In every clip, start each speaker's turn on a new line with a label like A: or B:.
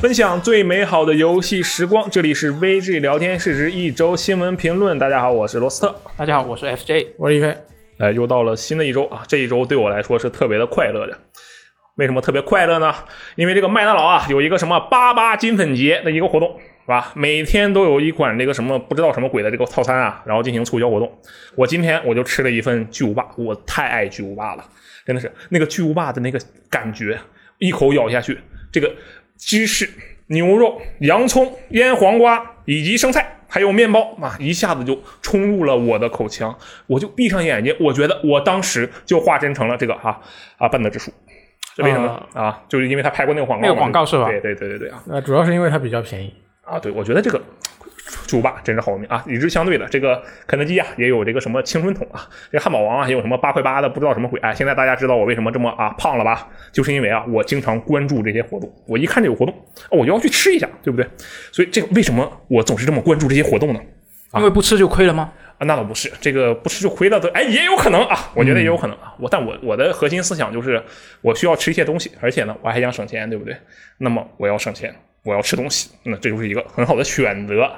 A: 分享最美好的游戏时光，这里是 VG 聊天室之一周新闻评论。大家好，我是罗斯特。
B: 大家好，我是 FJ。
C: 我是一飞，
A: 哎，又到了新的一周啊！这一周对我来说是特别的快乐的。为什么特别快乐呢？因为这个麦当劳啊有一个什么八八金粉节的一个活动，是吧？每天都有一款这个什么不知道什么鬼的这个套餐啊，然后进行促销活动。我今天我就吃了一份巨无霸，我太爱巨无霸了，真的是那个巨无霸的那个感觉，一口咬下去，这个芝士、牛肉、洋葱、腌黄瓜以及生菜。还有面包啊，一下子就冲入了我的口腔，我就闭上眼睛，我觉得我当时就化身成了这个哈啊半泽直树，这为什么呢啊？就是因为他拍过那个广告嘛，
B: 那个广告是吧
A: 对对对对对啊
C: 呃，主要是因为它比较便宜，
A: 啊！对，我觉得这个巨无霸真是好命啊！与之相对的，这个肯德基啊也有这个什么青春桶啊，这个汉堡王啊也有什么八块八的，不知道什么鬼。哎，现在大家知道我为什么这么啊胖了吧？就是因为啊我经常关注这些活动，我一看这有活动，哦我就要去吃一下，对不对？所以这个为什么我总是这么关注这些活动呢？
B: 因为不吃就亏了吗？
A: 啊，那倒不是，这个不吃就亏了的，哎，也有可能啊，我觉得也有可能啊。我但我我的核心思想就是，我需要吃一些东西，而且呢，我还想省钱，对不对？那么我要省钱，我要吃东西，那这就是一个很好的选择。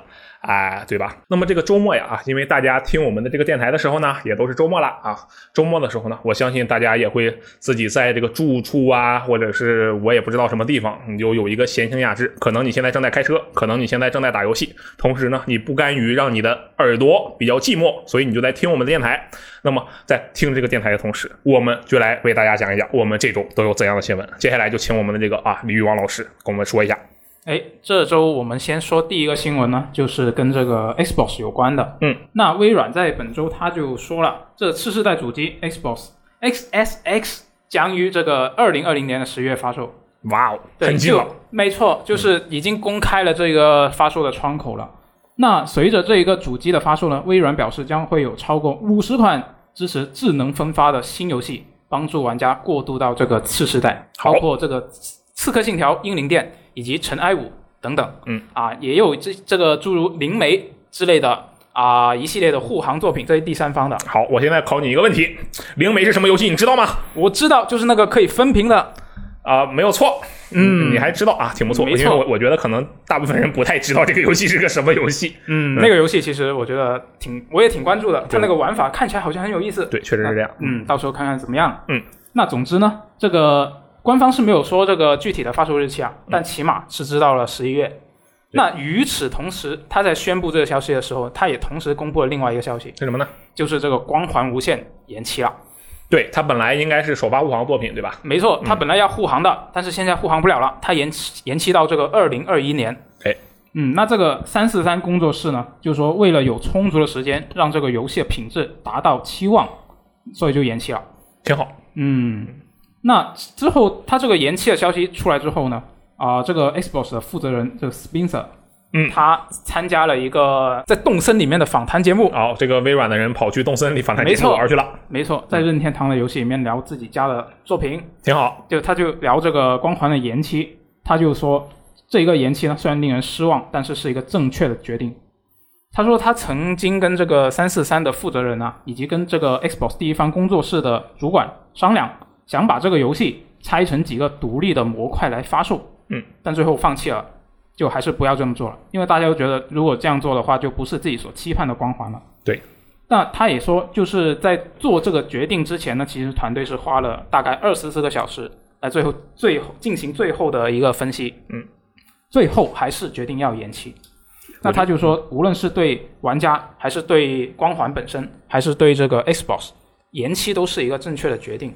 A: 哎，对吧？那么这个周末呀，啊，因为大家听我们的这个电台的时候呢，也都是周末了啊。周末的时候呢，我相信大家也会自己在这个住处啊，或者是我也不知道什么地方，你就有一个闲情雅致。可能你现在正在开车，可能你现在正在打游戏，同时呢，你不甘于让你的耳朵比较寂寞，所以你就在听我们的电台。那么在听这个电台的同时，我们就来为大家讲一讲我们这周都有怎样的新闻。接下来就请我们的这个啊李玉王老师跟我们说一下。
B: 哎，这周我们先说第一个新闻呢，就是跟这个 Xbox 有关的。
A: 嗯，
B: 那微软在本周它就说了，这次世代主机 Xbox XSX 将于这个二零二零年的十月发售。
A: 哇哦，
B: 对，
A: 很近
B: 就
A: 了，
B: 没错，就是已经公开了这个发售的窗口了。那随着这一个主机的发售呢，微软表示将会有超过五十款支持智能分发的新游戏，帮助玩家过渡到这个次世代，
A: 好
B: 包括这个《刺客信条：英灵殿》以及《尘埃五》等等。
A: 嗯，
B: 啊，也有这这个诸如《灵媒》之类的啊一系列的护航作品，这是第三方的。
A: 好，我现在考你一个问题：灵媒是什么游戏？你知道吗？
B: 我知道，就是那个可以分屏的，
A: 啊、没有错，嗯，你还知道啊，挺不错。
B: 没错
A: 因为我我觉得可能大部分人不太知道这个游戏是个什么游戏。
B: 嗯，那个游戏其实我觉得挺，我也挺关注的，它那个玩法看起来好像很有意思。
A: 对，确实是这样。
B: 嗯，到时候看看怎么样。
A: 嗯，
B: 那总之呢，这个官方是没有说这个具体的发售日期啊，
A: 嗯
B: 但起码是知道了十一月。那与此同时，他在宣布这个消息的时候，他也同时公布了另外一个消息，
A: 是什么呢？
B: 就是这个《光环无限》延期了。
A: 对，它本来应该是首发护航作品，对吧？
B: 没错，它本来要护航的，但是现在护航不了了，它延期延期到这个二零二一年。
A: 哎，
B: 嗯，那这个三四三工作室呢，就说为了有充足的时间让这个游戏的品质达到期望，所以就延期了。
A: 挺好。
B: 嗯，那之后它这个延期的消息出来之后呢，啊、这个 Xbox 的负责人这个 Spencer，
A: 嗯
B: 他参加了一个在动森里面的访谈节目，
A: 哦，这个微软的人跑去动森里访谈
B: 没
A: 节目
B: 错
A: 玩去了，
B: 没错，在任天堂的游戏里面聊自己家的作品，
A: 挺好。
B: 就他就聊这个光环的延期，他就说这个延期呢虽然令人失望，但是是一个正确的决定。他说他曾经跟这个三四三的负责人啊，以及跟这个 Xbox 第一方工作室的主管商量，想把这个游戏拆成几个独立的模块来发售，
A: 嗯，
B: 但最后放弃了，就还是不要这么做了，因为大家都觉得如果这样做的话，就不是自己所期盼的光环了。
A: 对。
B: 那他也说，就是在做这个决定之前呢，其实团队是花了大概二十四个小时来最后最后进行最后的一个分析，
A: 嗯，
B: 最后还是决定要延期。那他就说，无论是对玩家，还是对光环本身，还是对这个 Xbox，延期都是一个正确的决定。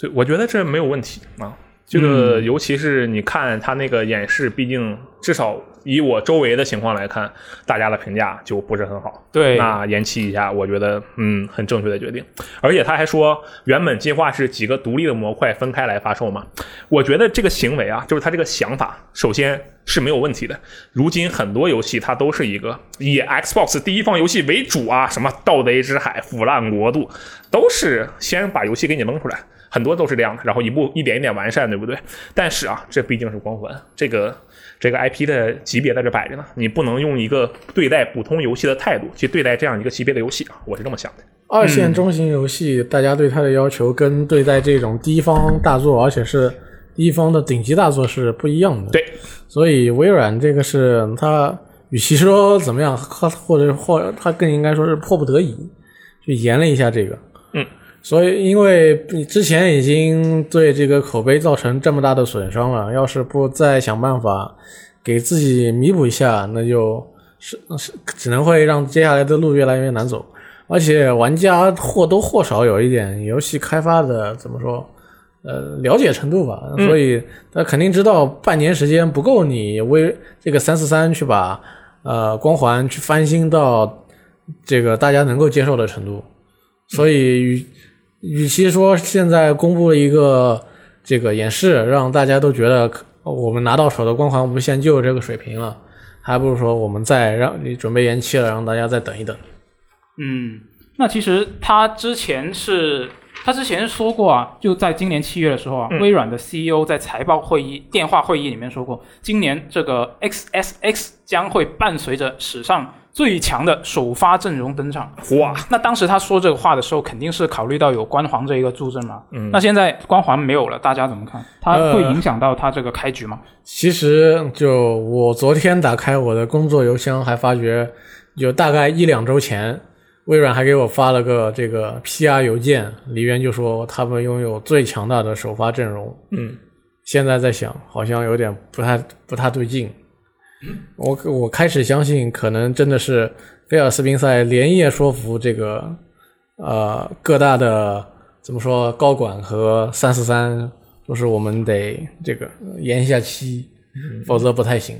A: 对，我觉得这没有问题啊。这个，尤其是你看他那个演示，毕竟至少以我周围的情况来看，大家的评价就不是很好。
B: 对
A: 那延期一下，我觉得嗯，很正确的决定。而且他还说，原本计划是几个独立的模块分开来发售嘛。我觉得这个行为啊，就是他这个想法，首先是没有问题的。如今很多游戏它都是一个以 Xbox 第一方游戏为主啊，什么《盗贼之海》《腐烂国度》，都是先把游戏给你扔出来，很多都是这样的，然后一步一点一点完善，对不对？但是啊，这毕竟是光环，这个这个 IP 的级别在这摆着呢，你不能用一个对待普通游戏的态度去对待这样一个级别的游戏啊，我是这么想的。
C: 二线中型游戏，大家对它的要求跟对待这种第一方大作，而且是一方的顶级大作是不一样的。
A: 对，
C: 所以微软这个是它，与其说怎么样，它或者或它更应该说是迫不得已去延了一下这个。
A: 嗯，
C: 所以因为之前已经对这个口碑造成这么大的损伤了，要是不再想办法给自己弥补一下，那就是是只能会让接下来的路越来越难走。而且玩家或多或少有一点游戏开发的怎么说，呃，了解程度吧，所以他肯定知道半年时间不够你为这个三四三去把呃光环去翻新到这个大家能够接受的程度，所以与与其说现在公布了一个这个演示，让大家都觉得可哦我们拿到手的光环无限就这个水平了，还不如说我们再让你准备延期了，让大家再等一等。
B: 嗯，那其实他之前是，他之前说过啊，就在今年七月的时候啊，微软的 CEO 在财报会议、电话会议里面说过，今年这个 XSX 将会伴随着史上最强的首发阵容登场。
A: 哇，
B: 那当时他说这个话的时候，肯定是考虑到有光环这一个助阵嘛。嗯。呃那现在光环没有了，大家怎么看？它会影响到它这个开局吗？
C: 其实就我昨天打开我的工作邮箱，还发觉有大概一两周前，微软还给我发了个这个 PR 邮件，里边就说他们拥有最强大的首发阵容。
A: 嗯，
C: 现在在想，好像有点不太不太对劲。我我开始相信，可能真的是菲尔斯宾塞连夜说服这个呃各大的怎么说高管和三四三，就是我们得这个呃延一下期，否则不太行。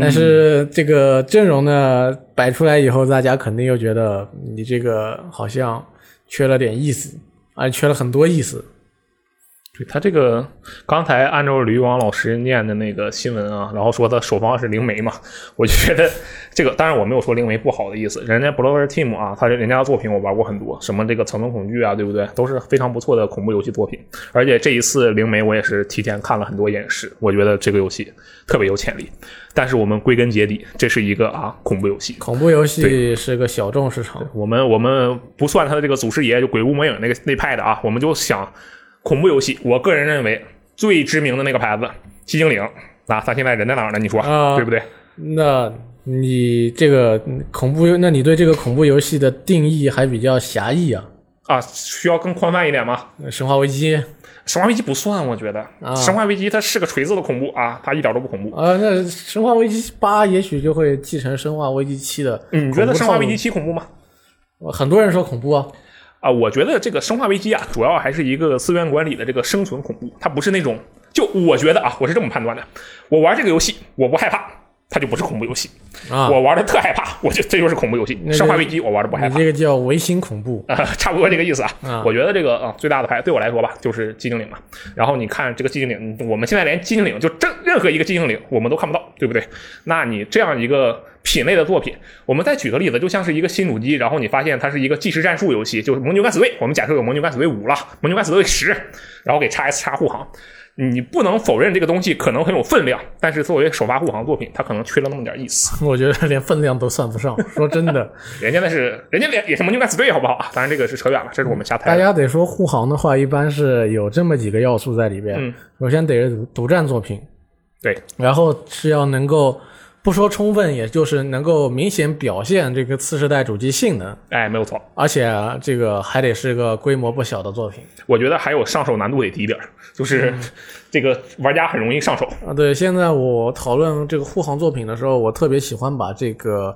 C: 但是这个阵容呢摆出来以后，大家肯定又觉得你这个好像缺了点意思，而且缺了很多意思。
A: 对他这个刚才按照吕王老师念的那个新闻啊，然后说他首发是灵媒嘛，我就觉得这个，当然我没有说灵媒不好的意思，人家 Blover Team 啊，他人家的作品我玩过很多，什么这个《层层恐惧》啊，对不对？都是非常不错的恐怖游戏作品。而且这一次灵媒我也是提前看了很多演示，我觉得这个游戏特别有潜力。但是我们归根结底，这是一个啊恐怖游戏，
C: 恐怖游戏是个小众市场，
A: 我们我们不算他的这个祖师爷，就鬼屋魔影那个那派的啊，我们就想恐怖游戏。我个人认为最知名的那个牌子《七精灵》啊，他现在人在哪儿呢？你说、
C: 啊
A: 对不对？
C: 那你这个恐怖游，那你对这个恐怖游戏的定义还比较狭义啊？
A: 啊，需要更宽泛一点吗？
C: 生化危机啊、
A: 生化危机不算，我觉得、生化危机它是个锤子的恐怖啊，它一点都啊不恐怖。
C: 那生化危机八也许就会继承生化危机七的恐怖套路。
A: 嗯你觉得《生化危机七》恐怖吗？
C: 很多人说恐怖啊，
A: 啊，我觉得这个《生化危机》啊，主要还是一个资源管理的这个生存恐怖，它不是那种就我觉得啊，我是这么判断的，我玩这个游戏我不害怕，它就不是恐怖游戏。
C: 啊，
A: 我玩的特害怕， 我就这就是恐怖游戏。
C: 那就
A: 生化危机我玩的不害
C: 你
A: 怕，
C: 这个叫唯心恐怖。
A: 啊、差不多这个意思啊。
C: 啊
A: 我觉得这个啊、最大的牌对我来说吧，就是寂静岭嘛。然后你看这个寂静岭，嗯我们现在连寂静岭就这任何一个寂静岭我们都看不到，对不对？那你这样一个品类的作品，我们再举个例子，就像是一个新主机，然后你发现它是一个即时战术游戏，就是《蒙牛敢死队》，我们假设有《蒙牛敢死队五》了，《蒙牛敢死队十》，然后给 x S 叉护航。你不能否认这个东西可能很有分量，但是作为首发护航作品，它可能缺了那么点意思。
C: 我觉得连分量都算不上。说真 的，
A: 人家那是人家也也是蒙牛敢死队，好不好啊？当然这个是扯远了，这是我们瞎
C: 大
A: 猜的。
C: 家得说护航的话，一般是有这么几个要素在里边。
A: 嗯
C: 首先得是独独占作品，
A: 对，
C: 然后是要能够不说充分，也就是能够明显表现这个次世代主机性能，
A: 哎，没有错。
C: 而且啊这个还得是个规模不小的作品
A: 我觉得还有上手难度得低点儿，就是
C: 嗯
A: 这个玩家很容易上手。
C: 啊。对，现在我讨论这个护航作品的时候，我特别喜欢把这个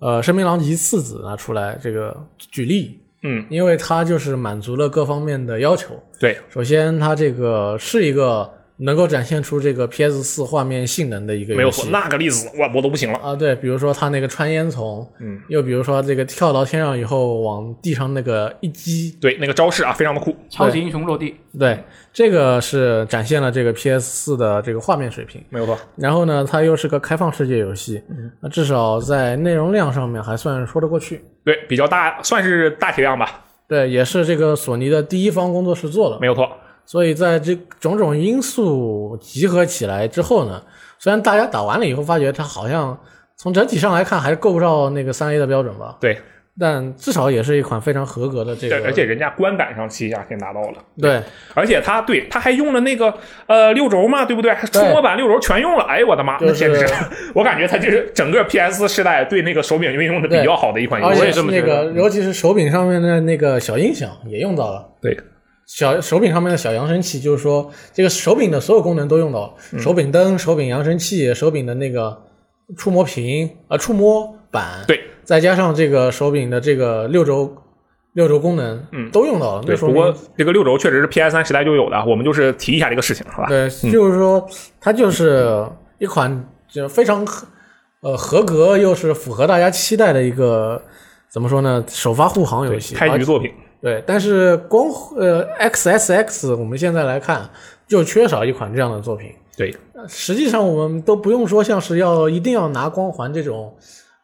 C: 呃《声名狼藉次子》拿出来这个举例，
A: 嗯，
C: 因为它就是满足了各方面的要求。
A: 对，
C: 首先，它这个是一个能够展现出这个 PS 四画面性能的一个
A: 没有
C: 游
A: 错。
C: 戏。
A: 那个例子，我我都不行了。
C: 啊，对，比如说它那个穿烟囱，嗯，又比如说这个跳到天上以后往地上那个一击，
A: 对，那个招式啊，非常的酷。
B: 超级英雄落地，
C: 对，这个是展现了这个 PS 四的这个画面水平。
A: 没有错，
C: 然后呢，它又是个开放世界游戏，
D: 嗯
C: 那至少在内容量上面还算说得过去。
A: 对，比较大，算是大体量吧，
C: 对，也是这个索尼的第一方工作室做的，
A: 没有错。
C: 所以在这种种因素集合起来之后呢，虽然大家打完了以后发觉它好像从整体上来看还是够不到那个三 A 的标准吧，
A: 对，
C: 但至少也是一款非常合格的这个，
A: 对，而且人家观感上其实一下给拿到了，
C: 对
A: 而且他对他还用了那个呃六轴嘛，对不对？还触摸板六轴全用了，哎呦我的妈，
C: 就
A: 那
C: 是
A: 简直！我感觉他就是 整个 PS 时代对那个手柄运用的比较好的一款游
C: 而
A: 戏
C: 且
D: 也
C: 是
D: 这么
C: 那
D: 觉得
C: 个，尤其是手柄上面的那个小音响也用到了。
A: 对，
C: 小手柄上面的小扬声器，就是说这个手柄的所有功能都用到了，
A: 嗯
C: 手柄灯、手柄扬声器、手柄的那个触摸屏啊、呃触摸板，
A: 对，
C: 再加上这个手柄的这个六轴六轴功能，嗯，都用到了。那
A: 对。
C: 说
A: 不
C: 明
A: 过这个六轴确实是 PS 三时代就有的，啊我们就是提一下这个事情，好吧？
C: 对，就是说它就是一款就非常合呃合格又是符合大家期待的一个怎么说呢首发护航游戏，
A: 开
C: 而
A: 局作品，
C: 对，但是光呃 XSX 我们现在来看就缺少一款这样的作品。
A: 对，
C: 呃实际上我们都不用说像是要一定要拿光环这种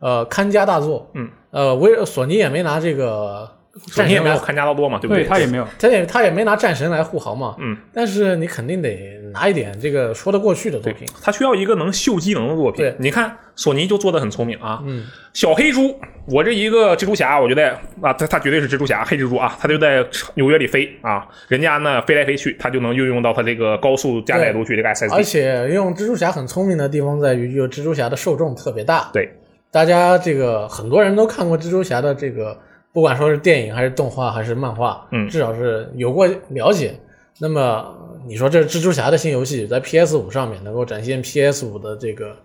C: 呃看家大作，
A: 嗯，
C: 呃，微索尼也没拿这个
A: 首
C: 战
A: 先也
C: 神
A: 没
C: 来
A: 有，看家到多嘛，对不
B: 对
A: 他
B: 他也没有，
C: 他也他也没拿战神来护航嘛，
A: 嗯，
C: 但是你肯定得拿一点这个说得过去的作
A: 对
C: 品，
A: 他需要一个能秀技能的作品
C: 对。
A: 你看索尼就做的很聪明啊，
C: 嗯，
A: 小黑猪，我这一个蜘蛛侠，我就在啊，他他绝对是蜘蛛侠，黑蜘蛛啊，他就在纽约里飞啊，人家呢飞来飞去，他就能运用到他这个高速加载读取这个
C: 而
A: SSD。
C: 且用蜘蛛侠很聪明的地方在于，就蜘蛛侠的受众特别大，
A: 对，
C: 大家这个很多人都看过蜘蛛侠的这个，不管说是电影还是动画还是漫画，
A: 嗯
C: 至少是有过了解。那么你说这蜘蛛侠的新游戏在 PS 五上面能够展现 PS 五的这个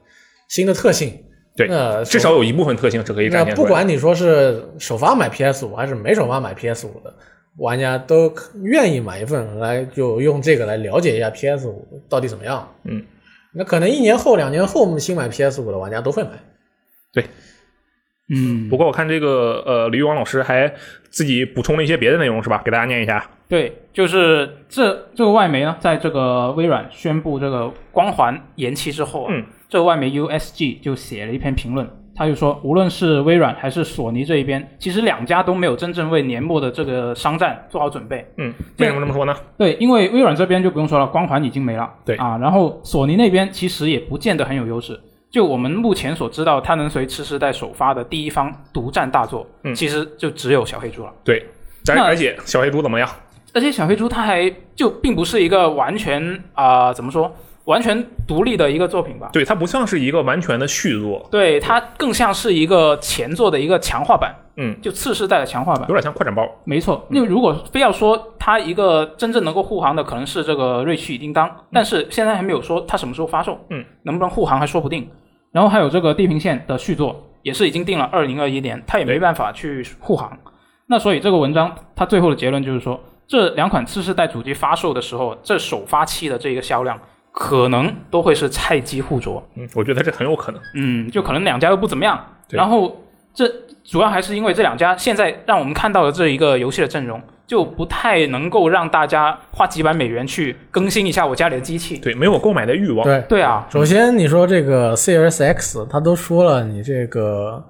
C: 新的特性，
A: 对
C: 那
A: 至少有一部分特性是可以展
C: 那
A: 现出来的。
C: 不管你说是首发买 PS 五还是没首发买 PS 五的玩家，都愿意买一份来就用这个来了解一下 PS 五到底怎么样。
A: 嗯，
C: 那可能一年后、两年后，我们新买 PS 五的玩家都会买。
B: 嗯，
A: 不过我看这个呃，李玉王老师还自己补充了一些别的内容是吧？给大家念一下。
B: 对，就是这这个外媒呢，在这个微软宣布这个光环延期之后啊，
A: 嗯
B: 这个外媒 USG 就写了一篇评论，他就说，无论是微软还是索尼这一边，其实两家都没有真正为年末的这个商战做好准备。
A: 嗯，为
B: 对
A: 什么这么说呢？
B: 对，因为微软这边就不用说了，光环已经没了。
A: 对
B: 啊，然后索尼那边其实也不见得很有优势。就我们目前所知道，它能随次世代首发的第一方独占大作，
A: 嗯
B: 其实就只有小黑猪了。
A: 对，咱
B: 那
A: 而且小黑猪怎么样？
B: 而且小黑猪它还就并不是一个完全啊、怎么说，完全独立的一个作品吧？
A: 对，它不像是一个完全的续作，
B: 对，它更像是一个前作的一个强化版，
A: 嗯，
B: 就次世代的强化版
A: 有。点像快闪包。
B: 没错，因为如果非要说它一个真正能够护航的，可能是这个《瑞奇与叮当》，但是现在还没有说它什么时候发售，
A: 嗯，
B: 能不能护航还说不定。然后还有这个《地平线》的续作，也是已经定了二零二一年，它也没办法去护航。那所以这个文章它最后的结论就是说，这两款次世代主机发售的时候，这首发期的这个销量可能都会是菜鸡互啄。
A: 嗯，我觉得这很有可能。
B: 嗯，就可能两家都不怎么样。
A: 对
B: 然后这主要还是因为这两家现在让我们看到的这一个游戏的阵容，就不太能够让大家花几百美元去更新一下我家里的机器。
A: 对，没有购买的欲望。
C: 对，
B: 对啊，
C: 首先，你说这个 CSX，他都说了，你这个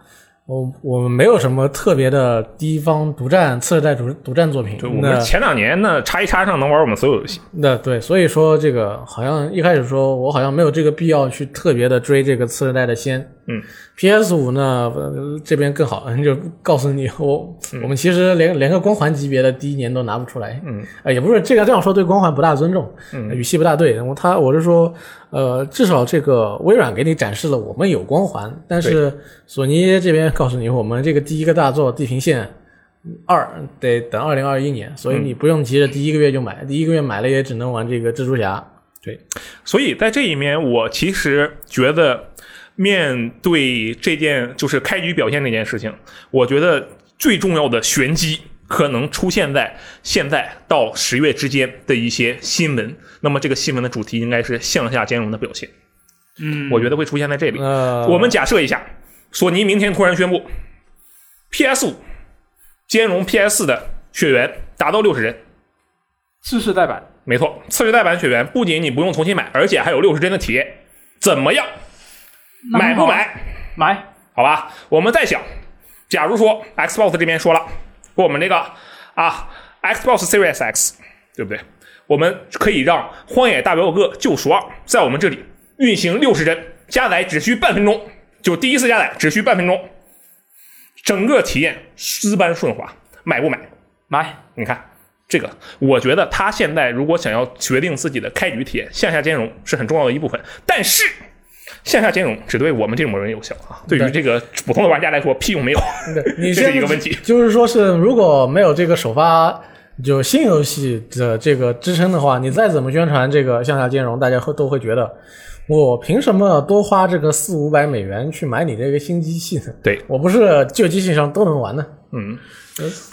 C: 我我们没有什么特别的第一方独占、次世代独独占作品
A: 对，我。们
C: 那
A: 前两年呢，叉一叉上能玩我们所有游戏。
C: 那对，所以说这个好像一开始说我好像没有这个必要去特别的追这个次世代的先。
A: 嗯
C: ，PS 五呢、呃这边更好， 就告诉你我、 我们其实连连个光环级别的第一年都拿不出来。
A: 嗯，
C: 啊，也不是这个这样说对光环不大尊重，
A: 嗯
C: 语气不大对。我他我是说，呃，至少这个微软给你展示了我们有光环，但是索尼这边告诉你，我们这个第一个大作《地平线二》得等二零二一年，所以
A: 嗯
C: 你不用急着第一个月就买，第一个月买了也只能玩这个蜘蛛侠。
A: 所以在这一面，我其实觉得面对这件就是开局表现这件事情，我觉得最重要的玄机可能出现在现在到十月之间的一些新闻。那么这个新闻的主题应该是向下兼容的表现，
B: 嗯，
A: 我觉得会出现在这里。
C: 呃，
A: 我们假设一下，索尼明天突然宣布，PS 五兼容 PS 四的血缘达到六十人，
B: 次世代版
A: 没错，次世代版血缘不仅你不用重新买，而且还有六十帧的体验，怎么样？
B: 那
A: 买不
B: 好
A: 买？
B: 买，
A: 好吧，我们再想，假如说 Xbox 这边说了，我们这个啊 Xbox Series X，对不对？我们可以让《荒野大镖客：救赎二》在我们这里运行六十帧，加载只需半分钟，就第一次加载只需半分钟。整个体验丝般顺滑，买不买？
B: 买，
A: 你看这个，我觉得他现在如果想要决定自己的开局体验，向下兼容是很重要的一部分。但是向下兼容只对我们这种人有效啊，对于
C: 对
A: 这个普通的玩家来说屁用没有。
C: 你
A: 这
C: 现
A: 是一个
C: 在
A: 问题
C: 就是说是如果没有这个首发就新游戏的这个支撑的话，你再怎么宣传这个向下兼容，大家会都会觉得我凭什么多花这个四五百美元去买你这个新机器呢？
A: 对
C: 我不是旧机器上都能玩呢。呃
A: 嗯，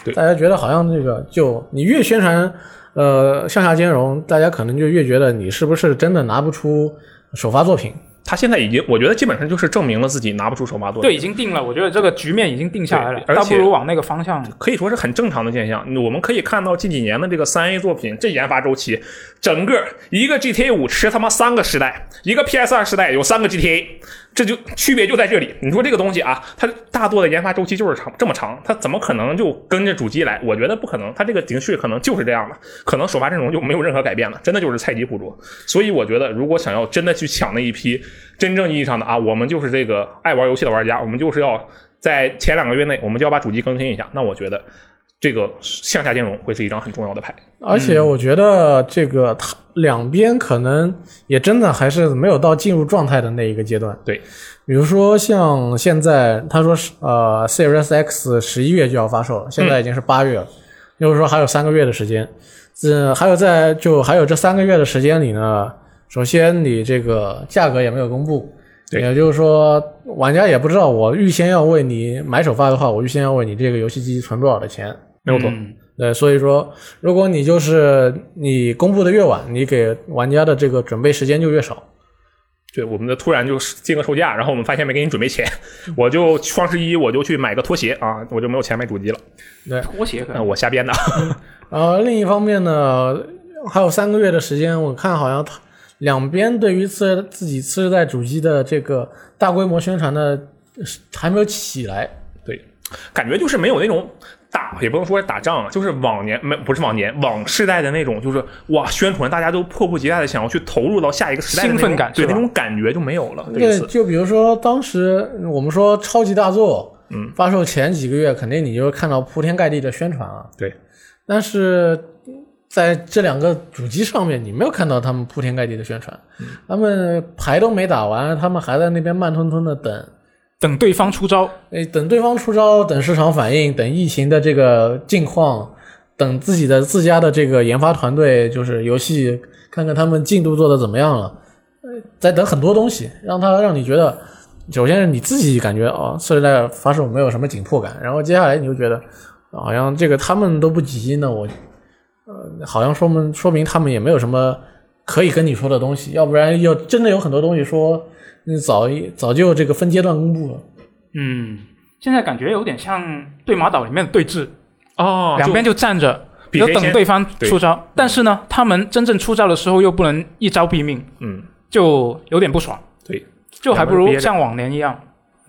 A: 对
C: 大家觉得好像这个就你越宣传，呃，向下兼容，大家可能就越觉得你是不是真的拿不出首发作品？
A: 他现在已经，我觉得基本上就是证明了自己拿不出手把舵。
B: 对，已经定了，我觉得这个局面已经定下来了，
A: 对而
B: 倒
A: 且
B: 不如往那个方向。
A: 可以说是很正常的现象。我们可以看到近几年的这个三 A 作品，这研发周期，整个一个 GTA 五吃他妈三个时代，一个 PS 二时代有三个 GTA，这就区别就在这里。你说这个东西啊，它大作的研发周期就是长这么长，它怎么可能就跟着主机来？我觉得不可能，它这个情绪可能就是这样的，可能首发阵容就没有任何改变了，真的就是菜鸡互啄。所以我觉得，如果想要真的去抢那一批真正意义上的啊，我们就是这个爱玩游戏的玩家，我们就是要。在前两个月内，我们就要把主机更新一下。那我觉得这个向下兼容会是一张很重要的牌。
C: 而且
A: 嗯
C: 我觉得这个它两边可能也真的还是没有到进入状态的那一个阶段。
A: 对，
C: 比如说像现在他说是呃 Series X 十一月就要发售了，现在已经是八月了，就是说还有三个月的时间。这还有在就还有这三个月的时间里呢，首先你这个价格也没有公布，
A: 对
C: 也就是说玩家也不知道我预先要为你买首发的话，我预先要为你这个游戏机存多少的钱。
A: 没有错，
B: 嗯
C: 对，所以说，如果你就是你公布的越晚，你给玩家的这个准备时间就越少。
A: 对我们的突然就定个售价，然后我们发现没给你准备钱， 我就双十一我就去买个拖鞋啊，我就没有钱买主机了。
B: 拖鞋可
A: 那
B: 能
A: 我瞎编的，
C: 然后另一方面呢，还有三个月的时间，我看好像他两边对于次自己次世代主机的这个大规模宣传的还没有起来。
A: 对，感觉就是没有那种打，也不能说是打仗啊，就是往年没不是往年往世代的那种，就是哇宣传，大家都迫不及待的想要去投入到下一个时代的那种
B: 兴奋感
A: 对
B: 是吧
A: 那种感觉就没有了。这一
C: 对，
A: 次
C: 就比如说当时我们说超级大作，嗯，发售前几个月肯定你就看到铺天盖地的宣传啊，
A: 对，
C: 但是在这两个主机上面，你没有看到他们铺天盖地的宣传，他们牌都没打完，他们还在那边慢吞吞的等，
B: 等对方出招，
C: 哎，等对方出招，等市场反应，等疫情的这个境况，等自己的自家的这个研发团队，就是游戏看看他们进度做的怎么样了，呃，在等很多东西，让他让你觉得，首先是你自己感觉哦，次世代发售没有什么紧迫感，然后接下来你就觉得，好像这个他们都不急呢，我，呃，好像说明说明他们也没有什么可以跟你说的东西，要不然要真的有很多东西说，你早一早就这个分阶段公布了。
B: 嗯，现在感觉有点像对马岛里面的对峙，
A: 哦
B: 两边就站着，
A: 比
B: 就
A: 谁
B: 等
A: 先
B: 对方
A: 对嗯
B: 出招。但是呢，他们真正出招的时候又不能一招毙命，
A: 嗯
B: 就有点不爽，
A: 对
B: 就还不
A: 两边
B: 如
A: 憋着
B: 像往年一样。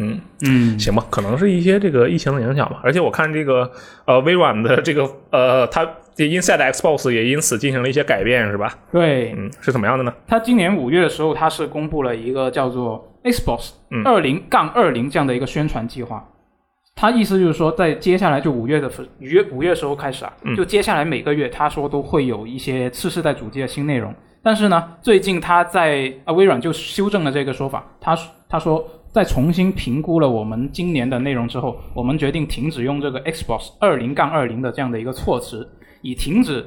A: 嗯。
B: 嗯，
A: 行吧，可能是一些这个疫情的影响吧。而且我看这个呃微软的这个呃，它这 Inside Xbox 也因此进行了一些改变，是吧？
B: 对
A: 嗯，是怎么样的呢？
B: 他今年五月的时候，他是公布了一个叫做 Xbox
A: 嗯
B: 二零杠二零这样的一个宣传计划。他意思就是说，在接下来就五月的五月五月时候开始啊，
A: 嗯
B: 就接下来每个月他说都会有一些次世代主机的新内容。但是呢，最近他在啊微软就修正了这个说法，他他说在重新评估了我们今年的内容之后，我们决定停止用这个 Xbox 二零杠二零的这样的一个措辞，以停止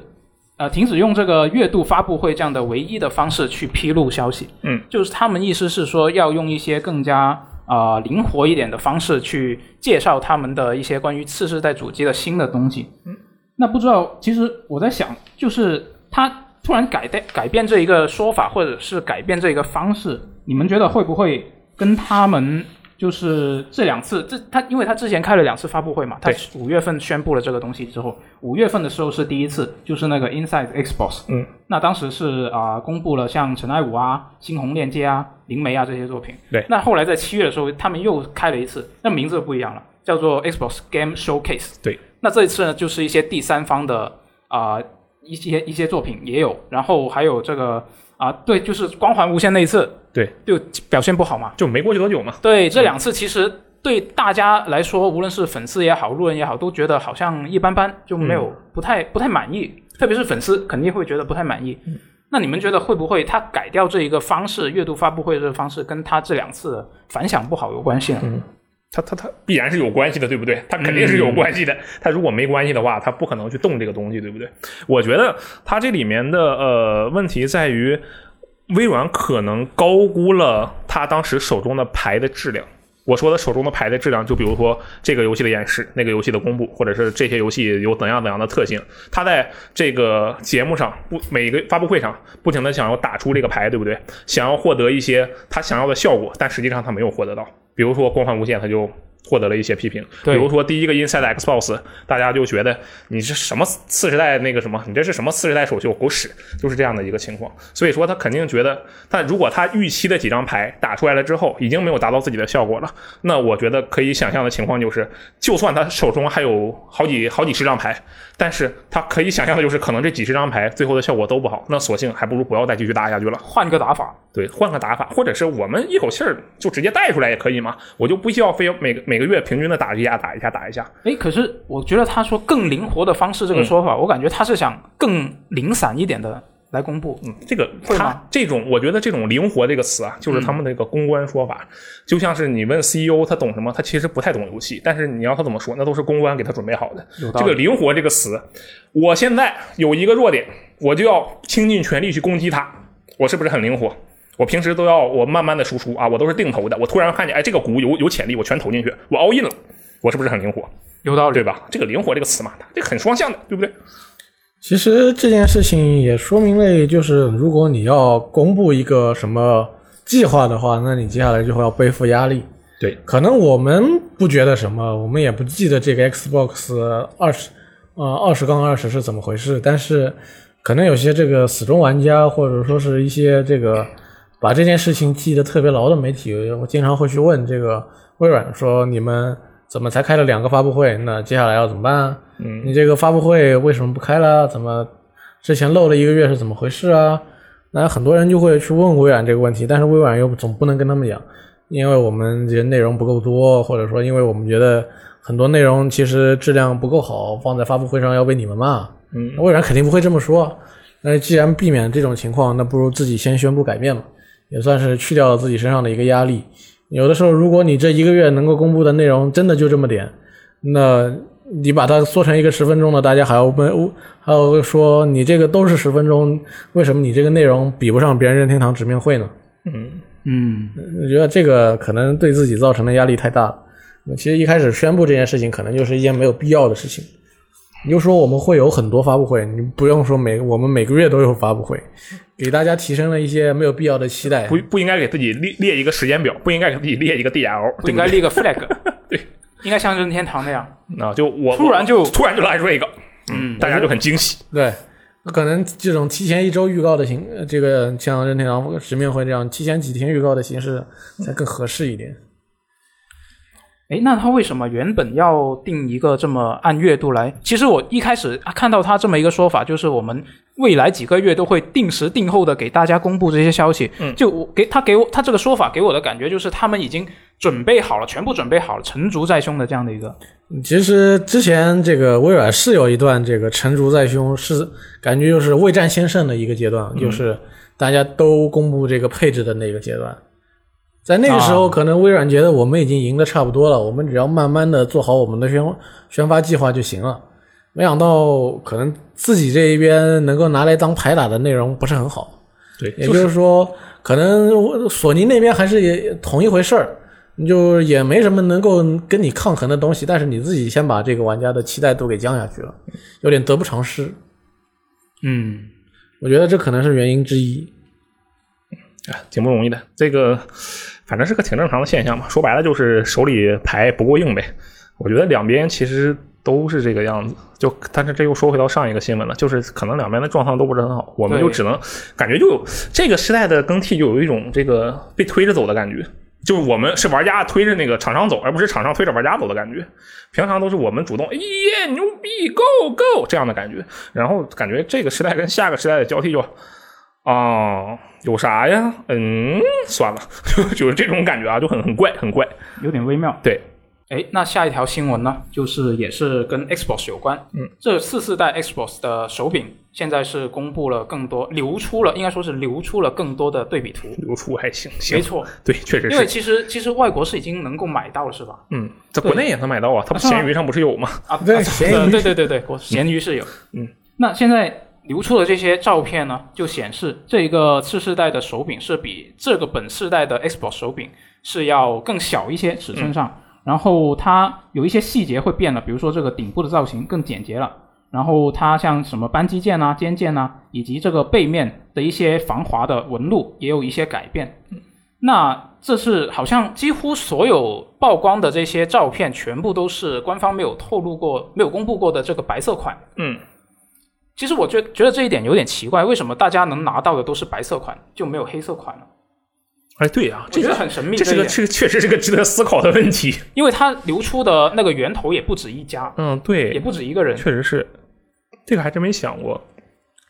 B: 呃停止用这个月度发布会这样的唯一的方式去披露消息。
A: 嗯，
B: 就是他们意思是说要用一些更加。啊、灵活一点的方式去介绍他们的一些关于次世代主机的新的东西。那不知道，其实我在想，就是他突然改变改变这一个说法，或者是改变这一个方式，你们觉得会不会跟他们就是这两次这他，因为他之前开了两次发布会嘛，他
A: 对
B: 五月份宣布了这个东西之后，五月份的时候是第一次，就是那个 Inside Xbox，
A: 嗯，
B: 那当时是啊、公布了像《尘埃五》啊、《猩红链接》啊、《灵媒啊》这些作品，
A: 对
B: 那后来在七月的时候，他们又开了一次，那名字就不一样了，叫做 Xbox Game Showcase。
A: 对，
B: 那这一次呢，就是一些第三方的啊、一些一些作品也有，然后还有这个啊、对，就是光环无限那一次，
A: 对，
B: 就表现不好嘛。
A: 就没过去多久嘛。
B: 对，这两次其实对大家来说，无论是粉丝也好，路人也好，都觉得好像一般般，就没有、不太不太满意。特别是粉丝肯定会觉得不太满意。那你们觉得会不会他改掉这一个方式，阅读发布会这个方式，跟他这两次的反响不好有关系呢？
A: 它它它必然是有关系的，对不对？它肯定是有关系的。它如果没关系的话，它不可能去动这个东西，对不对？我觉得它这里面的呃问题在于，微软可能高估了它当时手中的牌的质量。我说的手中的牌的质量，就比如说这个游戏的演示、那个游戏的公布，或者是这些游戏有怎样怎样的特性，它在这个节目上不每个发布会上不停的想要打出这个牌，对不对？想要获得一些他想要的效果，但实际上他没有获得到。比如说《光环无限》，它就获得了一些批评。比
B: 对
A: 如说第一个 Inside Xbox，大家就觉得你是什么次时代那个什么，你这是什么次时代首秀，狗屎，就是这样的一个情况。所以说他肯定觉得，但如果他预期的几张牌打出来了之后，已经没有达到自己的效果了，那我觉得可以想象的情况就是，就算他手中还有好几好几十张牌，但是他可以想象的就是，可能这几十张牌最后的效果都不好，那索性还不如不要再继续打下去了。
B: 换个打法，
A: 对，换个打法，或者是我们一口气儿就直接带出来也可以嘛，我就不需要非要每个每个月平均的打一下打一下打一下。
B: 诶，可是我觉得他说更灵活的方式这个说法，我感觉他是想更零散一点的来公布。
A: 嗯，这个
B: 会
A: 他
B: 吗嗯
A: 这种，我觉得这种“灵活”这个词啊，就是他们的一个公关说法，就像是你问 CEO 他懂什么，他其实不太懂游戏，但是你让他怎么说，那都是公关给他准备好的。这个“灵活”这个词，我现在有一个弱点，我就要倾尽全力去攻击它，我是不是很灵活？我平时都要我慢慢的输出啊，我都是定投的，我突然看见哎这个股有有潜力，我全投进去，我 all in 了，我是不是很灵活？
B: 有道理
A: 对，吧？这个“灵活”这个词嘛，它这很双向的，对不对？
C: 其实这件事情也说明了，就是如果你要公布一个什么计划的话，那你接下来就会要背负压力。
A: 对，
C: 可能我们不觉得什么，我们也不记得这个 Xbox 二十呃二十杠二十是怎么回事，但是可能有些这个死忠玩家或者说是一些这个把这件事情记得特别牢的媒体，我经常会去问这个微软说你们怎么才开了两个发布会？那接下来要怎么办啊？嗯，你这个发布会为什么不开了？怎么之前漏了一个月是怎么回事啊？那很多人就会去问微软这个问题，但是微软又总不能跟他们讲，因为我们这个内容不够多，或者说因为我们觉得很多内容其实质量不够好，放在发布会上要被你们骂。嗯，微软肯定不会这么说。那既然避免这种情况，那不如自己先宣布改变嘛，也算是去掉了自己身上的一个压力。有的时候，如果你这一个月能够公布的内容真的就这么点，那你把它缩成一个十分钟的，大家还要问，还要说你这个都是十分钟，为什么你这个内容比不上别人任天堂直面会呢？
B: 嗯，
C: 我觉得这个可能对自己造成的压力太大了。其实一开始宣布这件事情，可能就是一件没有必要的事情。你就说我们会有很多发布会，你不用说每我们每个月都有发布会，给大家提升了一些没有必要的期待
A: 不。不应该给自己列列一个时间表，不应该给自己列一个 DL，
B: 不应该立个 flag，应该像任天堂那样，
A: 啊，就我
B: 突然就
A: 我突然就来出来一个，嗯，大家就很惊喜。
C: 对，可能这种提前一周预告的形，呃这个像任天堂直面会这样提前几天预告的形式才更合适一点。
B: 诶，那他为什么原本要定一个这么按月度来？其实我一开始啊看到他这么一个说法，就是我们未来几个月都会定时定候的给大家公布这些消息。嗯，就我给他给我他这个说法给我的感觉就是他们已经准备好了，全部准备好了，成竹在胸的这样的一个。
C: 其实之前这个微软是有一段这个成竹在胸，是感觉就是未战先胜的一个阶段，就是大家都公布这个配置的那个阶段。在那个时候，可能微软觉得我们已经赢得差不多了，我们只要慢慢的做好我们的宣宣发计划就行了。没想到，可能自己这一边能够拿来当牌打的内容不是很好，
A: 对，
C: 也就是说，可能索尼那边还是也同一回事儿，就也没什么能够跟你抗衡的东西，但是你自己先把这个玩家的期待都给降下去了，有点得不偿失。
B: 嗯，
C: 我觉得这可能是原因之一。
A: 哎挺不容易的。这个反正是个挺正常的现象嘛。说白了就是手里牌不够硬呗。我觉得两边其实都是这个样子，就但是这又说回到上一个新闻了，就是可能两边的状况都不是很好，我们
B: 对
A: 就只能感觉就有这个时代的更替，就有一种这个被推着走的感觉。就是我们是玩家推着那个厂商走，而不是厂商推着玩家走的感觉。平常都是我们主动，哎耶，牛逼，go go 这样的感觉。然后感觉这个时代跟下个时代的交替就哦，有啥 啊呀？嗯，算了，就就是这种感觉啊，就很很怪，很怪。
B: 有点微妙。
A: 对，
B: 哎，那下一条新闻呢，就是也是跟 Xbox 有关。
A: 嗯，
B: 这次世代 Xbox 的手柄现在是公布了更多，流出了，应该说是流出了更多的对比图。
A: 流出还行，行
B: 没，错，
A: 对，确实
B: 哎因为
A: 是，
B: 其实其实外国是已经能够买到了，是吧？
A: 嗯，在国内也能买到啊，它不
B: 是吗
A: 闲鱼上不是有吗？
B: 啊，
C: 对
B: 啊
C: 闲
B: 呃
C: 鱼
B: 对对对对，我闲鱼是有。
A: 嗯，
B: 那现在流出的这些照片呢，就显示这一个次世代的手柄是比这个本世代的 Xbox 手柄是要更小一些尺
C: 嗯
B: 寸上，然后它有一些细节会变了，比如说这个顶部的造型更简洁了。然后它像什么扳机键啊、肩键啊，以及这个背面的一些防滑的纹路也有一些改变。那这是好像几乎所有曝光的这些照片，全部都是官方没有透露过、没有公布过的这个白色款。
A: 嗯，
B: 其实我觉觉得这一点有点奇怪，为什么大家能拿到的都是白色款，就没有黑色款呢？
A: 哎，对啊，
B: 我
A: 这
B: 觉得
A: 个
B: 很神秘
A: 这
B: 这
A: 是
B: 一
A: 个
B: 点，
A: 这个确实是个值得思考的问题。
B: 因为它流出的那个源头也不止一家，
A: 嗯，对，
B: 也不止一个人。
A: 确实是，这个还真没想过。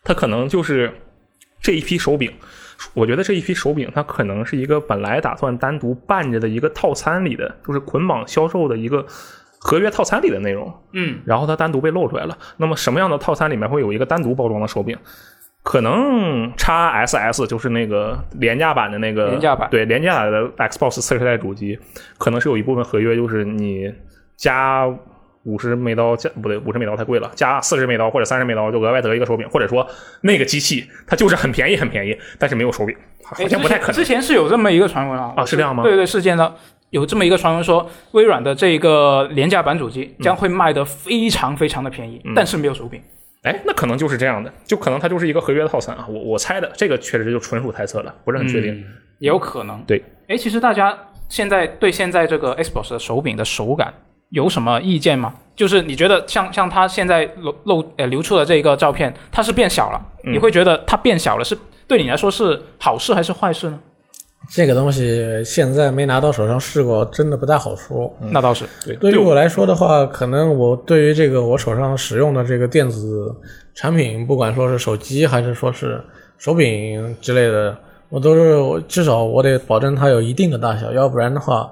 A: 它可能就是这一批手柄，我觉得这一批手柄它可能是一个本来打算单独办着的一个套餐里的，就是捆绑销售的一个合约套餐里的内容，
B: 嗯，
A: 然后它单独被露出来了。那么什么样的套餐里面会有一个单独包装的手柄？可能 x SS 就是那个廉价版的那个
B: 廉价版
A: 对廉价版的 Xbox 次世代主机，可能是有一部分合约就是你加五十美刀加不对，五十美刀太贵了，加四十美刀或者三十美刀就额外得一个手柄，或者说那个机器它就是很便宜很便宜，但是没有手柄，
B: 哎
A: 好像不太可
B: 之前之
A: 能。
B: 前是有这么一个传闻啊，
A: 啊是这样吗
B: 对对，是这样的，有这么一个传闻说，微软的这个廉价版主机
A: 嗯
B: 将会卖的非常非常的便宜，但是没有手柄。
A: 哎，那可能就是这样的，就可能它就是一个合约的套餐啊，我我猜的，这个确实就纯属猜测了，不是很确定。
B: 也有可能。
A: 对，
B: 哎，其实大家现在对现在这个 Xbox 的手柄的手感有什么意见吗？就是你觉得像像它现在露露呃流出的这个照片，它是变小了，
A: 嗯
B: 你会觉得它变小了是对你来说是好事还是坏事呢？
C: 这个东西现在没拿到手上试过，真的不太好说。
B: 那倒是，
A: 嗯对，
C: 对于
A: 我
C: 我来说的话，可能我对于这个我手上使用的这个电子产品，不管说是手机还是说是手柄之类的，我都是我至少我得保证它有一定的大小，要不然的话，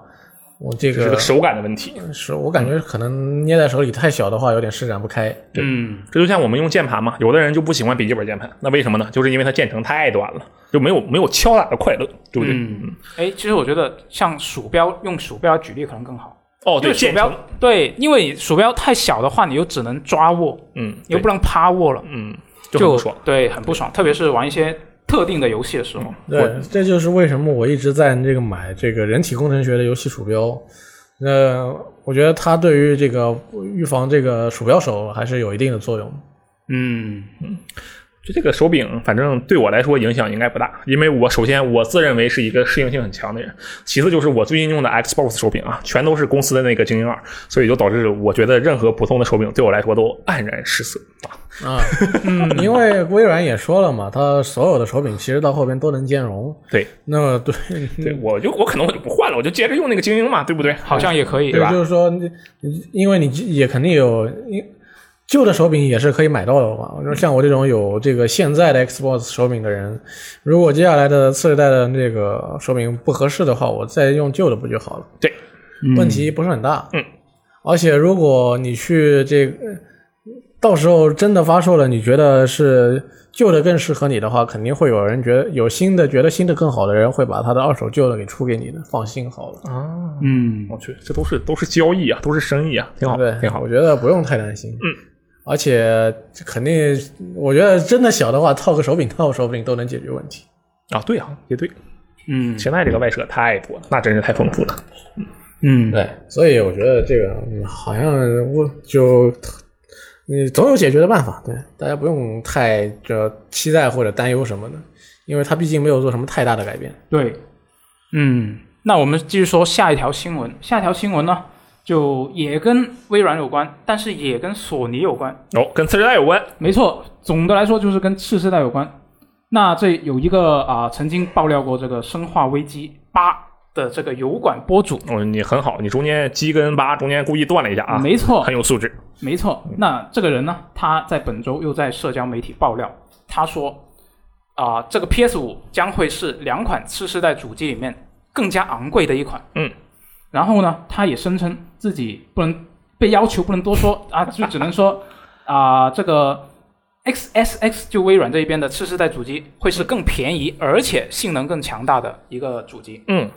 C: 我这
A: 这是
B: 啊
C: 个
A: 个手感的问题。
C: 是我感觉可能捏在手里太小的话，有点施展不开。
B: 嗯，
A: 这就像我们用键盘嘛，有的人就不喜欢笔记本键盘，那为什么呢？就是因为它键程太短了，就没有没有敲打的快乐，对不对？嗯，
B: 哎，其实我觉得像鼠标用鼠标举例可能更好，
A: 哦，
B: 因
A: 对，
B: 为鼠
A: 键
B: 标
A: 程，
B: 对，因为鼠标太小的话，你又只能抓握，
A: 嗯，
B: 你又
A: 对
B: 不能趴握了，
A: 嗯，就很
B: 就
A: 不爽。
B: 对，很不爽，特别是玩一些特定的游戏的时候。
C: 对，这就是为什么我一直在这个买这个人体工程学的游戏鼠标。那我觉得它对于这个预防这个鼠标手还是有一定的作用。
B: 嗯，
A: 就这个手柄，反正对我来说影响应该不大，因为我首先我自认为是一个适应性很强的人，其次就是我最近用的 Xbox 手柄啊，全都是公司的那个精英二，所以就导致我觉得任何普通的手柄对我来说都黯然失色啊。
C: 啊，因为微软也说了嘛，它所有的手柄其实到后边都能兼容。
A: 对，
C: 那么对，
A: 对，我就我可能我就不换了，我就接着用那个精英嘛，对不对？
B: 好像也可以，
A: 对吧
C: 就是说你，你因为你也肯定有，因旧的手柄也是可以买到的嘛。像我这种有这个现在的 Xbox 手柄的人，如果接下来的次世代的那个手柄不合适的话，我再用旧的不就好了？
A: 对，
C: 问题不是很大。
A: 嗯，
C: 而且如果你去这个，到时候真的发售了，你觉得是旧的更适合你的话，肯定会有人觉得有新的，觉得新的更好的人会把他的二手旧的给出给你的，放心好了，
B: 嗯，
A: 我去，这都是都是交易啊，都是生意啊，挺好，
C: 对，
A: 挺好。
C: 我觉得不用太担心。
A: 嗯。
C: 而且这肯定，我觉得真的小的话，套个手柄、套个手柄都能解决问题。
A: 啊，对啊，也对，
B: 嗯
A: 现在这个外设太多了，那真是太丰富了。
B: 嗯，
C: 对，所以我觉得这个嗯好像我就，你总有解决的办法。对，大家不用太这期待或者担忧什么的，因为它毕竟没有做什么太大的改变。
B: 对，嗯，那我们继续说下一条新闻。下一条新闻呢，就也跟微软有关，但是也跟索尼有关。
A: 哦，跟次时代有关，
B: 没错，总的来说就是跟次世代有关。那这有一个啊、曾经爆料过这个《生化危机八》的这个油管博主，
A: 哦，你很好，你中间七跟八中间故意断了一下啊，
B: 没错
A: 很，有素质。
B: 没错，那这个人呢，他在本周又在社交媒体爆料，他说啊、这个 PS 五将会是两款次世代主机里面更加昂贵的一款。
A: 嗯，
B: 然后呢，他也声称自己不能被要求不能多说 啊，就只能说啊、这个 XSX 就微软这一边的次世代主机会是更便宜而且性能更强大的一个主机。
A: 嗯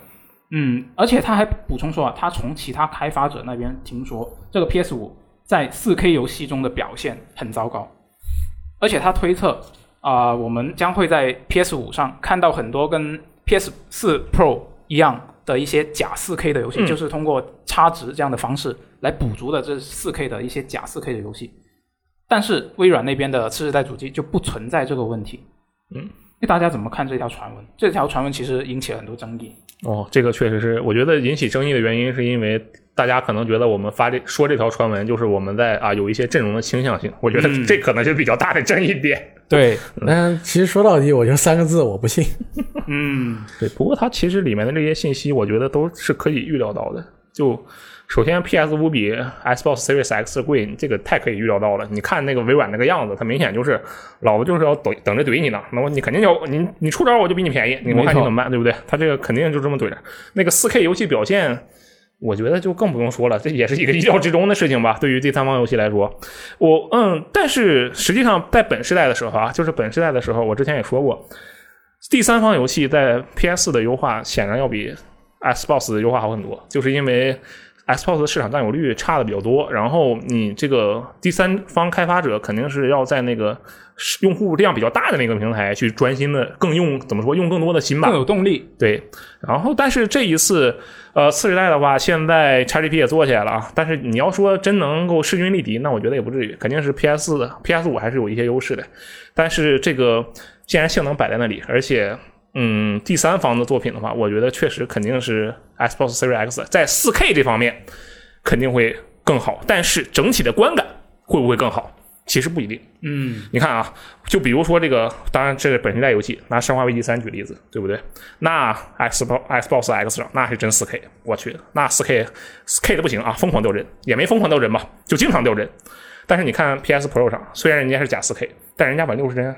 B: 嗯，而且他还补充说啊，他从其他开发者那边听说，这个 PS 五在 4K 游戏中的表现很糟糕，而且他推测啊、我们将会在 PS 五上看到很多跟 PS 四 Pro 一样的一些假 4K 的游戏，
A: 嗯
B: 就是通过差值这样的方式来补足的这 4K 的一些假 4K 的游戏。但是微软那边的次世代主机就不存在这个问题。
A: 嗯，
B: 那大家怎么看这条传闻？这条传闻其实引起了很多争议。
A: 哦，这个确实是，我觉得引起争议的原因是因为大家可能觉得我们发这说这条传闻，就是我们在啊有一些阵容的倾向性，我觉得
B: 嗯
A: 这可能是比较大的争议点。
B: 对，
C: 但其实说到底，我就三个字，我不信。
B: 嗯，
A: 对，不过它其实里面的这些信息，我觉得都是可以预料到的。就首先，PS 五比 Xbox Series X 贵，这个太可以预料到了。你看那个微软那个样子，它明显就是老子就是要等等着怼你呢。那么你肯定要你你出招，我就比你便宜，你我看你
B: 没错
A: 怎么办，对不对？它这个肯定就这么怼着。那个 4K 游戏表现。我觉得就更不用说了，这也是一个意料之中的事情吧。对于第三方游戏来说，我嗯，但是实际上在本世代的时候啊，就是本世代的时候，我之前也说过，第三方游戏在 PS 的优化显然要比 Xbox 的优化好很多，就是因为 Xbox 的市场占有率差的比较多，然后你这个第三方开发者肯定是要在那个用户量比较大的那个平台去专心的更用怎么说用更多的心吧
B: 更，有动力。
A: 对，然后但是这一次，呃，次时代的话，现在 XGP 也做起来了啊。但是你要说真能够势均力敌，那我觉得也不至于，肯定是 PS 的 PS 五还是有一些优势的。但是这个既然性能摆在那里，而且嗯，第三方的作品的话，我觉得确实肯定是 Xbox Series X 在 4K 这方面肯定会更好，但是整体的观感会不会更好，其实不一定。
B: 嗯，
A: 你看啊，就比如说这个，当然这是本世代游戏，拿《生化危机三》举例子，对不对？那 Xbox Xbox X 上那是真 4K，我去，那 4K 4K 的不行啊，疯狂掉帧，也没疯狂掉帧吧，就经常掉帧。但是你看 PS Pro 上，虽然人家是假 4K，但人家把六十帧啊，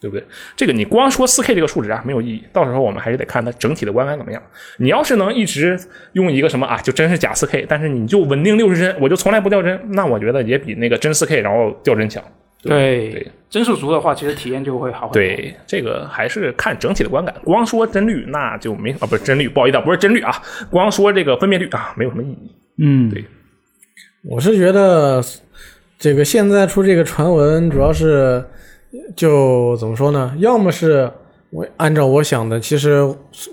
A: 对不对？这个你光说 4K 这个数值啊没有意义，到时候我们还是得看它整体的观感怎么样。你要是能一直用一个什么啊，就真是假 4K，但是你就稳定六十帧，我就从来不掉帧，那我觉得也比那个真 4K 然后掉帧强。
B: 对，
A: 对
B: 帧数足的话，其实体验就会好很多。，
A: 对，这个还是看整体的观感。光说帧率，那就没啊，不是帧率，不好意思啊，不是帧率啊，光说这个分辨率啊，没有什么意义。
B: 嗯，
A: 对
C: 我是觉得这个现在出这个传闻，主要是就怎么说呢？要么是我按照我想的，其实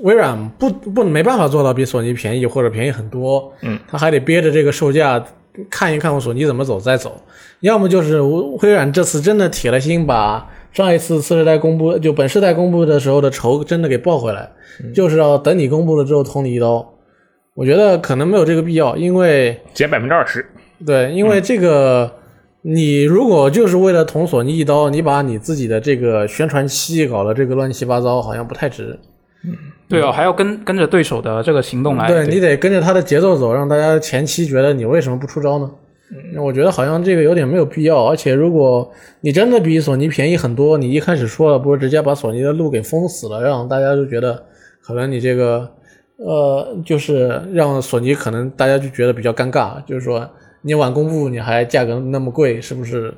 C: 微软不不没办法做到比索尼便宜或者便宜很多，
A: 嗯，
C: 他还得憋着这个售价看一看我索尼怎么走再走。要么就是微软这次真的铁了心把。上一次次世代公布就本世代公布的时候的仇真的给报回来，就是要等你公布了之后捅你一刀。我觉得可能没有这个必要，因为
A: 减百分之二十，
C: 对，因为这个，你如果就是为了捅索尼一刀，你把你自己的这个宣传期搞得这个乱七八糟，好像不太值。
B: 对哦，还要跟跟着对手的这个行动来。
C: 对你得跟着他的节奏走，让大家前期觉得你为什么不出招呢？我觉得好像这个有点没有必要，而且如果你真的比索尼便宜很多，你一开始说了，不是直接把索尼的路给封死了，让大家就觉得可能你这个呃，就是让索尼可能大家就觉得比较尴尬，就是说你晚公布你还价格那么贵，是不是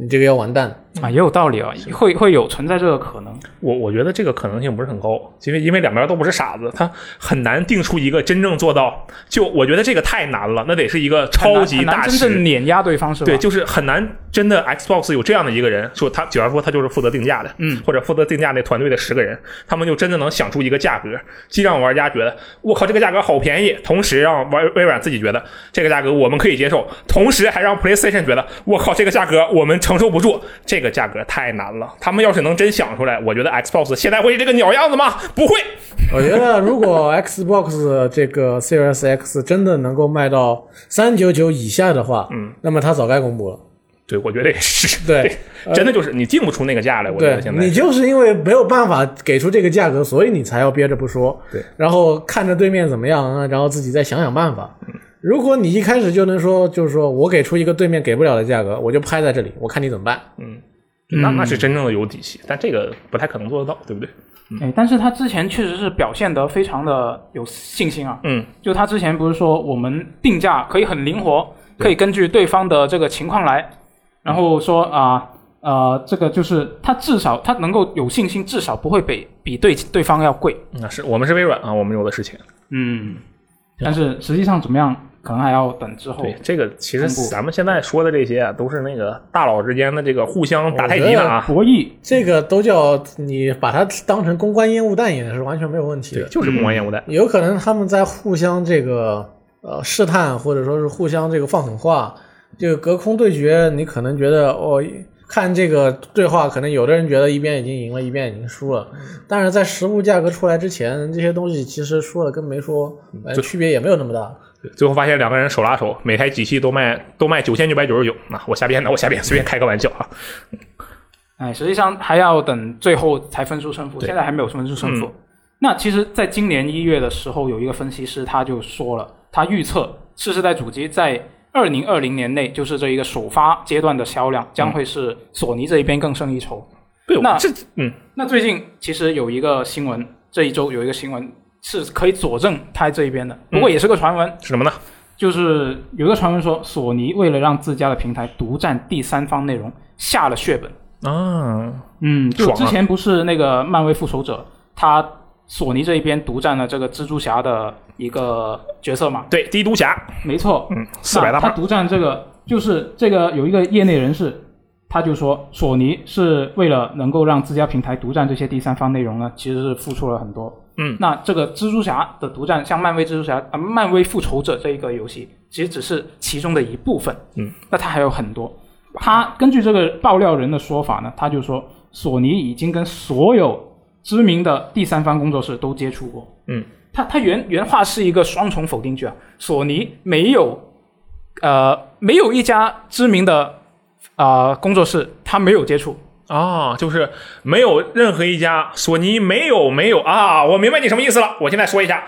C: 你这个要完蛋？
B: 啊，也有道理啊，会会有存在这个可能。
A: 我我觉得这个可能性不是很高，因为因为两边都不是傻子，他很难定出一个真正做到。就我觉得这个太难了，那得是一个
B: 很难
A: 超级
B: 很难
A: 大
B: 真
A: 师
B: 正碾压对方是吧？
A: 对，就是很难真的 Xbox 有这样的一个人，说他，假如说他就是负责定价的，
B: 嗯，
A: 或者负责定价那团队的十个人，他们就真的能想出一个价格，既让玩家觉得我靠这个价格好便宜，同时让玩微软自己觉得这个价格我们可以接受，同时还让 PlayStation 觉得我靠这个价格我们承受不住，这个价格太难了。他们要是能真想出来，我觉得 Xbox 现在会是这个鸟样子吗？不会，
C: 我觉得如果 Xbox 这个 Series X 真的能够卖到三九九以下的话，嗯，那么它早该公布了。
A: 对，我觉得也是，
C: 对，呃
A: 真的就是你定不出那个价来，我觉
C: 对
A: 得现在
C: 你就是因为没有办法给出这个价格，所以你才要憋着不说。
A: 对，
C: 然后看着对面怎么样啊，然后自己再想想办法。
A: 嗯
C: 如果你一开始就能说，就是说我给出一个对面给不了的价格，我就拍在这里，我看你怎么办。
A: 那那是真正的有底气，但这个不太可能做得到，对不对？
B: 哎，但是他之前确实是表现得非常的有信心啊。
A: 嗯，
B: 就他之前不是说我们定价可以很灵活，可以根据对方的这个情况来，然后说啊呃这个就是他至少他能够有信心，至少不会比比对对方要贵。
A: 那是我们是微软啊，我们有的是钱。
B: 嗯，但是实际上怎么样，可能还要等之后
A: 对。，这个其实
B: 哦公布
A: 咱们现在说的这些啊，都是那个大佬之间的这个互相打太极呢啊，
B: 博弈
C: 这个都叫你把它当成公关烟雾弹，也是完全没有问题
A: 对，
C: 的。
A: 就是公关烟雾
B: 嗯
A: 弹。
C: 有可能他们在互相这个呃试探，或者说是互相这个放狠话，这个隔空对决，你可能觉得哦，看这个对话，可能有的人觉得一边已经赢了，一边已经输了，但是在实物价格出来之前，这些东西其实说了跟没说，呃、
A: 对
C: 区别也没有那么大。
A: 最后发现两个人手拉手，每台机器都卖都卖九千九百九十九。那我瞎编的，我瞎编，随便开个玩笑啊。
B: 哎，实际上还要等最后才分出胜负，
A: 对
B: 现在还没有分出胜负。
A: 嗯
B: 那其实，在今年一月的时候，有一个分析师他就说了，他预测次世代主机在二零二零年内，就是这一个首发阶段的销量将会是索尼这一边更胜一筹。
A: 对，我
B: 那
A: 这嗯，
B: 那最近其实有一个新闻，这一周有一个新闻是可以佐证他这一边的，
A: 嗯
B: 不过也是个传闻，
A: 是什么呢？
B: 就是有一个传闻说，索尼为了让自家的平台独占第三方内容，下了血本。
A: 啊，
B: 嗯，就
A: 爽啊
B: 之前不是那个漫威复仇者，他索尼这一边独占了这个蜘蛛侠的一个角色嘛？
A: 对，帝都侠，
B: 没错，
A: 嗯，四百大
B: 那他
A: 胖，
B: 独占这个，就是这个有一个业内人士，他就说索尼是为了能够让自家平台独占这些第三方内容呢，其实是付出了很多。
A: 嗯，
B: 那这个蜘蛛侠的独占，像漫威蜘蛛侠、啊、漫威复仇者这一个游戏，其实只是其中的一部分。
A: 嗯，
B: 那它还有很多。他根据这个爆料人的说法呢，他就说索尼已经跟所有知名的第三方工作室都接触过。
A: 嗯，
B: 他他原原话是一个双重否定句啊，索尼没有，呃，没有一家知名的呃工作室他没有接触。
A: 啊，就是没有任何一家索尼没有没有啊，我明白你什么意思了。我现在说一下，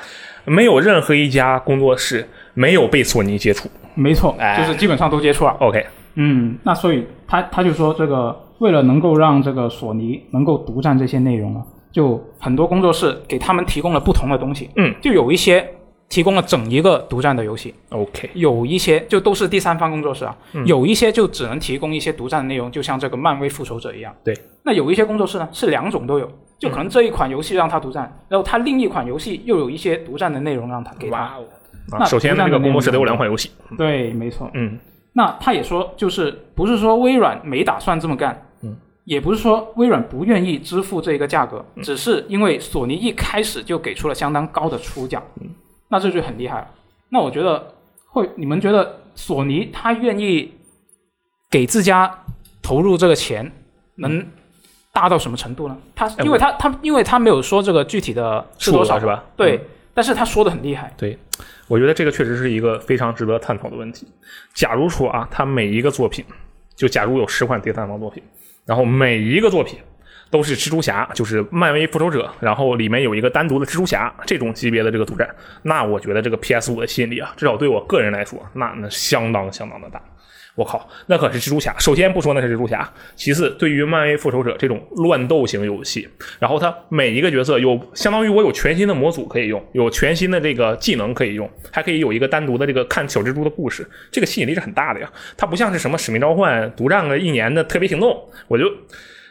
A: 没有任何一家工作室没有被索尼接触。
B: 没错，
A: 哎
B: 就是基本上都接触了。啊
A: OK，
B: 嗯，那所以他他就说这个为了能够让这个索尼能够独占这些内容啊，就很多工作室给他们提供了不同的东西。
A: 嗯，
B: 就有一些提供了整一个独占的游戏，
A: OK，
B: 有一些就都是第三方工作室啊，有一些就只能提供一些独占的内容，就像这个漫威复仇者一样。
A: 对，
B: 那有一些工作室呢是两种都有，就可能这一款游戏让他独占，然后他另一款游戏又有一些独占的内容让他给他。
A: 哦！啊，
B: 那
A: 首先
B: 同样
A: 这
B: 的
A: 个工作
B: 内容
A: 室得有两款游戏，
B: 对，没错。
A: 嗯，
B: 那他也说，就是不是说微软没打算这么干，
A: 嗯，
B: 也不是说微软不愿意支付这个价格，只是因为索尼一开始就给出了相当高的出价，嗯，那这就很厉害了。那我觉得会，你们觉得索尼他愿意给自家投入这个钱，能大到什么程度呢？他
A: 嗯哎我
B: 因为他他因为他没有说这个具体的是
A: 数
B: 多
A: 额
B: 少
A: 是？吧？嗯
B: 对，但是他说的很厉害，
A: 对，我觉得这个确实是一个非常值得探讨的问题。假如说啊，它每一个作品，就假如有十款第三方作品，然后每一个作品都是蜘蛛侠，就是漫威复仇者，然后里面有一个单独的蜘蛛侠这种级别的这个独占，那我觉得这个 PS 五的吸引力啊，至少对我个人来说，那那相当相当的大。我靠，那可是蜘蛛侠。首先不说那是蜘蛛侠，其次对于漫威复仇者这种乱斗型游戏，然后它每一个角色有相当于我有全新的模组可以用，有全新的这个技能可以用，还可以有一个单独的这个看小蜘蛛的故事，这个吸引力是很大的呀。它不像是什么使命召唤独占个一年的特别行动，我就。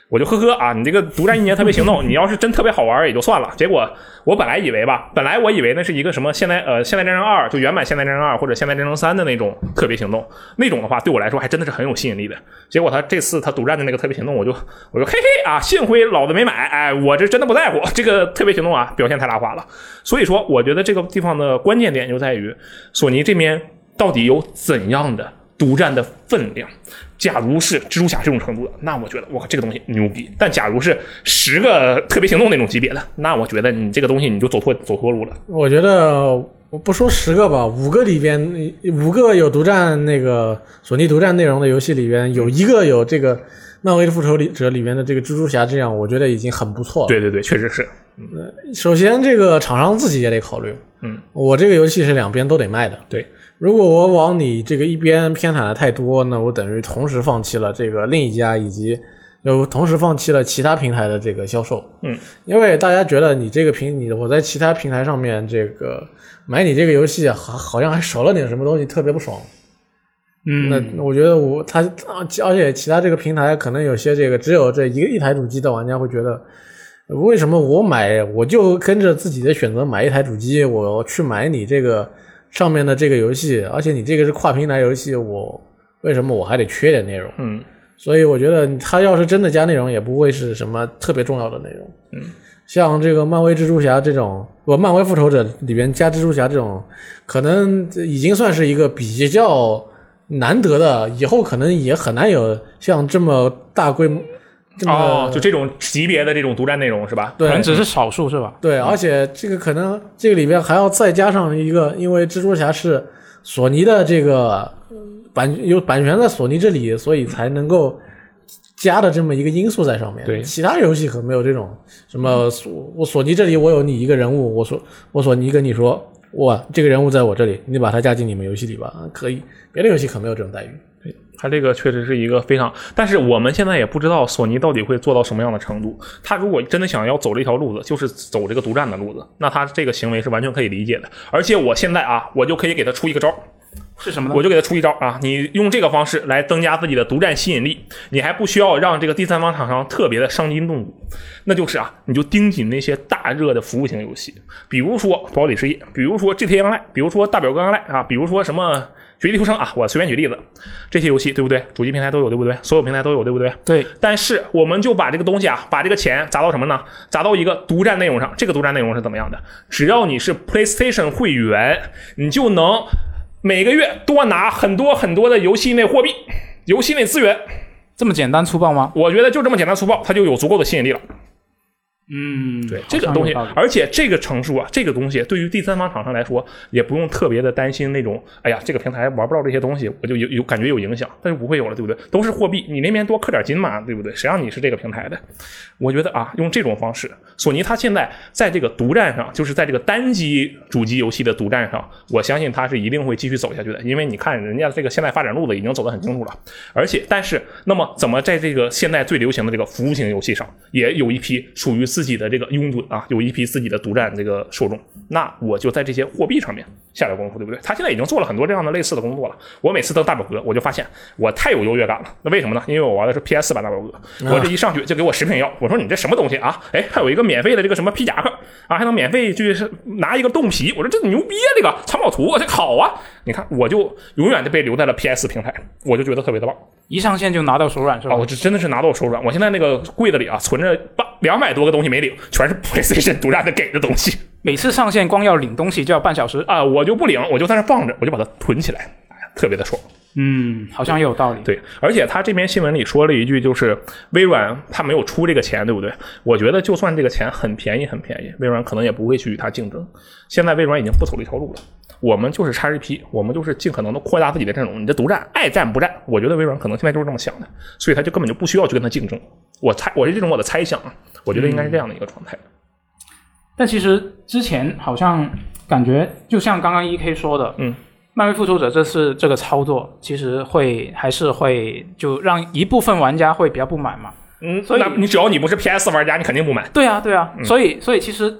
A: 我就呵呵啊，你这个独占一年特别行动，你要是真特别好玩儿也就算了。结果我本来以为吧，本来我以为那是一个什么现代呃现代战争二，就原版现代战争二或者现代战争三的那种特别行动，那种的话对我来说还真的是很有吸引力的。结果他这次他独占的那个特别行动，我就我就嘿嘿啊，幸亏老子没买，哎，我这真的不在乎这个特别行动啊，表现太拉垮了。所以说，我觉得这个地方的关键点就在于索尼这边到底有怎样的独占的分量。假如是蜘蛛侠这种程度的，那我觉得哇，这个东西牛逼。但假如是十个特别行动那种级别的，那我觉得你这个东西你就走错走错路了。
C: 我觉得我不说十个吧，五个里边五个有独占那个索尼独占内容的游戏里边，有一个有这个漫威的复仇者里边的这个蜘蛛侠，这样我觉得已经很不错了。
A: 对对对，确实是，
C: 首先，这个厂商自己也得考虑，
A: 嗯，
C: 我这个游戏是两边都得卖的。
A: 对，
C: 如果我往你这个一边偏袒的太多，那我等于同时放弃了这个另一家以及又同时放弃了其他平台的这个销售。
A: 嗯，
C: 因为大家觉得你这个平，你我在其他平台上面这个买你这个游戏啊，好好像还少了点什么东西，特别不爽。
B: 嗯，
C: 那我觉得我他，而且其他这个平台可能有些这个只有这一个一台主机的玩家会觉得，为什么我买我就跟着自己的选择买一台主机，我去买你这个上面的这个游戏，而且你这个是跨平台游戏，我为什么我还得缺点内容？
A: 嗯，
C: 所以我觉得他要是真的加内容，也不会是什么特别重要的内容。嗯，像这个漫威蜘蛛侠这种，不，漫威复仇者里边加蜘蛛侠这种，可能已经算是一个比较难得的，以后可能也很难有像这么大规模，这么、
A: 哦，就这种级别的这种独占内容是嗯吧？
C: 对
B: 可能只是少数是吧？
C: 对，而且这个可能这个里边还要再加上一个，因为蜘蛛侠是索尼的这个版有版权在索尼这里，所以才能够加的这么一个因素在上面。
A: 对
C: 其他游戏可没有这种什么索我索尼这里我有你一个人物，我索我索尼跟你说，哇，这个人物在我这里，你把它加进你们游戏里吧，可以。别的游戏可没有这种待遇。
A: 它啊这个确实是一个非常，但是我们现在也不知道索尼到底会做到什么样的程度。他如果真的想要走这条路子，就是走这个独占的路子，那他这个行为是完全可以理解的。而且我现在啊，我就可以给他出一个招儿，
B: 是什么呢？
A: 我就给他出一招啊！你用这个方式来增加自己的独占吸引力，你还不需要让这个第三方厂商特别的伤筋动骨，那就是啊，你就盯紧那些大热的服务型游戏，比如说《堡垒之夜》，比如说《GTA Online》，比如说《大表哥 Online》啊，比如说什么《绝地求生》啊，我随便举例子，这些游戏对不对？主机平台都有对不对？所有平台都有对不对？
B: 对，
A: 但是我们就把这个东西啊，把这个钱砸到什么呢？砸到一个独占内容上。这个独占内容是怎么样的？只要你是 PlayStation 会员，你就能每个月多拿很多很多的游戏内货币、游戏内资源。
B: 这么简单粗暴吗？
A: 我觉得就这么简单粗暴，它就有足够的吸引力了。
B: 嗯，对
A: 这个东西，而且这个成数啊，这个东西对于第三方厂商来说，也不用特别的担心那种，哎呀，这个平台玩不到这些东西，我就有有感觉有影响，但是不会有了，对不对？都是货币，你那边多氪点金嘛，对不对？谁让你是这个平台的？我觉得啊，用这种方式，索尼它现在在这个独占上，就是在这个单机主机游戏的独占上，我相信它是一定会继续走下去的，因为你看人家这个现在发展路子已经走得很清楚了，而且但是那么怎么在这个现在最流行的这个服务型游戏上，也有一批属于自己的这个拥趸啊，有一批自己的独占这个受众，那我就在这些货币上面下点功夫，对不对？他现在已经做了很多这样的类似的工作了。我每次登大表哥，我就发现我太有优越感了，那为什么呢？因为我玩的是 PS 版大表哥，我这一上去就给我十瓶药，我说你这什么东西啊？哎，还有一个免费的这个什么皮夹克啊，还能免费去拿一个冻皮，我说这牛逼啊！这个藏宝图，我这好啊！你看，我就永远的被留在了 PS 平台，我就觉得特别的棒。
B: 一上线就拿到手软是吧
A: 啊，？我这真的是拿到我手软。我现在那个柜子里啊，存着八两百多个东西没领，全是 PlayStation 独占的给的东西
B: 每次上线光要领东西就要半小时。
A: 啊、我就不领，我就在那放着，我就把它囤起来，哎呀，特别的爽。
B: 嗯，好像也有道理。
A: 对，而且他这篇新闻里说了一句，就是微软他没有出这个钱，对不对？我觉得就算这个钱很便宜，很便宜，微软可能也不会去与它竞争。现在微软已经不走这条路了，我们就是 XGP，我们就是尽可能的扩大自己的阵容。你这独占，爱占不占，我觉得微软可能现在就是这么想的，所以他就根本就不需要去跟他竞争。我猜，我是这种我的猜想啊，我觉得应该是这样的一个状态。
B: 但其实之前好像感觉，就像刚刚 E K 说的，
A: 嗯，
B: 漫威复仇者这次这个操作，其实会还是会就让一部分玩家会比较不满嘛。
A: 嗯，
B: 所以
A: 那你只要你不是 PS 玩家，你肯定不买。
B: 对啊，对
A: 嗯
B: 啊，所以所以其实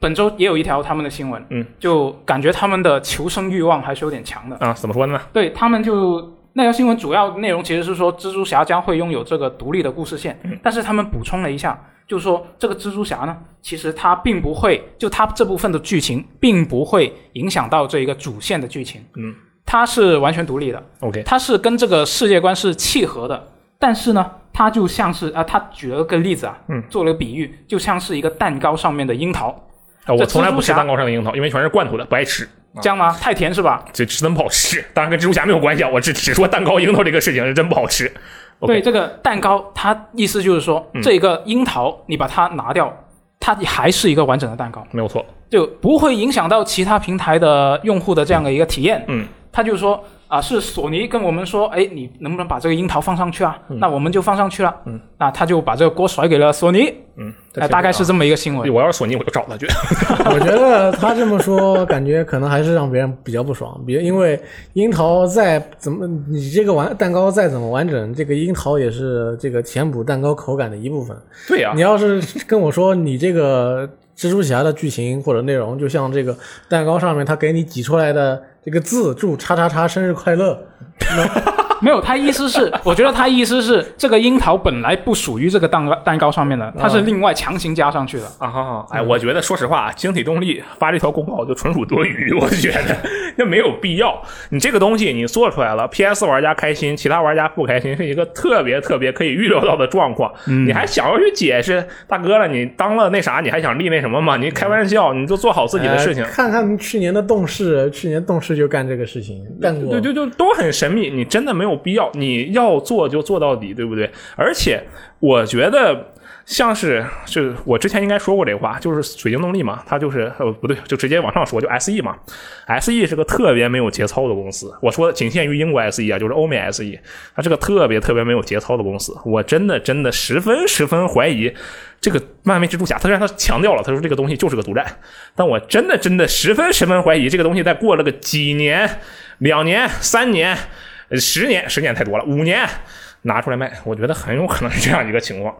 B: 本周也有一条他们的新闻，
A: 嗯，
B: 就感觉他们的求生欲望还是有点强的。
A: 啊，怎么说呢？
B: 对他们就那条新闻主要内容其实是说蜘蛛侠将会拥有这个独立的故事线，
A: 嗯
B: 但是他们补充了一下，就是说这个蜘蛛侠呢，其实它并不会，就它这部分的剧情并不会影响到这一个主线的剧情，
A: 嗯，
B: 它是完全独立的，
A: OK
B: 它是跟这个世界观是契合的，但是呢，它就像是啊，他举了个例子啊，
A: 嗯，
B: 做了个比喻，就像是一个蛋糕上面的樱桃，
A: 啊，我
B: 这
A: 从来
B: 蜘蛛
A: 不吃
B: 侠
A: 蛋糕上的樱桃，因为全是罐头的，不爱吃。啊
B: 这样吗？太甜是吧？
A: 这真不好吃，当然跟蜘蛛侠没有关系啊，我只只说蛋糕、樱桃这个事情是真不好吃。OK 嗯
B: 对这个蛋糕，它意思就是说，这一个樱桃你把它拿掉，它还是一个完整的蛋糕，
A: 没有错，
B: 就不会影响到其他平台的用户的这样的一个体验。
A: 嗯，
B: 他就说啊、是索尼跟我们说，哎，你能不能把这个樱桃放上去啊？
A: 嗯
B: 那我们就放上去了。嗯，那他就把这个锅甩给了索尼。
A: 嗯，啊
B: 哎、大概是这么一个新闻。
A: 我要是索尼，我就找他去。
C: 我觉得他这么说，感觉可能还是让别人比较不爽，别因为樱桃再怎么，你这个完蛋糕再怎么完整，这个樱桃也是这个填补蛋糕口感的一部分。
A: 对啊呀、
C: 你要是跟我说你这个蜘蛛侠的剧情或者内容，就像这个蛋糕上面他给你挤出来的这个字，祝叉叉叉生日快乐，
B: 没有，他意思是，我觉得他意思是，这个樱桃本来不属于这个蛋糕蛋糕上面的，
A: 嗯
B: 它是另外强行加上去的。
A: 啊哈哈！
B: 嗯
A: 哎，我觉得说实话，晶体动力发这条公告就纯属多余，我觉得那没有必要。你这个东西你做出来了，PS 玩家开心，其他玩家不开心，是一个特别特别可以预料到的状况。
B: 嗯
A: 你还想要去解释，大哥了，你当了那啥，你还想立那什么吗？你开玩笑，你就做好自己的事情
C: 哎。看看去年的动视，去年动视就干这个事情，干过。
A: 对对，就都很神秘，你真的没有必要，你要做就做到底，对不对？而且我觉得像是就是我之前应该说过这话，就是水晶动力嘛，它就是呃不对，就直接往上说，就 SE 嘛，SE 是个特别没有节操的公司。我说仅限于英国 SE 啊，就是欧美 SE，它是个特别特别没有节操的公司。我真的真的十分十分怀疑。这个漫威蜘蛛侠，他虽然他强调了，他说这个东西就是个独占，但我真的真的十分十分怀疑这个东西在过了个几年、两年、三年、呃十年，十年太多了，五年拿出来卖，我觉得很有可能是这样一个情况。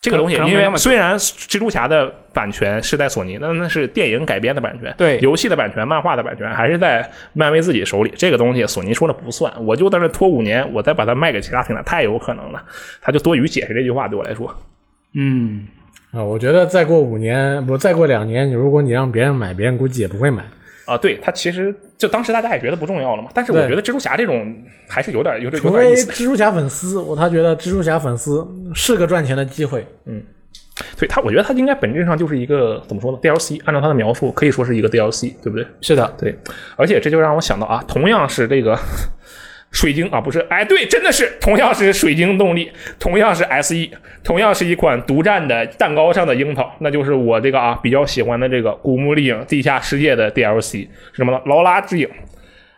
A: 这个东西，
B: 可能
A: 因
B: 没那
A: 为
B: 么
A: 虽然蜘蛛侠的版权是在索尼，那那是电影改编的版权，
B: 对
A: 游戏的版权、漫画的版权还是在漫威自己手里。这个东西索尼说了不算，我就在那拖五年，我再把它卖给其他平台，太有可能了。他就多余解释这句话对我来说，
B: 嗯，
C: 啊，我觉得再过五年，不再过两年，你如果你让别人买，别人估计也不会买。
A: 啊，对他其实就当时大家也觉得不重要了嘛，但是我
C: 对
A: 觉得蜘蛛侠这种还是有点有点有
C: 除
A: 点意
C: 非
A: 思的。
C: 蜘蛛侠粉丝，我他觉得蜘蛛侠粉丝是个赚钱的机会。
A: 哦对他，我觉得他应该本质上就是一个怎么说呢？DLC，按照他的描述可以说是一个 DLC，对不对？
B: 是的，
A: 对，而且这就让我想到啊，同样是这个水晶啊，不是，哎，对，真的是同样是水晶动力，同样是 SE，同样是一款独占的蛋糕上的樱桃，那就是我这个啊比较喜欢的这个《古墓丽影：地下世界》的 DLC，是什么呢？劳拉之影。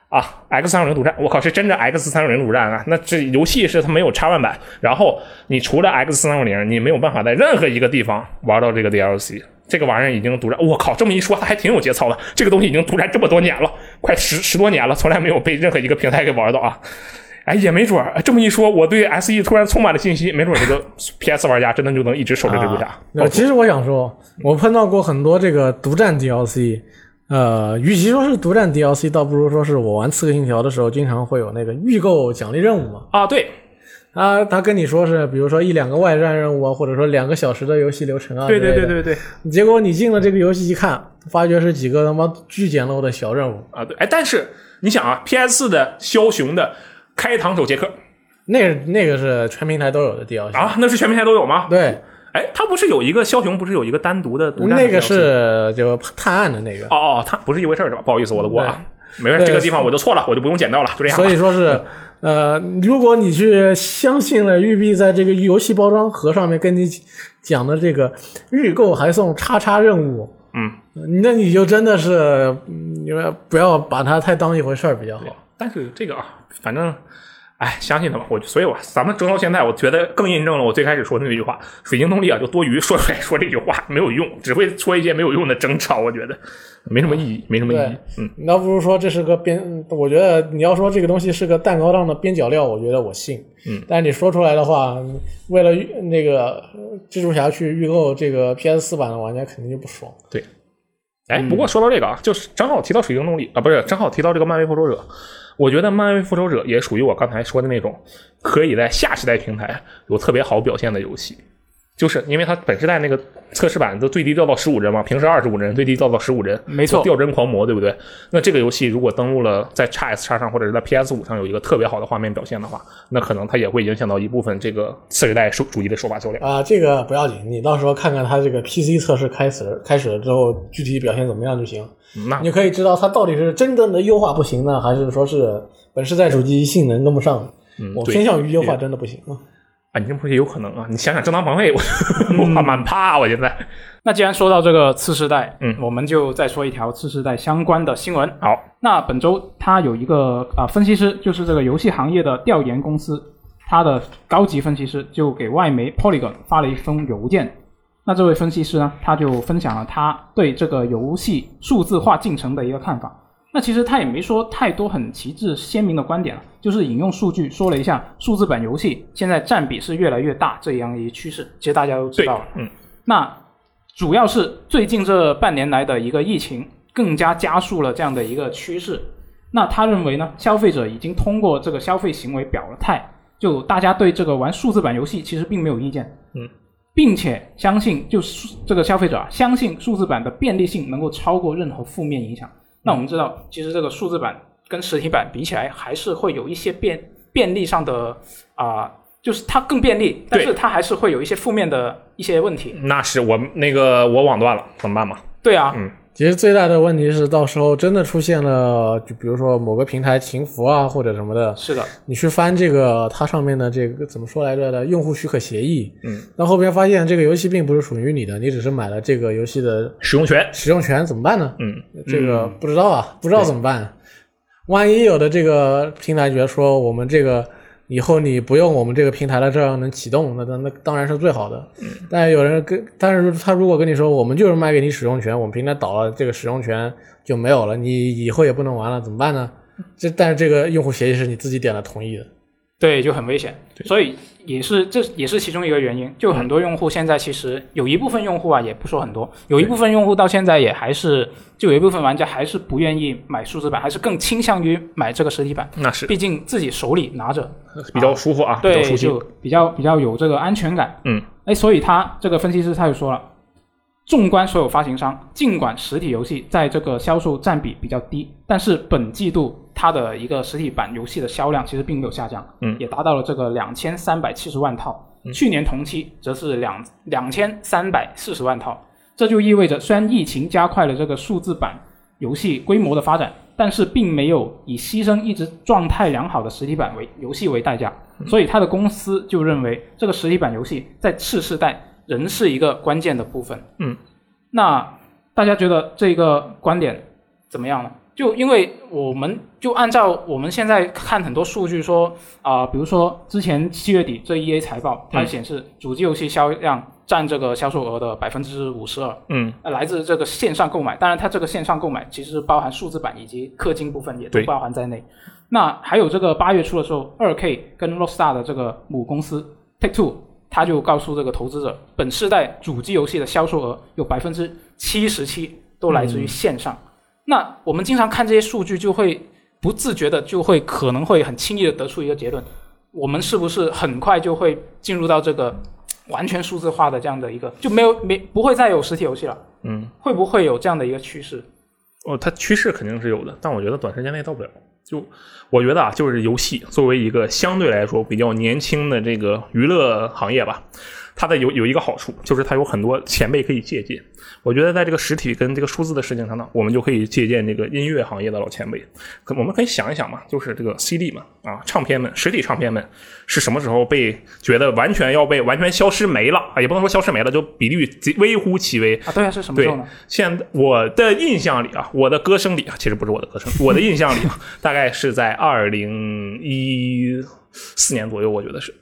A: 啊，X 三六零独占，我靠，是真的 X 三六零独占啊！那这游戏是它没有插腕版，然后你除了 X 三六零，你没有办法在任何一个地方玩到这个 DLC。这个玩意儿已经独占，我靠，这么一说，它还挺有节操的。这个东西已经独占这么多年了，快十十多年了，从来没有被任何一个平台给玩到啊！哎，也没准儿，这么一说，我对 SE 突然充满了信心，没准儿这个 PS 玩家真的就能一直守着这部啥。
C: 那呃其实我想说，我碰到过很多这个独占 DLC，呃，与其说是独占 DLC，倒不如说是我玩《刺客信条》的时候，经常会有那个预购奖励任务嘛。
A: 啊，对
C: 啊，他跟你说是，比如说一两个外战任务啊，或者说两个小时的游戏流程啊，
A: 对对
C: 之类
A: 对
C: 的。
A: 对对
C: 结果你进了这个游戏一看，发觉是几个他妈巨简陋的小任务，
A: 啊对，哎，但是你想啊，PS 的枭雄的开膛手杰克
C: 那那个是全平台都有的 DLC，、
A: 啊，那是全平台都有吗？
C: 对，
A: 哎，他不是有一个枭雄，不是有一个单独的独占的
C: 那个
A: DLC
C: 是就探案的那个。
A: 哦哦，他不是一回事儿是吧？不好意思，我的锅啊，没事儿，
C: 对
A: 这个地方我就错了，我就不用剪掉了，就这样吧。
C: 所以说 是，呃，如果你去相信了育碧在这个游戏包装盒上面跟你讲的这个预购还送叉叉任务，
A: 嗯，
C: 那你就真的是，嗯你们不要把它太当一回事儿比较好。
A: 但是这个啊，反正，哎，相信他吧。我就所以我，咱们争到现在，我觉得更印证了我最开始说的那句话：水晶动力啊，就多余说出来说这句话没有用，只会说一些没有用的争吵。我觉得没什么意义，没什么意义
C: 对。
A: 嗯，
C: 那不如说这是个边，嗯我觉得你要说这个东西是个蛋糕上的边角料，我觉得我信。
A: 嗯，
C: 但你说出来的话，为了预那个呃蜘蛛侠去预购这个 PS 四版的玩家肯定就不爽。
A: 哎，不
B: 嗯
A: 过说到这个啊，就是正好提到水晶动力啊，不是正好提到这个漫威复仇者，我觉得漫威复仇者也属于我刚才说的那种可以在下时代平台有特别好表现的游戏，就是因为它本世代那个测试版都最低掉到十五帧嘛，平时二十五帧，最低掉到十五帧，
B: 嗯没错
A: 就掉帧狂魔，对不对？那这个游戏如果登录了在 x S 叉上或者是在 PS 五上有一个特别好的画面表现的话，那可能它也会影响到一部分这个次时代手主机的手把销量。
C: 啊，这个不要紧，你到时候看看它这个 PC 测试开始开始了之后，具体表现怎么样就行。
A: 嗯那
C: 你可以知道它到底是真正的优化不行呢，还是说是本世代主机性能跟不上。
A: 嗯，
C: 我
A: 对
C: 偏向于优化真的不行啊。
A: 啊，你这么说也有可能啊，你想想正当防卫，我 我
B: 嗯
A: 蛮怕，我现在
B: 那既然说到这个次世代，
A: 嗯
B: 我们就再说一条次世代相关的新闻。
A: 好，
B: 那本周他有一个啊、分析师，就是这个游戏行业的调研公司，他的高级分析师就给外媒 Polygon 发了一封邮件。那这位分析师呢，他就分享了他对这个游戏数字化进程的一个看法。那其实他也没说太多很旗帜鲜明的观点啊，就是引用数据说了一下数字版游戏现在占比是越来越大这样一趋势，其实大家都知
A: 对
B: 道了。，
A: 嗯，
B: 那主要是最近这半年来的一个疫情，更加加速了这样的一个趋势。那他认为呢，消费者已经通过这个消费行为表了态，就大家对这个玩数字版游戏其实并没有意见，
A: 嗯，
B: 并且相信就是数这个消费者啊，相信数字版的便利性能够超过任何负面影响。那我们知道，其实这个数字版跟实体版比起来，还是会有一些便便利上的啊、就是它更便利，但
A: 对
B: 是它还是会有一些负面的一些问题。
A: 那是我那个我网断了，怎么办嘛？
B: 对啊，
C: 其实最大的问题是，到时候真的出现了，就比如说某个平台停服啊，或者什么的，
B: 是的，
C: 你去翻这个它上面的这个怎么说来着的用户许可协议，
A: 嗯，
C: 到后边发现这个游戏并不是属于你的，你只是买了这个游戏的
A: 使用权，
C: 使用权，怎么办呢？
A: 嗯，
C: 这个不知道啊，不知道怎么办。万一有的这个平台觉得说我们这个以后你不用我们这个平台了，这样能启动，那那那当然是最好的。
A: 嗯
C: 但有人跟，但是他如果跟你说我们就是卖给你使用权，我们平台倒了，这个使用权就没有了，你以后也不能玩了，怎么办呢？这但是这个用户协议是你自己点了同意的，
B: 对，就很危险。所以也是这也是其中一个原因。就很多用户现在其实有一部分用户啊，也不说很多，有一部分用户到现在也还是，就有一部分玩家还是不愿意买数字版，还是更倾向于买这个实体版，
A: 那是
B: 毕竟自己手里拿着，
A: 比较舒服啊，比较
B: 对，
A: 舒心
B: 就，比较比较有这个安全感。
A: 嗯，
B: 哎，所以他这个分析师他就说了，纵观所有发行商，尽管实体游戏在这个销售占比比较低，但是本季度它的一个实体版游戏的销量其实并没有下降，
A: 嗯
B: 也达到了这个两千三百七十万套，去年同期则是两两千三百四十万套。这就意味着，虽然疫情加快了这个数字版游戏规模的发展，但是并没有以牺牲一直状态良好的实体版为游戏为代价，所以他的公司就认为这个实体版游戏在次世代仍是一个关键的部分。
A: 嗯，
B: 那大家觉得这个观点怎么样呢？就因为我们就按照我们现在看很多数据说啊、比如说之前七月底这 E A 财报，它
A: 嗯
B: 显示主机游戏销量占这个销售额的百分之五十二，
A: 嗯，
B: 呃来自这个线上购买。当然，它这个线上购买其实包含数字版以及氪金部分也都
A: 对
B: 包含在内。那还有这个八月初的时候，二 K 跟 Rockstar 的这个母公司 Take Two，他就告诉这个投资者，本世代主机游戏的销售额有百分之七十七都来自于线上。那我们经常看这些数据，就会不自觉的就会可能会很轻易的得出一个结论：我们是不是很快就会进入到这个完全数字化的这样的一个，就没有没不会再有实体游戏了？
A: 嗯，
B: 会不会有这样的一个趋势？
A: 哦，它趋势肯定是有的，但我觉得短时间内到不了。就我觉得啊，就是游戏作为一个相对来说比较年轻的这个娱乐行业吧，它的有有一个好处，就是它有很多前辈可以借鉴。我觉得在这个实体跟这个数字的事情上呢，我们就可以借鉴这个音乐行业的老前辈。可我们可以想一想嘛，就是这个 CD 嘛，啊，唱片们，实体唱片们是什么时候被觉得完全要被完全消失没了啊？也不能说消失没了，就比率极微乎其微。
B: 啊，对啊，是什么
A: 对
B: 时候呢？，
A: 现在我的印象里啊，我的歌声里啊，其实不是我的歌声，我的印象里啊，大概是在二零一四年左右，我觉得是，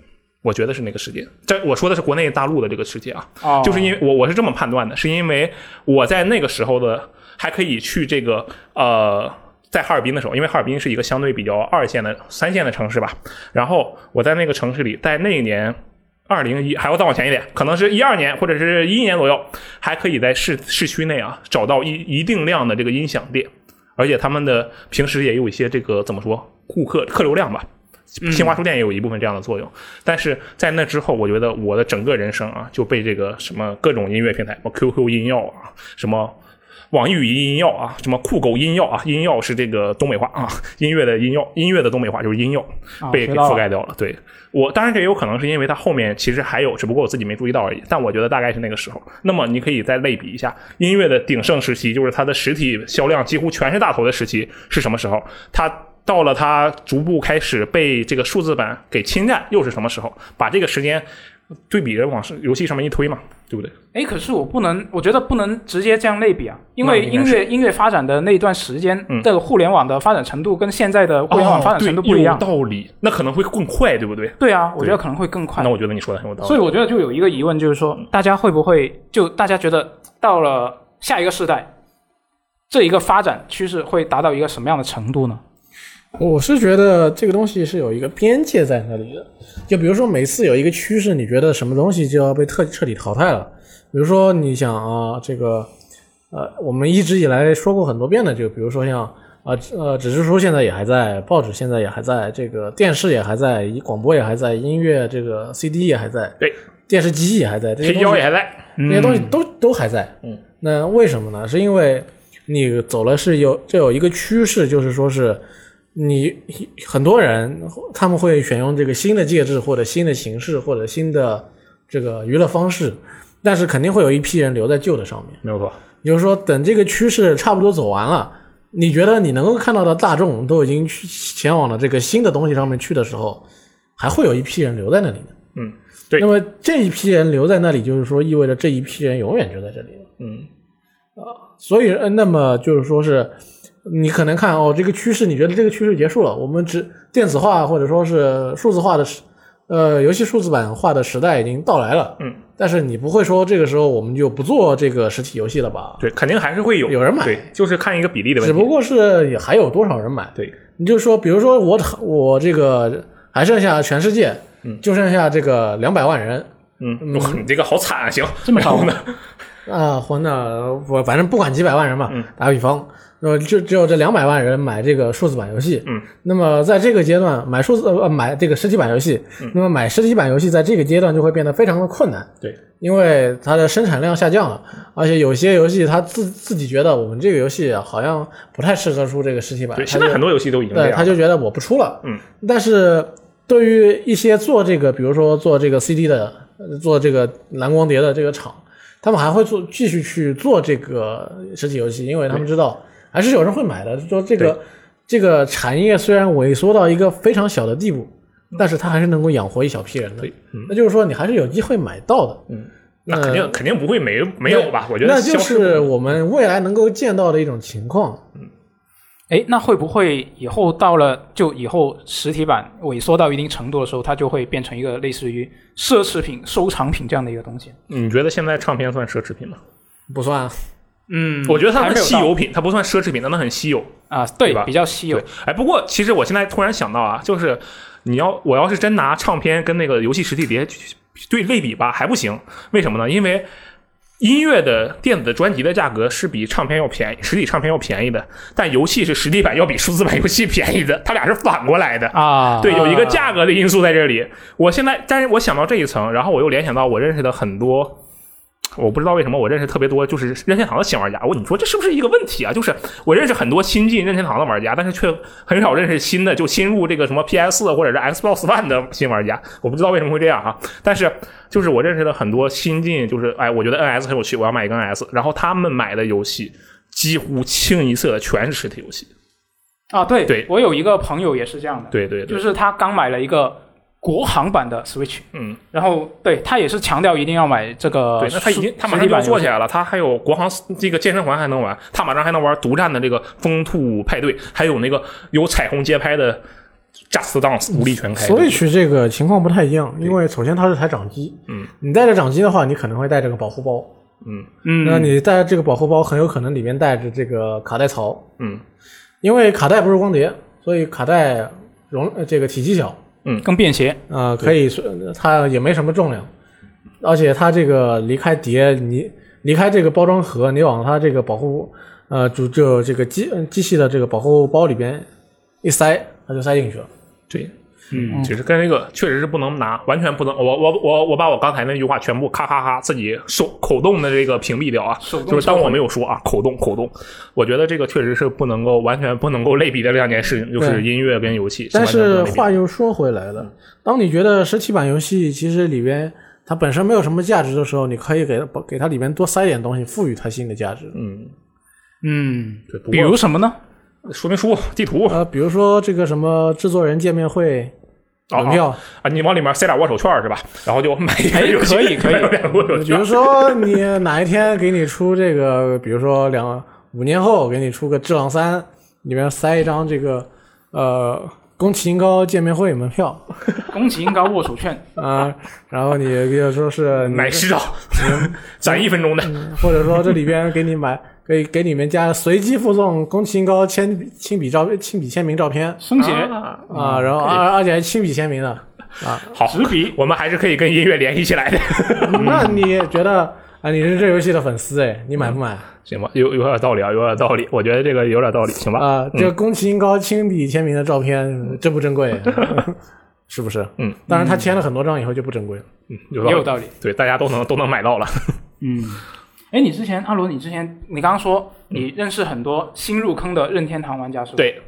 A: 我觉得是那个时间。这我说的是国内大陆的这个时间啊，
B: 哦，
A: 就是因为我我是这么判断的，是因为我在那个时候的还可以去这个呃。在哈尔滨的时候，因为哈尔滨是一个相对比较二线的、三线的城市吧。然后我在那个城市里，在那一年二零一，还要再往前一点，可能是一二年或者是一一年左右，还可以在市市区内啊找到一一定量的这个音响店，而且他们的平时也有一些这个怎么说顾客客流量吧。新华书店也有一部分这样的作用，但是在那之后，我觉得我的整个人生啊就被这个什么各种音乐平台，什么 QQ 音乐啊，什么网易云音乐啊，什么酷狗音乐啊，音乐是这个东北话啊，音乐的音乐，音乐的东北话就是音乐，
B: 啊
A: 被
B: 学
A: 给
B: 到
A: 覆
B: 了
A: 盖掉了。对我，当然这也有可能是因为它后面其实还有，只不过我自己没注意到而已。但我觉得大概是那个时候。那么你可以再类比一下音乐的鼎盛时期，就是它的实体销量几乎全是大头的时期是什么时候？它到了它逐步开始被这个数字版给侵占，又是什么时候？把这个时间对比着往游戏上面一推嘛，对不对？
B: 哎，可是我不能，我觉得不能直接这样类比啊，因为
A: 那应
B: 音
A: 该是
B: 乐音乐发展的那一段时间
A: 嗯
B: 的互联网的发展程度跟现哦在的互联网发展程度不一样。
A: 哦对有道理，那可能会更快，对不对？
B: 对啊，我
A: 对
B: 觉得可能会更快
A: 那。我觉得你说的很有道理。嗯
B: 所以我觉得就有一个疑问，就是说大家会不会就大家觉得到了下一个世代，这一个发展趋势会达到一个什么样的程度呢？
C: 我是觉得这个东西是有一个边界在那里的，就比如说每次有一个趋势，你觉得什么东西就要被彻彻底淘汰了。比如说你想啊，这个呃，我们一直以来说过很多遍的，就比如说像啊呃，纸质书现在也还在，报纸现在也还在，这个电视也还在，广播也还在，音乐这个 CD 也还在，
A: 对，
C: 电视机也还在，这
A: 黑
C: 些 东西
A: 胶也还在，
C: 这些东西都都还在。
A: 嗯，
C: 那为什么呢？是因为你走了是有这有一个趋势，就是说是你很多人他们会选用这个新的介质或者新的形式或者新的这个娱乐方式，但是肯定会有一批人留在旧的上面。
A: 没有错。
C: 也就是说，等这个趋势差不多走完了，你觉得你能够看到的大众都已经去前往了这个新的东西上面去的时候，还会有一批人留在那里的。
A: 嗯，对
C: 那么这一批人留在那里，就是说意味着这一批人永远就在这里了。
A: 嗯，
C: 所以，呃那么就是说是，你可能看哦，这个趋势，你觉得这个趋势结束了，我们只电子化或者说是数字化的时，呃，游戏数字版化的时代已经到来了。
A: 嗯，
C: 但是你不会说这个时候我们就不做这个实体游戏了吧？
A: 对，肯定还是会有
C: 有人买
A: 对，就是看一个比例的问
C: 只
A: 题。
C: 不过是也还有多少人买。
A: 对，
C: 你就说，比如说我我这个还剩下全世界，
A: 嗯
C: 就剩下这个两百万人
A: 嗯，
C: 嗯
A: 哇你这个好惨啊！行，
B: 这么少
A: 然后呢？
C: 啊，或那我反正不管几百万人吧，
A: 嗯
C: 打个比方，呃，就只有这两百万人买这个数字版游戏，
A: 嗯，
C: 那么在这个阶段买数字呃买这个实体版游戏，
A: 嗯
C: 那么买实体版游戏在这个阶段就会变得非常的困难，
A: 对，
C: 因为它的生产量下降了，而且有些游戏它自自己觉得我们这个游戏好像不太适合出这个实体版，
A: 对，
C: 它
A: 现在
C: 就
A: 很多游戏都已经这
C: 对，
A: 样
C: 他
A: 了。
C: 就觉得我不出了。
A: 嗯，
C: 但是对于一些做这个，比如说做这个 CD 的，呃做这个蓝光碟的这个厂，他们还会做继续去做这个实体游戏，因为他们知道还是有人会买的。说这个这个产业虽然萎缩到一个非常小的地步，
A: 嗯
C: 但是它还是能够养活一小批人的。那就是说，你还是有机会买到的。
A: 嗯，那肯定肯定不会没没有吧？我觉得
C: 那就
A: 消失不
C: 是
A: 了
C: 我们未来能够见到的一种情况。
B: 哎，那会不会以后到了就以后呃实体版萎缩到一定程度的时候，它就会变成一个类似于奢侈品、收藏品这样的一个东西？
A: 嗯你觉得现在唱片算奢侈品吗？
C: 不算啊，
B: 嗯
A: 我觉得它
B: 还
A: 很
B: 没有
A: 稀
B: 到
A: 有品，它不算奢侈品，但它很稀有。
B: 啊，
A: 对
B: 对
A: 吧，
B: 比较稀有
A: 对。，哎，不过其实我现在突然想到啊，就是你要我要是真拿唱片跟那个游戏实体碟去对类比吧，还不行，为什么呢？因为音乐的电子专辑的价格是比唱片要便宜，实体唱片要便宜的，但游戏是实体版要比数字版游戏便宜的，它俩是反过来的。
B: 啊，
A: 对，有一个价格的因素在这里。我现在，但是我想到这一层，然后我又联想到我认识的很多，我不知道为什么我认识特别多，就是任天堂的新玩家。我你说这是不是一个问题啊？就是我认识很多新进任天堂的玩家，但是却很少认识新的就新入这个什么 PS 或者是 Xbox One 的新玩家。我不知道为什么会这样啊。但是就是我认识的很多新进，就是哎，我觉得 NS 很有趣，我要买一个 NS，然后他们买的游戏几乎清一色的全是实体游戏。
B: 啊，对
A: 对
B: 我有一个朋友也是这样的，
A: 对对对，
B: 就是他刚买了一个国行版的 Switch，
A: 嗯。
B: 然后对他也是强调一定要买这个
A: 对，
B: 实，
A: 那他已经他马上
B: 实体
A: 就
B: 版
A: 做
B: 游戏
A: 起来了，他还有国行这个健身环还能玩，他马上还能玩独占的这个风兔派对，还有那个有彩虹街拍的 Just Dance 武力全开。
C: 所以取这个情况不太一样，因为首先它是台掌机，
A: 嗯，
C: 你带着掌机的话，你可能会带着个保护包，
A: 嗯
B: 嗯，
C: 那你带着这个保护包，很有可能里面带着这个卡带槽，
A: 嗯
C: 因为卡带不是光碟，所以卡带容呃这个体积小，
B: 更便携，
C: 啊，可以说它也没什么重量，而且它这个离开碟，你离开这个包装盒，你往它这个保护呃主就这个机呃机器的这个保护包里边一塞，它就塞进去了。
A: 对，嗯，只是跟这个确实是不能拿，完全不能。我我我我把我刚才那句话全部咔咔咔自己手口动的这个屏蔽掉啊，
B: 手动
A: 就是当
B: 销毁
A: 我没有说啊，口动口动。我觉得这个确实是不能够完全不能够类比的两件事情，就是
C: 对
A: 音乐跟游戏。
C: 但
A: 完全不能
C: 是
A: 类比的
C: 话又说回来了，当你觉得实体版游戏其实里边它本身没有什么价值的时候，你可以给它给它里面多塞点东西，赋予它新的价值。
A: 嗯，
B: 嗯
A: 对不，过
B: 比如什么呢？
A: 说明书、地图
C: 呃，比如说这个什么制作人见面会门票，
A: 啊，你往里面塞俩握手券是吧？然后就买一
B: 哎
A: 个游戏，
B: 可以可以
A: 买两个握手
C: 比如
A: 券。
C: 说你哪一天给你出这个， 比如说两五年后给你出个《智狼三》，里面塞一张这个呃宫崎英高见面会门票
B: 宫崎英高握手 券，
C: 啊、然后你就说是你
A: 买十张，攒一分钟的，
C: 或者说这里边给你买。 给给里面加随机附送宫崎英高签亲笔照亲笔签名照片
B: 生写、
A: 啊
C: 啊，然后而而且还亲笔签名的，
A: 好，
B: 纸笔，
A: 我们还是可以跟音乐联系起来的，
C: 那你觉得啊，你是这游戏的粉丝哎，你买不买
A: 行吧？有有点道理啊，有点道理，我觉得这个有点道理，行吧？
C: 啊？这宫崎英高亲笔签名的照片珍不珍贵？ 是不是？
A: 嗯，
C: 当然他签了很多张以后就不珍贵了。
A: 嗯，
B: 也有
A: 有
B: 道
A: 道
B: 理
A: 理，对，大家都能都能买到了。
B: 嗯，哎，你之前阿罗，你之前你刚刚说你认识很多新入坑的任天堂玩家是
A: 嗯
B: 吧？，
A: 对，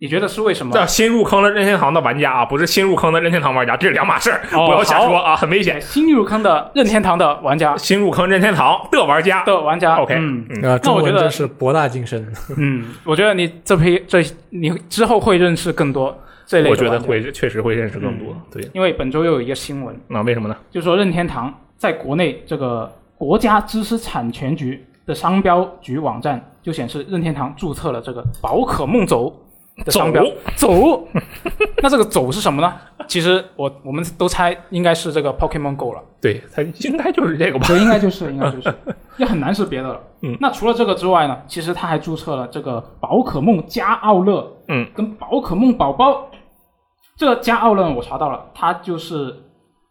B: 你觉得是为什么？
A: 那新入坑的任天堂的玩家啊，不是新入坑的任天堂玩家，这是两码事儿，
B: 哦
A: 不要瞎说啊，很危险。
B: 哎新入坑的任天堂的玩家
A: 新入坑任天堂的玩家
B: 的玩家
A: ，OK，
B: 嗯
A: 嗯
C: 啊，中
B: 我觉
C: 文
B: 得
C: 真是博大精深。
B: 嗯，我觉得你这批这你之后会认识更多这类的
A: 我觉得
B: 玩家，
A: 会确实会认识更多。对，
B: 因为本周又有一个新闻，
A: 那为什么呢？
B: 就说任天堂在国内这个国家知识产权局的商标局网站就显示，任天堂注册了这个宝可梦走的商标走。 那这个走是什么呢？其实我我们都猜应该是这个 Pokemon Go 了，
A: 对，它应该就是这个 吧。
B: 对，应该就是应该 就是，也很难是别的了。
A: 嗯
B: 那除了这个之外呢，其实他还注册了这个宝可梦加奥乐，
A: 嗯，
B: 跟宝可梦宝宝。这个加奥乐我查到了，它就是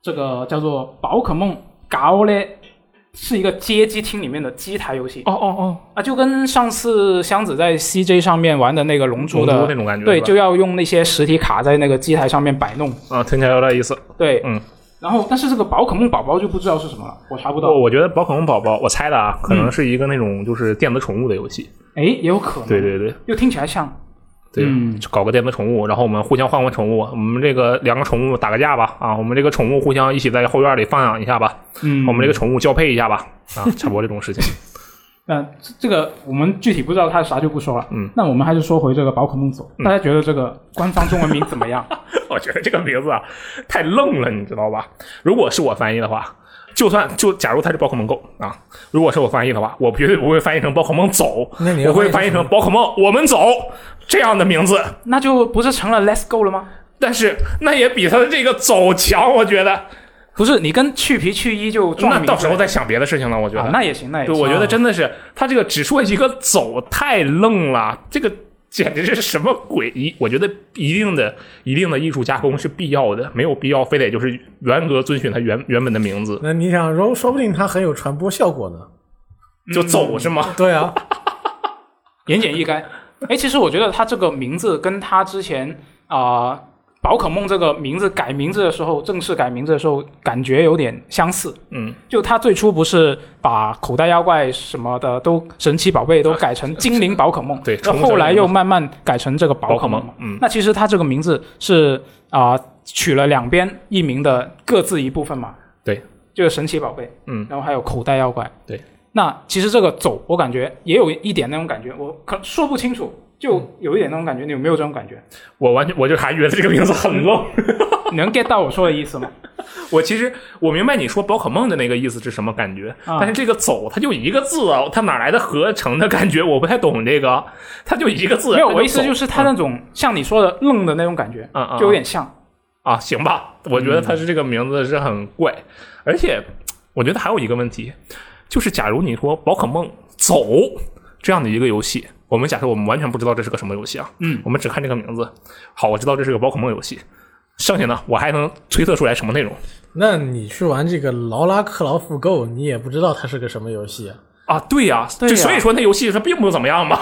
B: 这个叫做宝可梦嘎奥嘞，是一个街机厅里面的机台游戏
A: 哦哦哦，
B: 啊，就跟上次箱子在 CJ 上面玩的那个龙
A: 龙
B: 珠
A: 珠
B: 的
A: 那种感觉，
B: 对，
A: 是
B: 就要用那些实体卡在那个机台上面摆弄，
A: 吧啊，听起来有点意思。
B: 对，
A: 嗯。
B: 然后，但是这个宝可梦宝宝就不知道是什么了，我查
C: 哦
B: 不到
A: 我。我觉得宝可梦宝宝，我猜的啊，
C: 嗯
A: 可能是一个那种就是电子宠物的游戏。
B: 哎，也有可能。
A: 对对对
B: 又听起来像，
A: 对，
B: 嗯
A: 就搞个电子宠物，然后我们互相换换宠物，我们这个两个宠物打个架吧，啊，我们这个宠物互相一起在后院里放养一下吧，
B: 嗯
A: 我们这个宠物交配一下吧，啊，差不多这种事情。
B: 那、这这个我们具体不知道它是啥就不说了。
A: 嗯，
B: 那我们还是说回这个宝可梦走，大家觉得这个官方中文名怎么 样？
A: 我觉得这个名字啊太愣了，你知道吧？如果是我翻译的话，就算就假如它是宝可梦 Go 啊，如果是我翻译的话，我绝对不会翻译成宝可梦走，
C: 那你要
A: 我会
C: 翻
A: 翻
C: 译
A: 译
C: 成
A: 成宝可梦我们走这样的名字。
B: 那就不是成了 Let's Go 了吗？
A: 但是那也比它的这个走强，我觉得。
B: 不是，你跟去皮去一就撞
A: 那
B: 名
A: 到时候再想别的事情了，我觉
B: 啊
A: 得。，
B: 那啊也行，那也
A: 对，
B: 行。
A: 我觉得真的是他这个只说一个走太愣了，这个简直是什么鬼？一我觉得一定的一定的艺术加工是必要的，没有必要非得就是严格遵循它原原本的名字，
C: 那你想，说说不定它很有传播效果呢。
A: 就
B: 嗯
A: 走是吗？
C: 对啊，
B: 言简意赅。哎，其实我觉得它这个名字跟它之前啊、宝可梦这个名字改名字的时候，正式改名字的时候，感觉有点相似。
A: 嗯，
B: 就他最初不是把口袋妖怪什么的都神奇宝贝都改成精灵宝可梦，
A: 啊 对
B: 然后后来又慢慢改成这个宝可
A: 宝
B: 梦
A: 可梦嗯
B: 那其实他这个名字是啊、取了两边译名的各自一部分嘛，
A: 对，
B: 就是神奇宝贝，
A: 嗯，
B: 然后还有口袋妖怪，
A: 对。
B: 那其实这个走，我感觉也有一点那种感觉，我可说不清楚，就
A: 嗯
B: 有一点那种感觉，你有没有这 种感觉？
A: 我完全我就还觉得这个名字很愣。
B: 你能 get 到我说的意思吗？
A: 我其实我明白你说宝可梦的那个意思是什么感觉，
B: 啊
A: 但是这个走它就一个字啊，它哪来的合成的感觉？我不太懂这个，它就一个字。
B: 没有，
A: 它
B: 我意思
A: 走
B: 就是他那种像你说的愣的那种感觉，
A: 嗯嗯
B: 就有点像。
A: 啊，行吧，我觉得他是这个名字是很怪，而且我觉得还有一个问题，就是假如你说宝可梦走这样的一个游戏，我们假设我们完全不知道这是个什么游戏啊，
B: 嗯，
A: 我们只看这个名字，好，我知道这是个宝可梦游戏，剩下呢我还能推测出来什么内容
C: 那你去玩这个劳拉克劳复购，你也不知道它是个什么游戏啊。
A: 啊？对呀、
B: 对
A: 就
B: 呀
A: 所以说那游戏它并不怎么样嘛，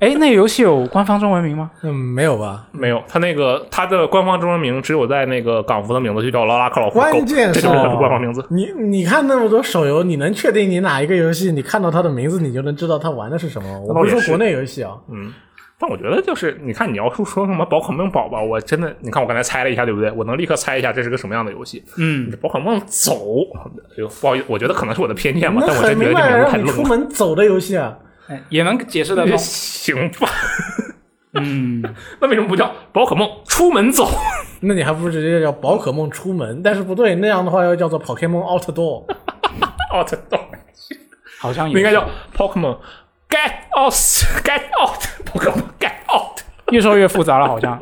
B: 哎，那个游戏有官方中文名吗？
C: 嗯，没有吧？
A: 没有，它那个它的官方中文名只有在那个港服的名字就叫劳拉克劳夫
C: 关
A: 狗，
C: 键
A: 这
C: 是
A: 就是它的官方名字。
C: 你你看那么多手游，你能确定你哪一个游戏，你看到它的名字，你就能知道它玩的是什么？我不是
A: 那倒也
C: 说
A: 是嗯
C: 国内游戏啊，
A: 但我觉得就是，你看你要是说什么宝可梦宝宝，我真的，你看我刚才猜了一下，对不对？我能立刻猜一下这是个什么样的游戏。
B: 嗯，
A: 宝可梦走，哎呦，不好意思，我觉得可能是我的偏见吧，
C: 那
A: 但我
C: 很
A: 真觉
C: 明
A: 得这
C: 白
A: 名字太
C: 让你
A: 愣
C: 出
A: 了。。
B: 哎
C: 门走的游戏啊。
B: 也能解释得通
A: 行吧，
B: 嗯，
A: 那为什么不叫宝可梦出门走？
C: 那你还不如直接叫宝可梦出门，但是不对，那样的话要叫做 Pokemon Outdoor，
A: 哦，这懂。
B: 好像也
A: 应该
B: 是
A: 叫 Pokemon Get Out Get Out Pokemon Get Out。
B: 越说越复杂了，好像。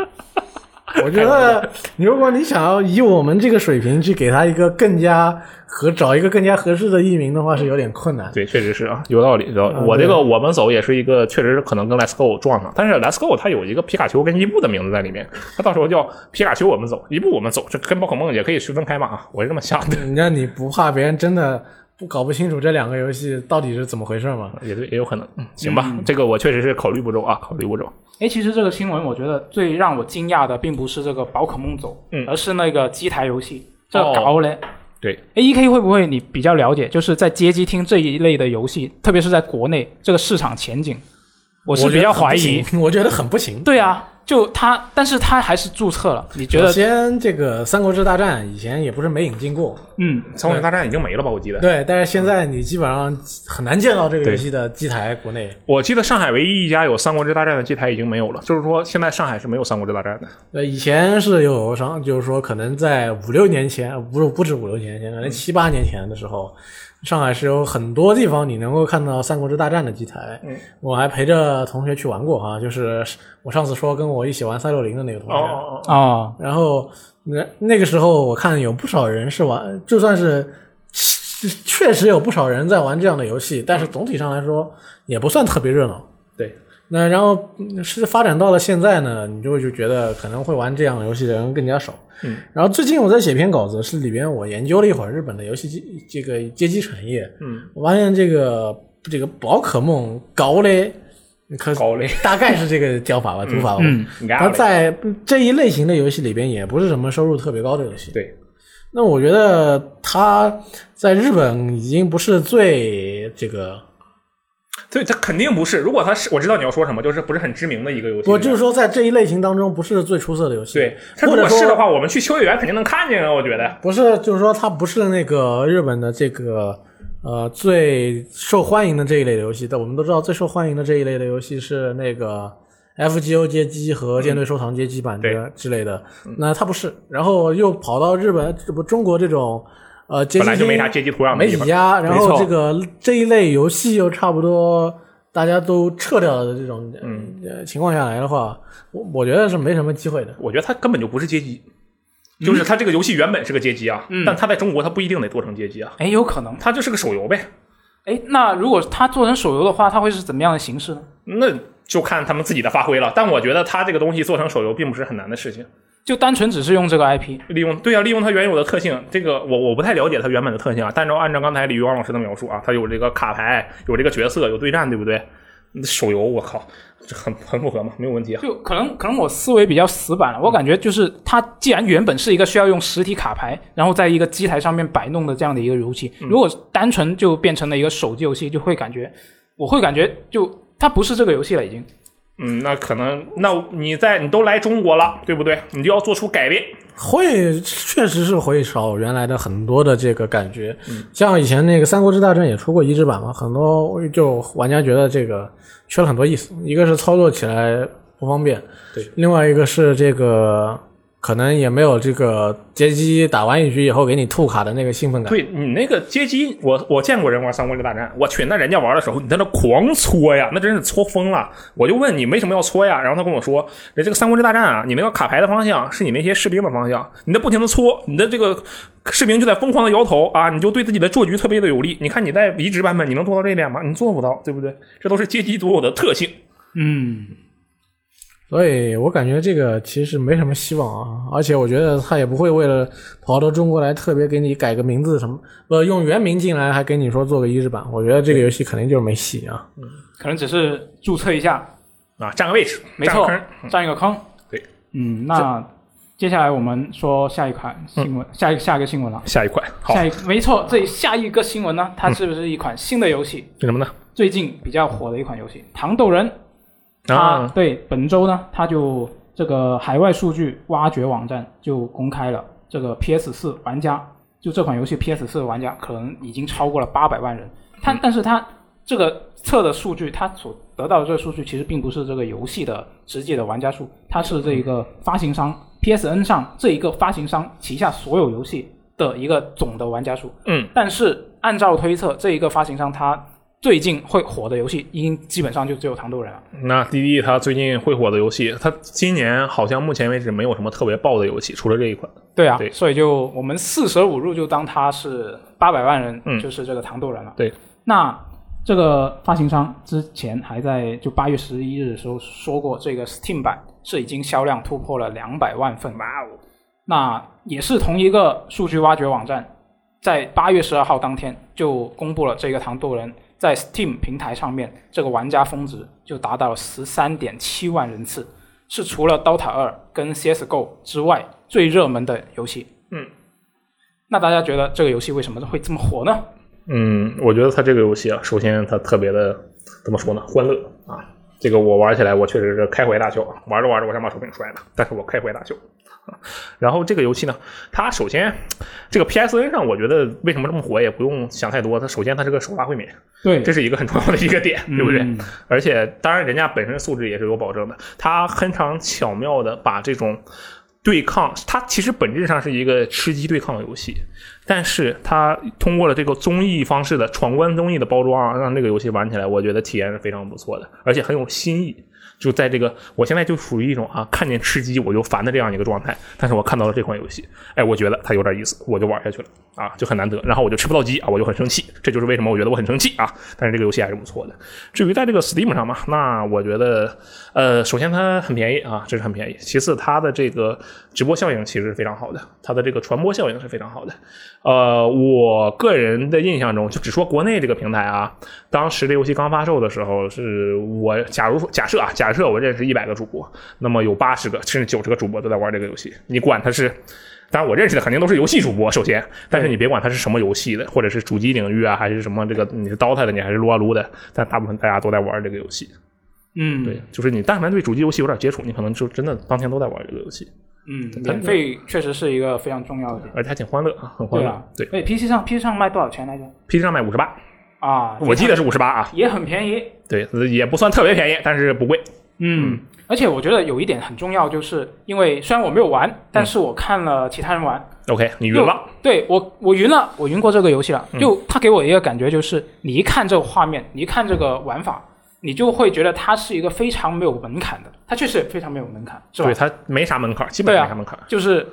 C: 我觉得，如果你想要以我们这个水平去给它一个更加合，找一个更加合适的译名的话，是有点困难。
A: 对，确实是啊，有道理。有道理。我
C: 对
A: 这个我们走也是一个，确实是可能跟 Let's Go 撞上，但是 Let's Go 它有一个皮卡丘跟伊布的名字在里面，它到时候叫皮卡丘我们走，伊布我们走，这跟宝可梦也可以区分开嘛啊，我是这么想的。
C: 那你不怕别人真的不搞不清楚这两个游戏到底是怎么回事吗？
A: 也对，也有可能，嗯行吧，这个我确实是考虑不周啊，考虑不周。
B: 哎，其实这个新闻我觉得最让我惊讶的，并不是这个宝可梦走，
A: 嗯
B: 而是那个机台游戏，这
A: 哦
B: 搞嘞。
A: 对，
B: A E K 会不会你比较了解？就是在街机厅这一类的游戏，特别是在国内这个市场前景，我
C: 我
B: 是比较怀
C: 觉得
B: 疑
C: 很。不行，我觉得很不 行。
B: 对啊，就他，但是他还是注册了。你觉
C: 首
B: 得？
C: 先，这个《三国志大战》以前也不是没引进过，
B: 嗯，
A: 《三国大战》已经没了吧？我记得，
C: 对，但是现在你基本上很难见到这个游戏的机台，国内
A: 我记得上海唯一一家有《三国志大战》的机台已经没有了，就是说现在上海是没有《三国志大战》的。
C: 呃，以前是有上，就是说可能在五六年前，呃不是不止五六年前，可能七八年前的时候，上海是有很多地方你能够看到《三国志大战》的机台。
A: 嗯
C: 我还陪着同学去玩过哈、就是我上次说跟我一起玩三六零的那个同学。
A: 哦
B: 哦，
C: 然后那那个时候我看有不少人是玩，就算是确实有不少人在玩这样的游戏，但是总体上来说也不算特别热闹。
A: 对，
C: 那然后嗯是发展到了现在呢，你就会就觉得可能会玩这样的游戏的人更加少。
A: 嗯，
C: 然后最近我在写篇稿子，是里边我研究了一会儿日本的游戏机这个街机产业，
A: 嗯，
C: 我发现这个这个宝可梦高嘞，可
A: 高嘞，
C: 大概是这个叫法吧，读法吧。
B: 嗯
A: 你
C: 它
A: 看，
C: 在这一类型的游戏里边也不是什么收入特别高的游戏。
A: 对，
C: 那我觉得它在日本已经不是最这个，
A: 对，它肯定不是。如果它是，我知道你要说什么，就是不是很知名的一个游戏。
C: 我就是说在这一类型当中不是最出色的游戏。
A: 对，它如
C: 或者
A: 果
C: 说
A: 是的话，我们去秋叶原肯定能看见啊，我觉得。
C: 不是，就是说它不是那个日本的这个呃最受欢迎的这一类的游戏。但我们都知道最受欢迎的这一类的游戏是那个 FGO 街机和舰队收藏街机版
A: 对
C: 的之类的。那它不是，然后又跑到日本这不中国这种呃街机
A: 本来就
C: 厅
A: 没啥街机土壤的
C: 媒
A: 地
C: 体
A: 方
C: 家，然
A: 没
C: 后
A: 错
C: 这个这一类游戏又差不多呃大家都撤掉了的这种、呃情况下来的话，我我觉得是没什么机会的。
A: 我觉得它根本就不是街机，就是它这个游戏原本是个街机啊，但它在中国它不一定得做成街机啊，
B: 哎，有可能。
A: 它就是个手游呗。
B: 哎，那如果他做成手游的话，他会是怎么样的形式呢？
A: 那就看他们自己的发挥了。但我觉得它这个东西做成手游并不是很难的事情。
B: 就单纯只是用这个 IP，
A: 利用对啊，利用它原有的特性，这个我我不太了解它原本的特性啊。但照按照刚才李玉王老师的描述啊，它有这个卡牌，有这个角色，有对战，对不对？嗯手游我靠，这很很符合嘛，没有问题啊。
B: 就可能可能我思维比较死板了，我感觉就是它既然原本是一个需要用实体卡牌，然后在一个机台上面摆弄的这样的一个游戏，
A: 嗯
B: 如果单纯就变成了一个手机游戏，就会感觉我会感觉就它不是这个游戏了已经。
A: 嗯，那可能那你在你都来中国了，对不对？你就要做出改变。
C: 会确实是会少原来的很多的这个感觉，
A: 嗯
C: 像以前那个《三国志大战》也出过移植版嘛，很多就玩家觉得这个缺了很多意思，一个是操作起来不方便，
A: 对，
C: 另外一个是这个可能也没有这个街机打完一局以后给你吐卡的那个兴奋感。
A: 对你那个街机，我我见过人玩《三国志大战》，我去，那人家玩的时候，你在那狂搓呀，那真是搓疯了。我就问你为什么要搓呀？然后他跟我说，人这个《三国志大战》啊，你那个卡牌的方向是你那些士兵的方向，你在不停的搓，你的这个士兵就在疯狂的摇头啊，你就对自己的做局特别的有利。你看你在移植版本，你能做到这一点吗？你做不到，对不对？这都是街机独有的特性。
B: 嗯，
C: 所以我感觉这个其实没什么希望啊，而且我觉得他也不会为了跑到中国来特别给你改个名字什么，呃，用原名进来还给你说做个移植版，我觉得这个游戏肯定就是没戏啊。
B: 可能只是注册一下，
A: 啊，占个位置，
B: 没
A: 占个
B: 错
A: 坑，
B: 占一个坑。
A: 对，
B: 嗯，那接下来我们说下一款新闻，下一下一个新闻了。
A: 下一块，好，
B: 下一没错，这下一个新闻呢，它是不是一款新的游戏？
A: 是什么呢？
B: 最近比较火的一款游戏《糖豆人》它
A: 啊，
B: 对本周呢，它就这个海外数据挖掘网站就公开了这个 PS 四
A: 嗯
B: 玩家，就这款游戏 PS 四玩家可能已经超过了八百万人。它但是它这个测的数据，它所得到的这个数据其实并不是这个游戏的实际的玩家数，它是这一个发行商 PSN 上这一个发行商旗下所有游戏的一个总的玩家数。
A: 嗯，
B: 但是按照推测，这一个发行商它最近会火的游戏，应基本上就只有《糖豆人》了。
A: 那滴滴它最近会火的游戏，它今年好像目前为止没有什么特别爆的游戏，除了这一款。
B: 对啊，
A: 对
B: 所以就我们四舍五入就当它是八百万人，
A: 嗯
B: 就是这个糖豆人了。
A: 对，
B: 那这个发行商之前还在就八月十一日的时候说过，这个 Steam 版是已经销量突破了两百万份。哇哦！那也是同一个数据挖掘网站，在八月十二号当天就公布了这个糖豆人在 Steam 平台上面这个玩家峰值就达到了十三点七万人次。是除了《DOTA 二》跟《CS:GO》之外最热门的游戏。
A: 嗯，
B: 那大家觉得这个游戏为什么会这么火呢？
A: 嗯，我觉得它这个游戏啊，首先它特别的怎么说呢，欢乐啊。这个我玩起来，我确实是开怀大笑，啊，玩着玩着我想把手柄摔了，但是我开怀大笑。然后这个游戏呢，它首先这个 PSN 上，我觉得为什么这么火，也不用想太多。它首先它是个首发会免，
B: 对
A: 这是一个很重要的一个点，对不对？
B: 嗯
A: 而且当然人家本身素质也是有保证的，他非常巧妙的把这种对抗，它其实本质上是一个吃鸡对抗游戏，但是它通过了这个综艺方式的闯关综艺的包装啊，让这个游戏玩起来，我觉得体验是非常不错的，而且很有新意。就在这个，我现在就属于一种啊，看见吃鸡我就烦的这样一个状态。但是我看到了这款游戏，哎，我觉得它有点意思，我就玩下去了啊，就很难得。然后我就吃不到鸡啊，我就很生气。这就是为什么我觉得我很生气啊。但是这个游戏还是不错的。至于在这个 Steam 上嘛，那我觉得，呃，首先它很便宜啊，这是很便宜。其次，它的这个直播效应其实是非常好的，它的这个传播效应是非常好的。呃，我个人的印象中，就只说国内这个平台啊，当时这游戏刚发售的时候，是我假如说假设啊，假设我认识一百个主播，那么有八十个甚至九十个主播都在玩这个游戏，你管它是。当然，我认识的肯定都是游戏主播，首先，但是你别管它是什么游戏的，或者是主机领域啊，还是什么这个你是 DOTA 的，你还是撸啊撸的，但大部分大家都在玩这个游戏。
B: 嗯，
A: 对，就是你但凡对主机游戏有点接触，你可能就真的当天都在玩这个游戏，
B: 嗯，免费确实是一个非常重要的点。
A: 而且还挺欢乐啊，很欢
B: 对
A: 乐。
B: 啊，
A: 对
B: 哎，PC 上 PC 上卖多少钱来着？
A: ，PC 上卖五十八，
B: 啊，
A: 我记得是五十八啊，
B: 也很便宜。
A: 对，也不算特别便宜，但是不贵。
B: 嗯，而且我觉得有一点很重要，就是因为虽然我没有玩，但
A: 嗯
B: 是我看了其他人玩，
A: OK，你晕
B: 又
A: 了，
B: 对我，我云了，我云过这个游戏了。
A: 嗯
B: 就它给我一个感觉，就是你一看这个画面，你一看这个玩法，你就会觉得它是一个非常没有门槛的。它确实也非常没有门槛，是吧
A: 对？它没啥门槛，基本上没啥门槛。
B: 就是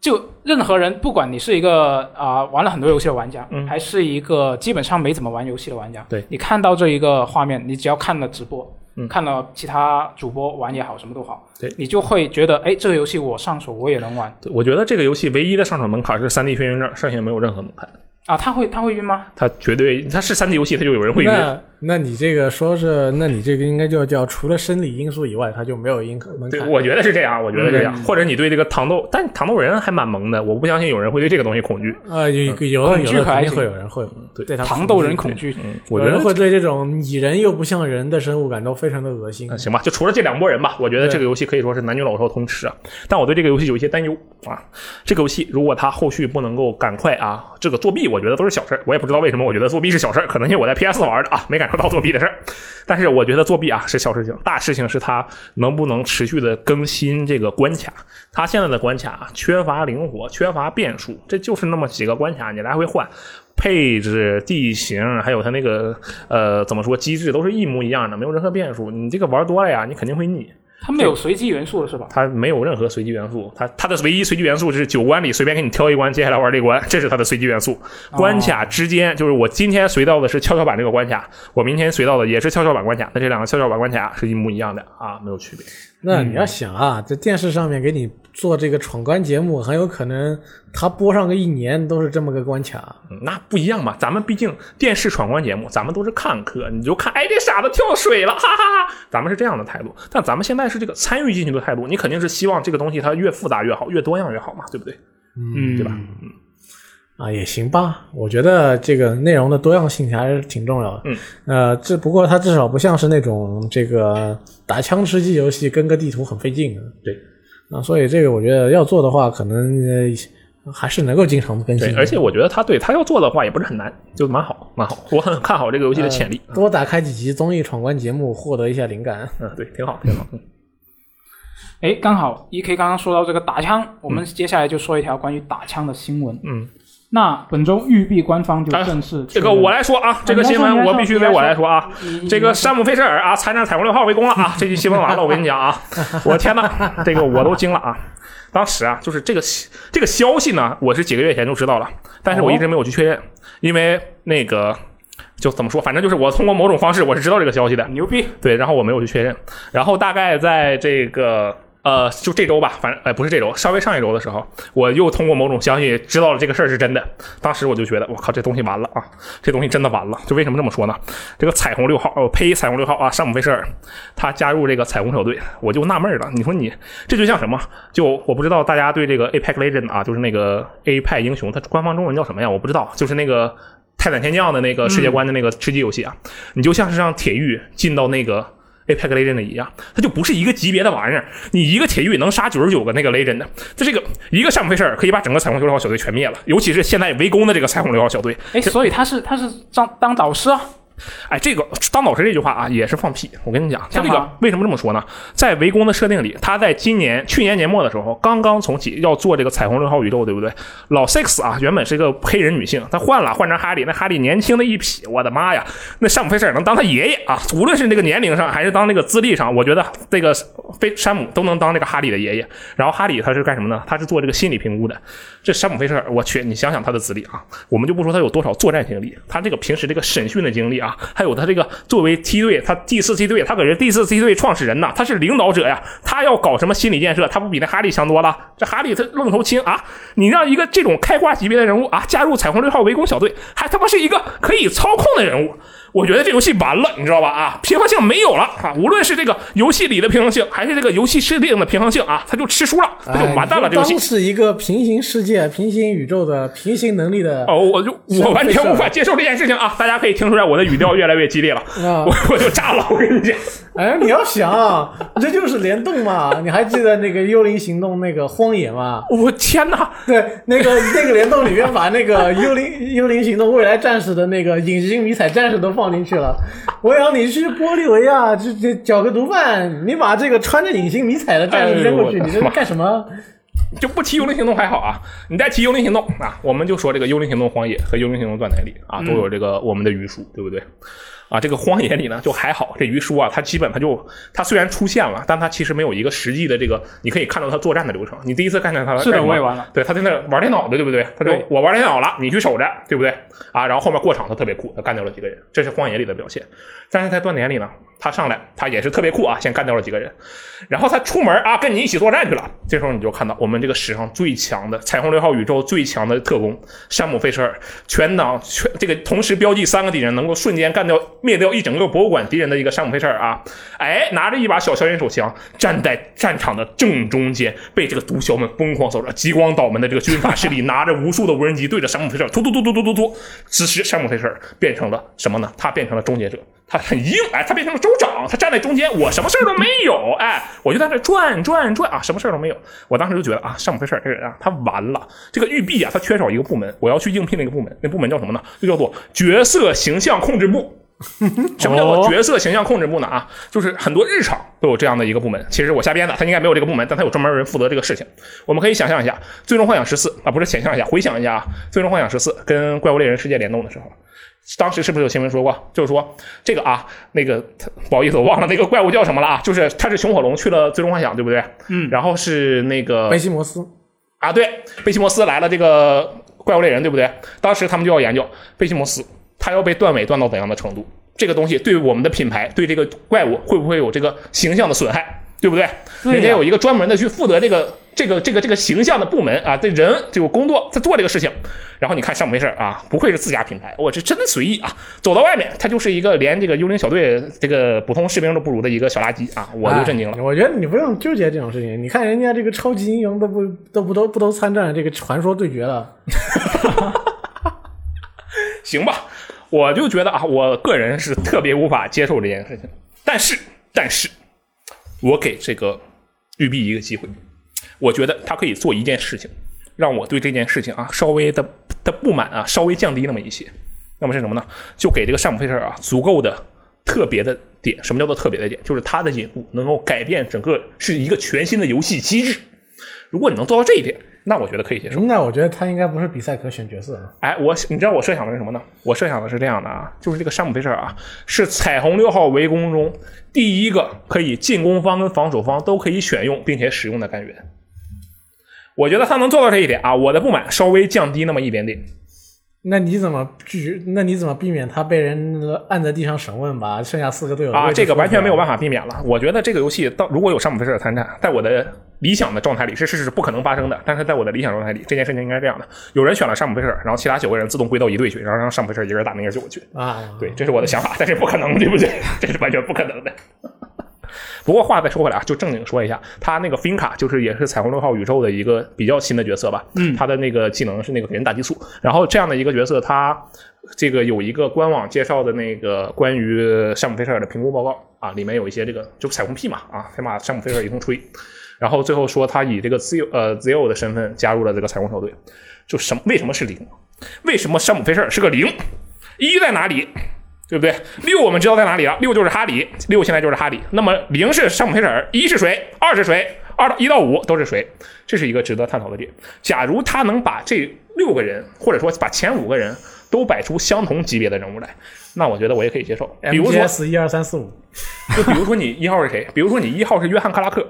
B: 就任何人，不管你是一个啊、玩了很多游戏的玩家，
A: 嗯
B: 还是一个基本上没怎么玩游戏的玩家，
A: 对
B: 你看到这一个画面，你只要看了直播，
A: 嗯
B: 看了其他主播玩也好，什么都好，
A: 对
B: 你就会觉得，哎，这个游戏我上手我也能玩
A: 对我觉得这个游戏唯一的上手门槛是三 D 眩晕症，剩下没有任何门槛。
B: 啊。他会他会晕吗？
A: 它绝对，它是三 D 游戏，它就有人会晕。
C: 那那你这个说是，那你这个应该就叫除了生理因素以外，它就没有因门
A: 对，
C: 槛。
A: 我觉得是这样，我觉得这样。或者你对这个糖豆，但糖豆人还蛮萌的，我不相信有人会对这个东西恐惧。
C: 啊，有有的
B: 恐
C: 有
B: 惧
C: 的
B: 可
C: 肯
B: 还
C: 定
B: 行
C: 会有人会
A: 对
C: 对它
B: 糖豆人恐惧，
A: 嗯，
C: 有
A: 我觉得
C: 人会对这种拟人又不像人的生物感到非常的恶心
A: 嗯，。行吧，就除了这两拨人吧，我觉得
C: 对
A: 这个游戏可以说是男女老少通吃啊。但我对这个游戏有一些担忧啊。这个游戏如果它后续不能够赶快啊，这个作弊我觉得都是小事儿，我也不知道为什么我觉得作弊是小事儿，可能因为我在 PS 玩的啊，没感受到作弊的事儿。但是我觉得作弊啊是小事情，大事情是它能不能持续的更新这个关卡。它现在的关卡啊缺乏灵活，缺乏变数，这就是那么几个关卡，你来回换。配置、地形，还有它那个呃，怎么说机制都是一模一样的，没有任何变数。你这个玩多了呀，你肯定会腻。
B: 他没有随机元素了是吧？
A: 它没有任何随机元素，它它的唯一随机元素是九关里随便给你挑一关，接下来玩这关，这是它的随机元素。关卡之间就是我今天随到的是跷跷板这个关卡，我明天随到的也是跷跷板关卡，那这两个跷跷板关卡是一模一样的啊，没有区别。
C: 那你要想啊，在电视上面给你做这个闯关节目，很有可能它播上个一年都是这么个关卡。
A: 嗯那不一样嘛，咱们毕竟电视闯关节目，咱们都是看客，你就看，哎，这傻子跳水了，哈哈哈！咱们是这样的态度，但咱们现在是这个参与进去的态度，你肯定是希望这个东西它越复杂越好，越多样越好嘛，对不对？
B: 嗯，
A: 对吧？
C: 啊，也行吧，我觉得这个内容的多样性还是挺重要的。
A: 嗯，
C: 呃，这不过它至少不像是那种这个打枪吃鸡游戏跟个地图很费劲的。
A: 对，
C: 啊，所以这个我觉得要做的话，可能呃还是能够经常更新
A: 对，
C: 的。
A: 而且我觉得他对他要做的话也不是很难，就蛮好，蛮好。我很看好这个游戏的潜力。
C: 多打开几集综艺闯关节目，获得一下 灵感。
A: 嗯，对，挺好，挺好。嗯
B: 哎，刚好 E K 刚刚说到这个打枪，我们接下来就说一条关于打枪的新闻。
A: 嗯，
B: 那本周育碧官方就正式、
A: 这个我来说啊，这个新闻我必须为我来说啊。
B: 你，你
A: 这个山姆费舍尔啊，参战彩虹六号围攻了啊！这期新闻完了，我跟你讲啊，我天呐，这个我都惊了啊！当时啊，就是这个这个消息呢，我是几个月前就知道了，但
B: 哦
A: 是我一直没有去确认，因为那个就怎么说，反正就是我通过某种方式我是知道这个消息的，
B: 牛逼，
A: 对，然后我没有去确认，然后大概在这个。呃，就这周吧，反正哎、不是这周，稍微上一周的时候，我又通过某种消息知道了这个事儿是真的。当时我就觉得，我靠，这东西完了啊，这东西真的完了。就为什么这么说呢？这个彩虹六号，呃，呸，彩虹六号啊，山姆费舍尔，他加入这个彩虹小队，我就纳闷儿了。你说你这就像什么？就我不知道大家对这个 APEC Legend 啊，就是那个 A 派英雄，它官方中文叫什么呀？我不知道，就是那个泰坦天降的那个世界观的那个吃鸡游戏啊，你就像是让铁玉进到那个 Apex Legend 一样，它就不是一个级别的玩意儿。你一个铁玉能杀九十九个那个 Legend，它这个一个山姆费舍尔可以把整个彩虹六号小队全灭了，尤其是现在围攻的这个彩虹六号小队，
B: 哎，所以他是他是当当导师啊，
A: 哎，这个当老师这句话啊，也是放屁。我跟你讲，他这
B: 干
A: 个
B: 嘛
A: 为什么这么说呢？在围攻的设定里，他在今年去年年末的时候，刚刚重启要做这个彩虹六号宇宙，对不对？老 Six 啊，原本是一个黑人女性，她换了换成哈利，那哈利年轻的一匹，我的妈呀！那山姆费舍尔能当他爷爷啊，无论是这个年龄上还是当这个资历上，我觉得这个费山姆都能当这个哈利的爷爷。然后哈利他是干什么呢？他是做这个心理评估的。这山姆费舍尔，我去，你想想他的资历啊，我们就不说他有多少作战经历，他这个平时这个审讯的经历啊，还有他这个作为梯队，他第四梯队，他可是第四梯队创始人呐，他是领导者呀，他要搞什么心理建设，他不比那哈利强多了？这哈利他愣头青啊，你让一个这种开挂级别的人物啊，加入彩虹六号围攻小队，还他妈是一个可以操控的人物。我觉得这游戏完了，你知道吧？啊，平衡性没有了啊！无论是这个游戏里的平衡性，还是这个游戏设定的平衡性啊，他就吃书了，他就
C: 哎
A: 完蛋了。
C: 你
A: 这
C: 就
A: 游戏
C: 当是一个平行世界、平行宇宙的平行能力的，
A: 哦，我就我完全无法接受这件事情啊！大家可以听出来我的语调越来越激烈了，
C: 啊
A: 我我就炸了，我跟你讲，
C: 哎，你要想啊，这就是联动嘛。你还记得那个《幽灵行动》那个荒野吗？
A: 我天哪！
C: 对，那个那个联动里面把那个幽灵幽灵行动未来战士的那个隐形迷彩战士都放进去了。我要你去玻利维亚，这这搅个毒贩，你把这个穿着隐形迷彩的战士扔过去，
A: 哎呦我的
C: 你这是干什么？
A: 就不提《幽灵行动》还好啊，你再提《幽灵行动》啊，我们就说这个《幽灵行动：荒野》和《幽灵行动：断奶里》啊，都
B: 嗯
A: 有这个我们的鱼叔，对不对？啊，这个荒野里呢就还好，这鱼叔啊，他基本他就他虽然出现了，但他其实没有一个实际的这个，你可以看到他作战的流程。你第一次看见他
B: 是的
A: 干什么
B: 我也玩了，
A: 对他在那玩电脑的，对不对？他说
B: 对
A: 我玩电脑了，你去守着，对不对？啊，然后后面过场他特别酷，他干掉了几个人，这是荒野里的表现。但是在断点里呢，他上来他也是特别酷啊，先干掉了几个人，然后他出门啊，跟你一起作战去了。这时候你就看到我们这个史上最强的彩虹六号宇宙最强的特工山姆费舍尔，全党全这个同时标记三个敌人，能够瞬间干掉灭掉一整个博物馆敌人的一个山姆费舍尔啊！哎，拿着一把小消音手枪，站在战场的正中间，被这个毒枭们疯狂扫射。极光岛们的这个军阀势力 拿着无数的无人机对着山姆费舍尔突突突突突突突，此时山姆费舍尔变成了什么呢？他变成了终结者。他很硬，哎，他变成了州长，他站在中间，我什么事儿都没有，哎，我就在这转转转啊，什么事儿都没有。我当时就觉得啊，山姆费舍尔这个人啊，他完了，这个育碧啊，他缺少一个部门，我要去应聘那个部门，那部门叫什么呢？就叫做角色形象控制部。什么叫做角色形象控制部呢？啊，就是很多日常都有这样的一个部门。其实我瞎编的，他应该没有这个部门，但他有专门人负责这个事情。我们可以想象一下，《最终幻想十四》啊，不是想象一下，回想一下啊，《最终幻想十四》跟《怪物猎人世界》联动的时候，当时是不是有新闻说过？就是说这个啊，那个他不好意思，我忘了那个怪物叫什么了啊，就是他是熊火龙去了《最终幻想》，对不对？嗯。然后是那个
C: 贝西摩斯，
A: 啊，对，贝西摩斯来了这个怪物猎人，对不对？当时他们就要研究贝西摩斯，他要被断尾断到怎样的程度？这个东西对我们的品牌，对这个怪物会不会有这个形象的损害，对不对？
B: 对呀
A: 人家有一个专门的去负责这个这个这个这个形象的部门啊，这人这个工作在做这个事情。然后你看上没事啊，不愧是自家品牌，我这真的随意啊，走到外面他就是一个连这个幽灵小队这个普通士兵都不如的一个小垃圾啊，我就震惊了
C: 哎。我觉得你不用纠结这种事情，你看人家这个超级英雄都不都不都不都参战这个传说对决了，
A: 行吧，我就觉得啊，我个人是特别无法接受这件事情。但是，但是，我给这个育碧一个机会，我觉得他可以做一件事情，让我对这件事情啊稍微的的不满啊稍微降低那么一些。那么是什么呢？就给这个山姆费舍尔啊足够的特别的点。什么叫做特别的点？就是它的引入能够改变整个是一个全新的游戏机制。如果你能做到这一点，那我觉得可以接受。
C: 那我觉得他应该不是比赛可选角色啊，
A: 哎，我你知道我设想的是什么呢？我设想的是这样的啊，就是这个山姆菲舍尔啊，是彩虹六号围攻中第一个可以进攻方跟防守方都可以选用并且使用的干员。我觉得他能做到这一点啊，我的不满稍微降低那么一点点。
C: 那你怎么拒绝？那你怎么避免他被人按在地上审问吧？剩下四个队友
A: 啊，这个完全没有办
C: 法。
A: 法避免了。我觉得这个游戏到如果有山姆菲舍尔参战，在我的理想的状态里是是是不可能发生的。但是在我的理想状态里，这件事情应该是这样的：有人选了山姆菲舍尔，然后其他九个人自动归到一队去，然后让山姆菲舍尔一个人打那个九个去。
C: 啊，
A: 对，这是我的想法，但是不可能，对不对？这是完全不可能的。不过话再说回来啊，就正经说一下，他那个 Finca 就是也是彩虹六号宇宙的一个比较新的角色吧。嗯，他的那个技能是那个给人打激素，然后这样的一个角色，他这个有一个官网介绍的那个关于山姆菲舍尔的评估报告啊，里面有一些这个就彩虹屁嘛啊，先把山姆菲舍尔一通吹，然后最后说他以这个自由呃自由的身份加入了这个彩虹小队，就什么为什么是零？为什么山姆菲舍尔是个零？一在哪里？对不对？六我们知道在哪里了，六就是哈里，六现在就是哈里。那么零是山姆黑婶儿，一是谁？二是谁？二到一到五都是谁？这是一个值得探讨的点。假如他能把这六个人，或者说把前五个人都摆出相同级别的人物来，那我觉得我也可以接受。比如说，
C: MGS 一二三四五，
A: 就比如说你一号是谁？比如说你一号是约翰克拉克，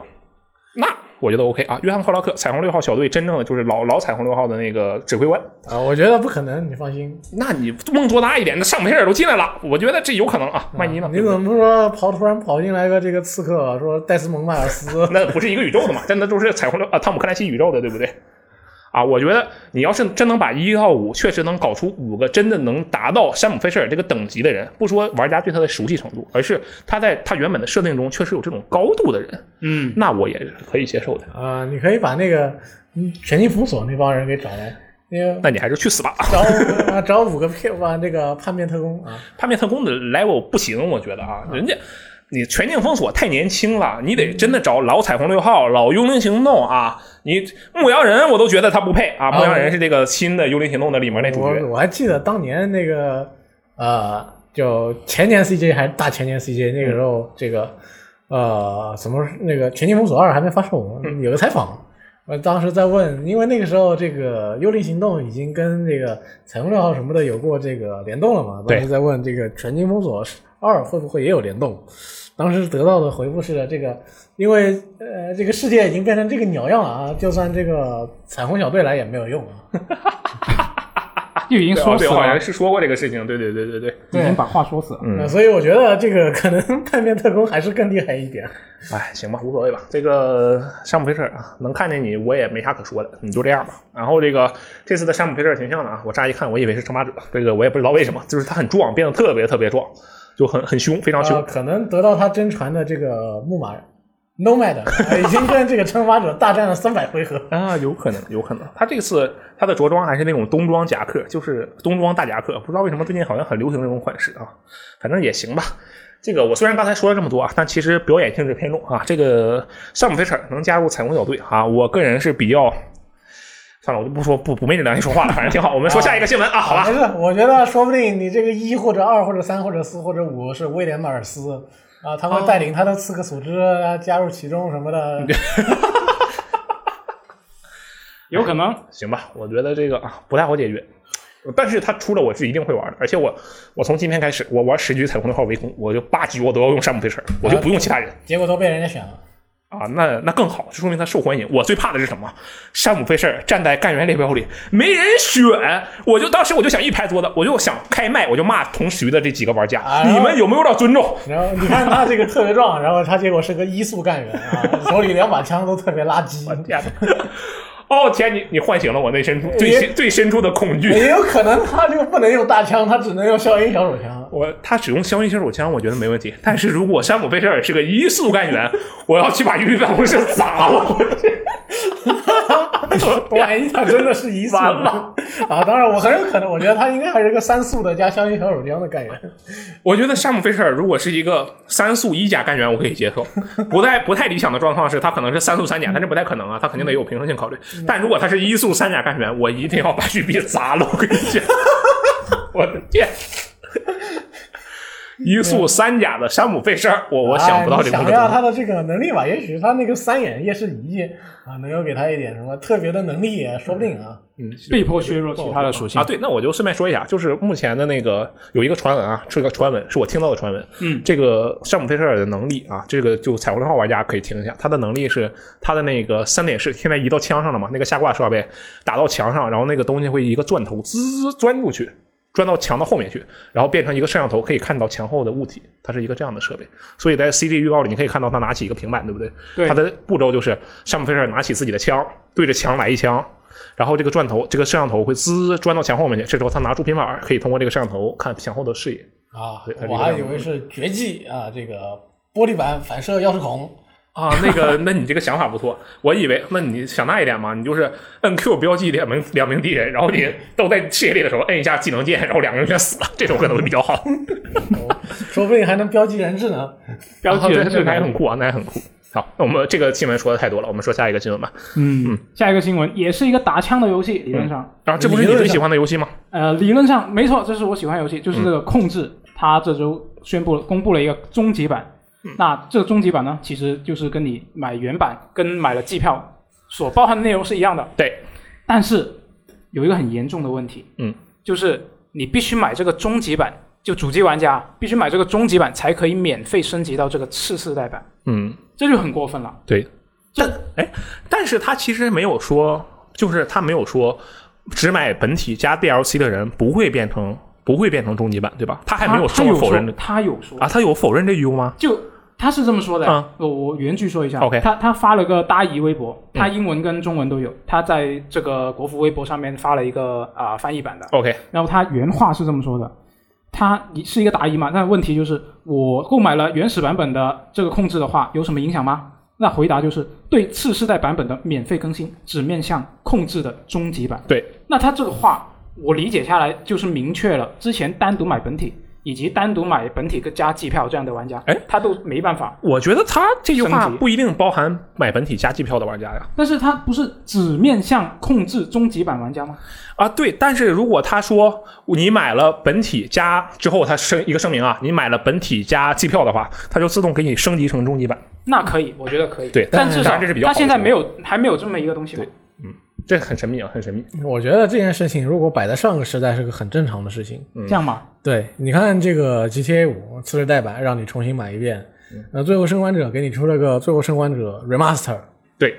A: 那我觉得 OK 啊。约翰克拉克，彩虹六号小队真正的就是老老彩虹六号的那个指挥官。
C: 啊，我觉得不可能，你放心。
A: 那你梦做大一点，那上梅尔都进来了，我觉得这有可能啊。万一呢？？
C: 你怎么不说跑突然跑进来个这个刺客，啊说戴斯蒙迈尔斯
A: 那不是一个宇宙的嘛？但那都是彩虹六啊，汤姆克兰西宇宙的，对不对？啊，我觉得你要是真能把一到五确实能搞出五个真的能达到山姆费舍尔这个等级的人，不说玩家对他的熟悉程度，而是他在他原本的设定中确实有这种高度的人，
B: 嗯，
A: 那我也是可以接受的。
C: 啊，你可以把那个嗯全境封锁那帮人给找来，那个
A: 那你还是去死吧！
C: 找五 啊找五个骗把那个叛变特工啊，
A: 叛变特工的 level 不行，我觉得啊，人家你全境封锁太年轻了，你得真的找老彩虹六号、老幽灵行动啊，你牧羊人我都觉得他不配啊，牧羊人是这个新的幽灵行动的里面那主角
C: 我我还记得当年那个呃，就前年 CJ 还是大前年 CJ 那个时候，这个呃，怎么那个《全境封锁二》还没发售，
A: 嗯
C: 有个采访，我当时在问，因为那个时候这个《幽灵行动》已经跟这个《彩虹六号》什么的有过这个联动了嘛，
A: 对
C: 当时在问这个《全境封锁二》会不会也有联动。当时得到的回复是，这个因为呃，这个世界已经变成这个鸟样了啊，就算这个彩虹小队来也没有用啊。
B: 就已经
A: 对
B: 说
A: 啊
B: 死
A: 对，我好
B: 了
A: 像，是说过这个事情，对对对对对。
B: 已经把话说死了。
A: 嗯
C: 那啊所以我觉得这个可能 叛变特工还是更厉害一点。
A: 哎，行吧，无所谓吧。这个山姆菲舍尔啊，能看见你，我也没啥可说的，你就这样吧。然后这个这次的山姆菲舍尔形象呢，啊，我乍一看我以为是称霸者，这个我也不知道为什么，就是他很壮，变得特别特别壮，就很很凶，非常凶。
C: 呃，可能得到他真传的这个木马 Nomad 呃已经跟这个称霸者大战了三百回合。
A: 啊，有可能，有可能。他这次他的着装还是那种冬装夹克，就是冬装大夹克，不知道为什么最近好像很流行这种款式啊，反正也行吧。这个我虽然刚才说了这么多啊，但其实表演性质偏重啊。这个山姆菲舍尔能加入彩虹小队啊，我个人是比较，算了，我就不说不不昧着良心说话了，反正挺好。我们说下一个新闻 啊，好吧
C: 没？事，我觉得说不定你这个一或者二或者三或者四或者五是威廉马尔斯啊，他
A: 哦
C: 会带领他的刺客组织啊加入其中什 么的。
B: 有可能
A: 行吧，我觉得这个啊不太好解决。但是它出了我是一定会玩的，而且我我从今天开始，我玩十局彩虹六号围攻，我就八局我都要用山姆菲舍尔，我就不用其他人。
C: 结果都被人家选了。
A: 啊，那那更好，这说明他受欢迎。我最怕的是什么？山姆费舍尔站在干员列表里没人选，我就当时我就想一拍桌子，我就想开麦，我就骂同局的这几个玩家，
C: 啊
A: 你们有没有点尊重？
C: 然后你看他这个特别壮，然后他结果是个医速干员啊，手里两把枪都特别垃圾。
A: 天哪！ 哦天，你你唤醒了我内深处最
C: 也
A: 深最深处的恐惧。
C: 也有可能他就不能用大枪，他只能用消音小手枪。
A: 我他使用消音小手枪，我觉得没问题。但是如果山姆费舍尔是个医速干员，我要去把鱼办公室砸了。我去
C: 万一它真的是移速
A: 完了
C: 啊！当然，我很有可能，我觉得它应该还是个三速的加香槟小手枪的概念。
A: 我觉得山姆菲舍尔如果是一个三速一甲干员，我可以接 受。不太不太理想的状况是他可能是三速三甲，但这不太可能啊，他肯定得有平衡性考虑。
C: 嗯
A: 但如果他是一速三甲干员，我一定要把巨币砸了。我跟你 讲，我的天！一速三甲的山姆费舍尔，我我想不到这个
C: 哎
A: 东西
C: 你想不到他的这个能力吧？也许他那个三眼夜视仪啊，能够给他一点什么特别的能力也说不定啊。
B: 被迫削弱其他的属性
A: 啊，。对，那我就顺便说一下，就是目前的那个有一个传闻啊，是个传闻，是我听到的传闻。
B: 嗯，
A: 这个山姆菲舍尔的能力啊，这个就彩虹六号玩家可以听一下，他的能力是他的那个三点式现在移到枪上了嘛，那个下挂设备打到墙上，然后那个东西会一个钻头滋钻出去。钻到墙的后面去，然后变成一个摄像头，可以看到墙后的物体，它是一个这样的设备。所以在 CG 预告里，你可以看到他拿起一个平板，对不对？
B: 对
A: 他的步骤就是山姆菲舍尔拿起自己的枪，对着墙来一枪，然后这个钻头，这个摄像头会滋钻到墙后面去。这时候他拿出平板儿，可以通过这个摄像头看墙后的视野。
C: 啊
A: 嗯对他，这个
C: 我还以为是绝技啊，这个玻璃板反射钥匙孔。
A: 啊，那个，那你这个想法不错。我以为，那你想大一点嘛，你就是摁 Q 标记两名两名敌人，然后你都在视野里的时候摁一下技能键，然后两个人全死了，这种可能会比较好。
C: 说不定还能标记人质呢。
B: 标记人质
A: 那也
B: 改
A: 很酷啊，那也很酷。好，那我们这个新闻说的太多了，我们说下一个新闻吧。
B: 嗯，下一个新闻也是一个打枪的游戏，理论上，
A: 然后这不是你最喜欢的游戏吗？
B: 呃，理论上没错，这是我喜欢的游戏，
A: 嗯
B: 就是这个控制，它这周宣布了公布了一个终极版。
A: 嗯
B: 那这个终极版呢，其实就是跟你买原版跟买了季票所包含的内容是一样的，
A: 对，
B: 但是有一个很严重的问题，
A: 嗯，
B: 就是你必须买这个终极版，就主机玩家必须买这个终极版才可以免费升级到这个次世代版，
A: 嗯，
B: 这就很过分了。
A: 对。但哎，但是他其实没有说，就是他没有说，只买本体加 DLC 的人不会变成不会变成终极版，对吧？他还没有
B: 啊他
A: 说
B: 有
A: 否认
B: 说
A: 这，
B: 他有说，
A: 啊，他有否认这 U 吗？
B: 就他是这么说的，
A: 啊
B: 我我原句说一下
A: OK
B: 他他发了个大姨微博，他英文跟中文都有，他在这个国服微博上面发了一个啊、翻译版的，
A: OK，
B: 然后他原话是这么说的：他是一个答疑嘛，但问题就是我购买了原始版本的这个控制的话，有什么影响吗？那回答就是对次世代版本的免费更新只面向控制的终极版。
A: 对，
B: 那他这个话我理解下来就是明确了，之前单独买本体以及单独买本体加季票这样的玩家，
A: 哎
B: 他都没办法。
A: 我觉得他这句话
B: 升级
A: 不一定包含买本体加机票的玩家呀。
B: 但是他不是只面向控制终极版玩家吗？
A: 啊，对，但是如果他说你买了本体加之后，他声一个声明啊，你买了本体加机票的话，他就自动给你升级成终极版。
B: 那可以，我觉得可以。
A: 对
B: 但
A: 但
B: 至
A: 当
B: 少
A: 然这是比较
B: 他
A: 好的
B: 现在
A: 情况
B: 没有还没有这么一个东西嘛。
A: 这很神秘啊，很神秘。
C: 我觉得这件事情如果摆在上个时代是个很正常的事情。
A: 嗯
B: 这样嘛，
C: 对，你看这个 GTA 五次世代版让你重新买一遍，那《最后生还者》给你出了个《最后生还者 Remaster》，
A: 对，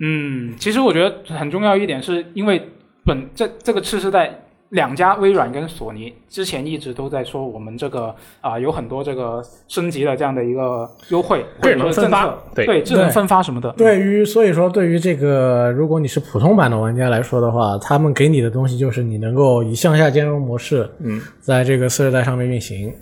B: 嗯，其实我觉得很重要一点，是因为本这这个次世代，两家微软跟索尼之前一直都在说我们这个啊、有很多这个升级的这样的一个优惠，
A: 智能
B: 或者说
A: 分发
B: 政策
A: 对
B: 对智能
C: 对
B: 分发什么的，
C: 对于所以说，对于这个如果你是普通版的玩家来说的话，他们给你的东西就是你能够以向下兼容模式，
A: 嗯，
C: 在这个次世代上面运行。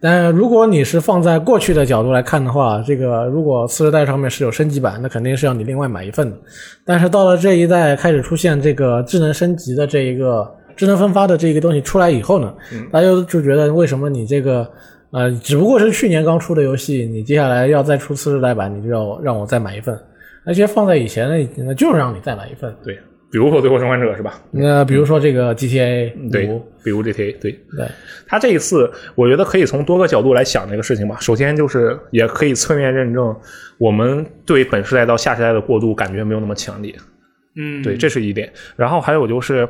C: 但如果你是放在过去的角度来看的话，这个如果次世代上面是有升级版，那肯定是要你另外买一份的。但是到了这一代开始出现这个智能升级的这一个智能分发的这一个东西出来以后呢，大家就就觉得为什么你这个呃只不过是去年刚出的游戏，你接下来要再出次世代版，你就要让我再买一份。那些放在以前的，那就是让你再买一份。
A: 对，比如说《最后生还者》是吧？
C: 那比如说这个 GTA 五，
A: 嗯对，比如 GTA，对，
C: 对
A: 他这一次，我觉得可以从多个角度来想这个事情吧。首先就是，也可以侧面认证我们对本时代到下时代的过渡感觉没有那么强烈。
B: 嗯，
A: 对，这是一点。然后还有就是，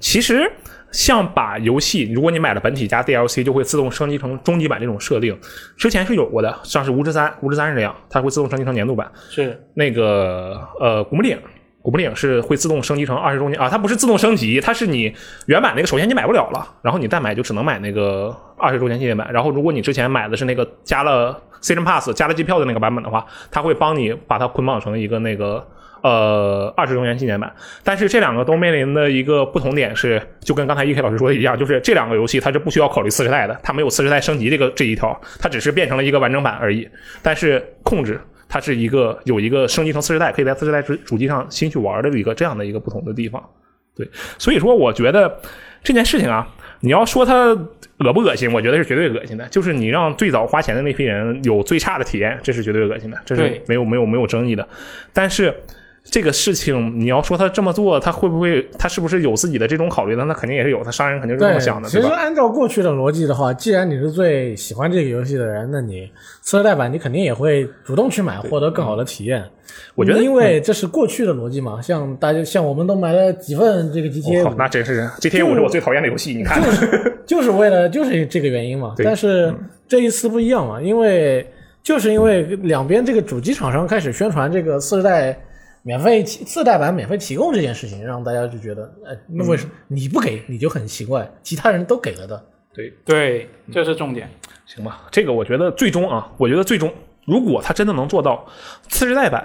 A: 其实像把游戏，如果你买了本体加 DLC，就会自动升级成终极版这种设定，之前是有过的，像是无之三，无之三是这样，它会自动升级成年度版。
B: 是
A: 那个呃，古墓丽影。古墓丽影是会自动升级成二十周年啊，它不是自动升级，它是你原版那个，首先你买不了了，然后你再买就只能买那个二十周年纪念版。然后如果你之前买的是那个加了 Season Pass 加了机票的那个版本的话，它会帮你把它捆绑成一个那个呃二十周年纪念版。但是这两个都面临的一个不同点是，就跟刚才 E.K 老师说的一样，就是这两个游戏它是不需要考虑次世代的，它没有次世代升级这个这一条，它只是变成了一个完整版而已。但是控制它是一个有一个升级成次世代，可以在次世代主主机上新去玩的一个这样的一个不同的地方。对，所以说我觉得这件事情啊，你要说它恶不恶心，我觉得是绝对恶心的。就是你让最早花钱的那批人有最差的体验，这是绝对恶心的，这是
B: 对
A: 没有没有没有争议的。但是这个事情，你要说他这么做，他会不会，他是不是有自己的这种考虑呢？那肯定也是有，他商人肯定是这么想的，
C: 其
A: 对
C: 实
A: 吧？
C: 按照过去的逻辑的话，既然你是最喜欢这个游戏的人，那你次世代版你肯定也会主动去买，获得更好的体验。
A: 我觉得嗯
C: 因为这是过去的逻辑嘛，像大家像我们都买了几份这个 GTA
A: 我
C: 五
A: 靠，，哦那真是 GTA 五是我最讨厌的游戏，你看，
C: 就是为了就是这个原因嘛。
A: 对
C: 但是这一次不一样嘛，因为就是因为两边这个主机厂商开始宣传这个次世代免费提次世代版免费提供这件事情，让大家就觉得，呃，那为什么你不给你就很奇怪，其他人都给了的。
A: 对，
B: 对，
A: 嗯
B: 这是重点。
A: 行吧，这个我觉得最终啊，我觉得最终如果他真的能做到次世代版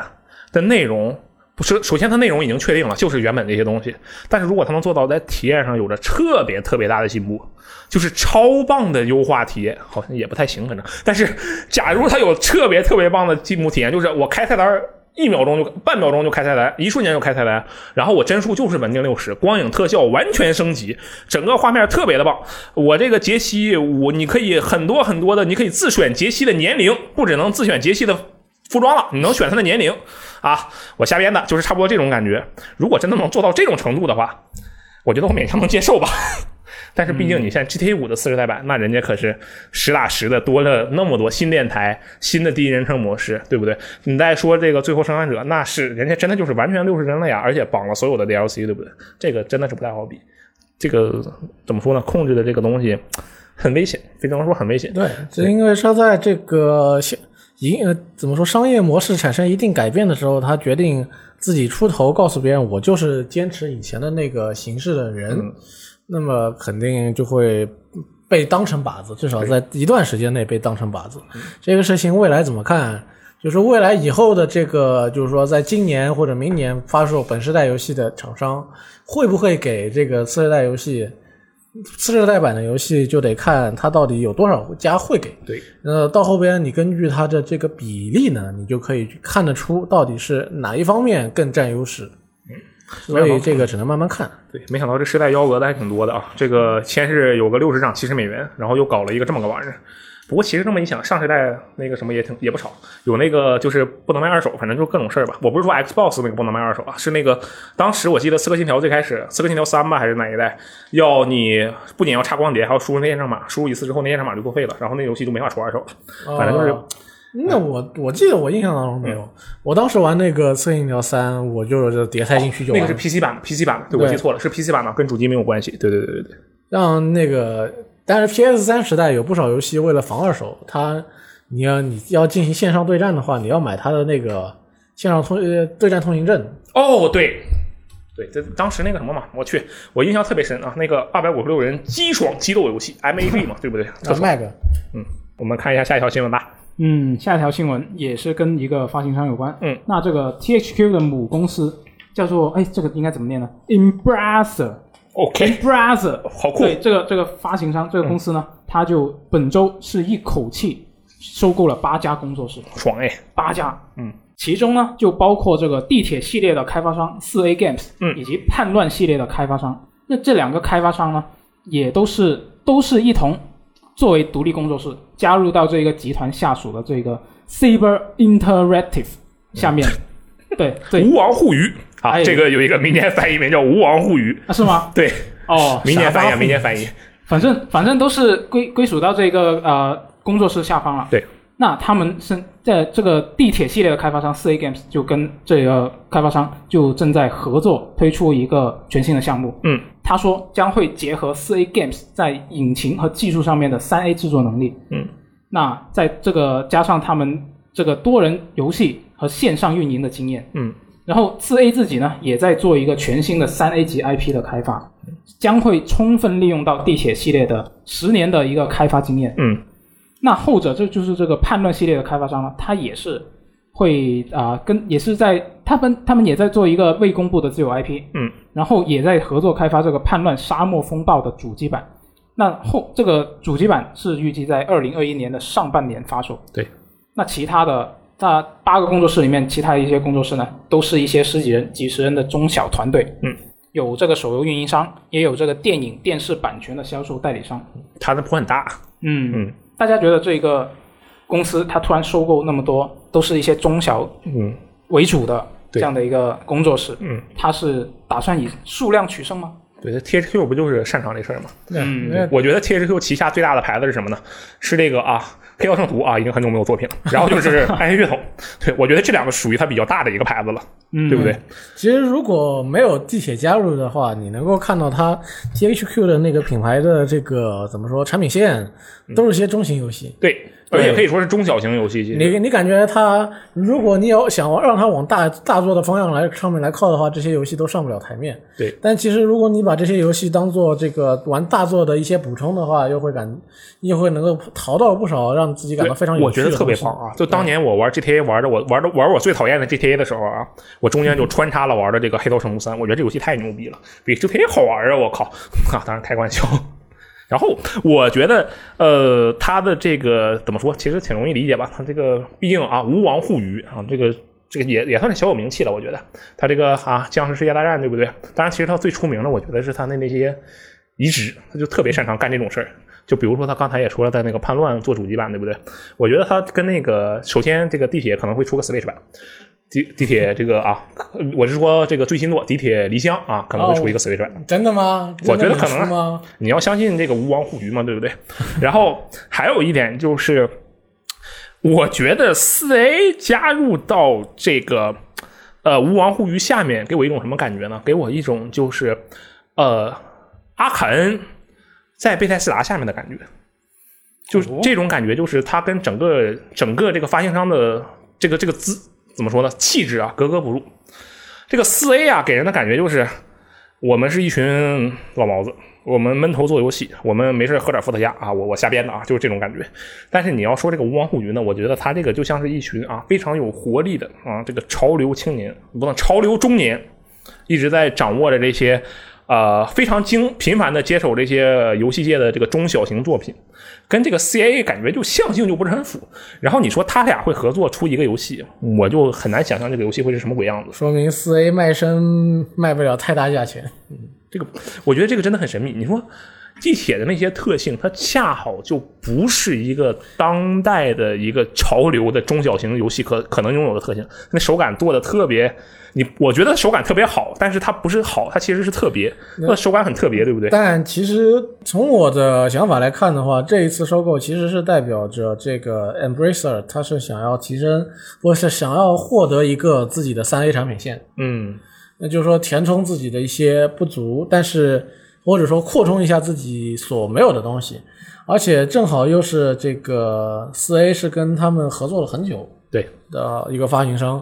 A: 的内容，不是首先它内容已经确定了，就是原本这些东西，但是如果他能做到在体验上有着特别特别大的进步，就是超棒的优化体验，好像也不太行，反正，但是假如他有特别特别棒的进步体验，就是我开菜单儿。一秒钟就半秒钟就开菜单，一瞬间就开菜单，然后我帧数就是稳定六十，光影特效完全升级，整个画面特别的棒。我这个杰西，我你可以很多很多的，你可以自选杰西的年龄，不只能自选杰西的服装了，你能选他的年龄啊。我瞎编的，就是差不多这种感觉。如果真的能做到这种程度的话，我觉得我勉强能接受吧。但是毕竟你现在 GTA 五的四十代版，那人家可是实打实的多了那么多新电台、新的第一人称模式，对不对？你再说这个《最后生还者》，那是人家真的就是完全六十帧了呀，而且绑了所有的 DLC，对不对？这个真的是不太好比。这个怎么说呢？控制的这个东西很危险，非常说很危险。
C: 对，只因为它在这个现营呃怎么说商业模式产生一定改变的时候，他决定自己出头，告诉别人我就是坚持以前的那个形式的人，那么肯定就会被当成靶子，至少在一段时间内被当成靶子。这个事情未来怎么看？就是未来以后的这个，就是说，在今年或者明年发售本世代游戏的厂商，会不会给这个次世代游戏次世代版的游戏就得看它到底有多少家会给。
A: 对，
C: 呃，到后边你根据它的这个比例呢，你就可以看得出到底是哪一方面更占优势。
A: 嗯
C: 所以这个只能慢慢看。
A: 对，没想到这时代幺蛾子还挺多的啊！这个先是有个六十涨七十美元，然后又搞了一个这么个玩意儿。不过其实这么一想，上时代那个什么也挺也不少，有那个就是不能卖二手，反正就各种事儿吧。我不是说 Xbox 那个不能卖二手啊，是那个当时我记得《刺客信条》最开始，《刺客信条三》吧还是哪一代，要你不仅要插光碟，还要输入那验证码，输入一次之后那验证码就作废了，然后那游戏就没法出二手了。 反正就是嗯
C: 哦那我我记得我印象当中没有，我当时玩那个《刺客信条三》，我就是碟塞进去就
A: 哦那
C: 完
A: 个
C: 了，
A: 是 PC 版的，PC 版的，对我记错了，是 PC 版的，跟主机没有关系。对对对对对，
C: 让那个。但是 PS 三时代有不少游戏为了防二手，它你要你要进行线上对战的话，你要买它的那个线上通呃对战通行证，
A: 哦，对，对，这当时那个什么嘛，我去，我印象特别深啊，那个二百五十六人激爽激斗游戏 MAB 嘛，对不对？
C: 啊卖个
A: 我们看一下下一条新闻吧。
B: 嗯，下一条新闻也是跟一个发行商有关。
A: 嗯，
B: 那这个 THQ 的母公司叫做哎，这个应该怎么念呢？Embracer。
A: OK，
B: Brother，
A: 好酷
B: 对这个这个发行商这
A: 嗯
B: 个公司呢，它就本周是一口气收购了八家工作室，
A: 爽哎！
B: 八家，
A: 嗯，
B: 其中呢就包括这个地铁系列的开发商四 A Games，
A: 嗯
B: 以及叛乱系列的开发商。那这两个开发商呢，也都是都是一同作为独立工作室加入到这个集团下属的这个 Saber Interactive 下面。对对
A: 吴王互娱啊，
B: 哎
A: 这个有一个民间翻译名叫吴王互娱，
B: 啊，是吗？
A: 对，
B: 哦，
A: 民间翻译，
B: 傻
A: 啊，
B: 瓜
A: 民间翻译。
B: 反正反正都是归归属到这个呃工作室下方了。
A: 对，
B: 那他们是在这个地铁系列的开发商四 A Games 就跟这个开发商就正在合作推出一个全新的项目。
A: 嗯，
B: 他说将会结合四 A Games 在引擎和技术上面的三 A 制作能力。
A: 嗯，
B: 那在这个加上他们这个多人游戏和线上运营的经验，
A: 嗯，
B: 然后四 A 自己呢也在做一个全新的三 A 级 IP 的开发，将会充分利用到地铁系列的十年的一个开发经验。
A: 嗯，
B: 那后者这就是这个叛乱系列的开发商呢，他也是会啊、跟也是在他们他们也在做一个未公布的自有 IP，
A: 嗯，
B: 然后也在合作开发这个叛乱沙漠风暴的主机版。那后这个主机版是预计在二零二一年的上半年发售，
A: 对，
B: 那其他的那八个工作室里面，其他一些工作室呢，都是一些十几人、几十人的中小团队。
A: 嗯，
B: 有这个手游运营商，也有这个电影、电视版权的销售代理商。
A: 它的坡很大，
B: 嗯
A: 嗯，
B: 大家觉得这个公司它突然收购那么多，都是一些中小
A: 嗯，
B: 为主的这
A: 对
B: 样的一个工作室，
A: 嗯，
B: 它是打算以数量取胜吗？
A: 对，这 THQ 不就是擅长这事儿吗？
B: 嗯
C: 那
A: 我觉得 THQ 旗下最大的牌子是什么呢？是这个啊，《黑曜圣徒》啊，已经很久没有作 品了。然后就是暗黑血统，对我觉得这两个属于它比较大的一个牌子了，
B: 嗯
A: 对不对？
C: 其实如果没有地铁加入的话，你能够看到它 THQ 的那个品牌的这个怎么说产品线，都是些中型游戏。
A: 对，而且可以说是中小型游戏。其实
C: 你你感觉它，如果你要想让它往大大作的方向来上面来靠的话，这些游戏都上不了台面。
A: 对，
C: 但其实如果你把这些游戏当做这个玩大作的一些补充的话，又会感又会能够淘到不少让自己感到非常有
A: 我
C: 趣
A: 觉
C: 的
A: 得
C: 东西。
A: 特别棒啊！就当年我玩 GTA 玩的，我玩的玩我最讨厌的 GTA 的时候啊，我中
C: 嗯
A: 间就穿插了玩的这个《黑道圣徒三》，我觉得这游戏太牛逼了，比 GTA 好玩啊！我靠，啊，当然开玩笑。 然后我觉得，呃，他的这个怎么说，其实挺容易理解吧？他这个毕竟啊，吴王互娱啊，这个这个也也算是小有名气了。我觉得他这个啊，僵尸世界大战对不对？当然，其实他最出名的，我觉得是他的那些移植，他就特别擅长干这种事儿。就比如说他刚才也说了，在那个叛乱做主机版，对不对？我觉得他跟那个，首先这个地铁可能会出个 Switch 版。地地铁这个啊，我是说这个最新作《地铁离乡》啊，可能会出一个 Switch 版。
C: 真的吗？
A: 我觉得
C: 真的
A: 可能啊
C: 出吗？
A: 你要相信这个吴王互娱嘛，对不对？ 然后还有一点就是，我觉得四 A 加入到这个呃吴王互娱下面，给我一种什么感觉呢？给我一种就是呃阿卡恩在贝塞斯达下面的感觉，就是这种感觉，就是它跟整个整个这个发行商的这个这个资怎么说呢？气质啊，格格不入。这个四 A 啊，给人的感觉就是我们是一群老毛子，我们闷头做游戏，我们没事喝点伏特加啊，我我瞎编的啊，就是这种感觉。但是你要说这个吴王互娱呢，我觉得他这个就像是一群啊非常有活力的啊这个潮流青年，不能潮流中年，一直在掌握着这些呃非常精频繁的接手这些游戏界的这个中小型作品，跟这个 CIA 感觉就相性就不是很符。然后你说他俩会合作出一个游戏，我就很难想象这个游戏会是什么鬼样子。
C: 说明四 A 卖身卖不了太大价钱。
A: 这个我觉得这个真的很神秘。你说地铁的那些特性，它恰好就不是一个当代的一个潮流的中小型游戏可可能拥有的特性。那手感做的特别，你我觉得手感特别好，但是它不是好，它其实是特别，它的手感很特别，对不对？
C: 但其实从我的想法来看的话，这一次收购其实是代表着这个 Embracer 它是想要提升，或是想要获得一个自己的三 A 产品线，
A: 嗯，
C: 那就是说填充自己的一些不足，但是或者说扩充一下自己所没有的东西，而且正好又是这个四 A 是跟他们合作了很久，
A: 对，
C: 的一个发行商。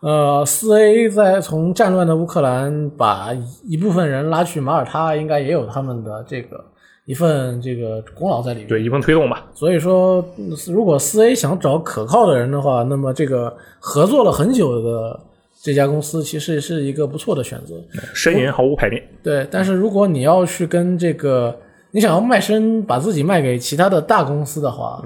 C: 呃，四 A 在从战乱的乌克兰把一部分人拉去马耳他，应该也有他们的这个一份这个功劳在里面。
A: 对，一份推动吧。
C: 所以说，嗯如果四 A 想找可靠的人的话，那么这个合作了很久的这家公司其实是一个不错的选择。
A: 呻吟毫无排面。
C: 对，但是如果你要去跟这个，你想要卖身，把自己卖给其他的大公司的话，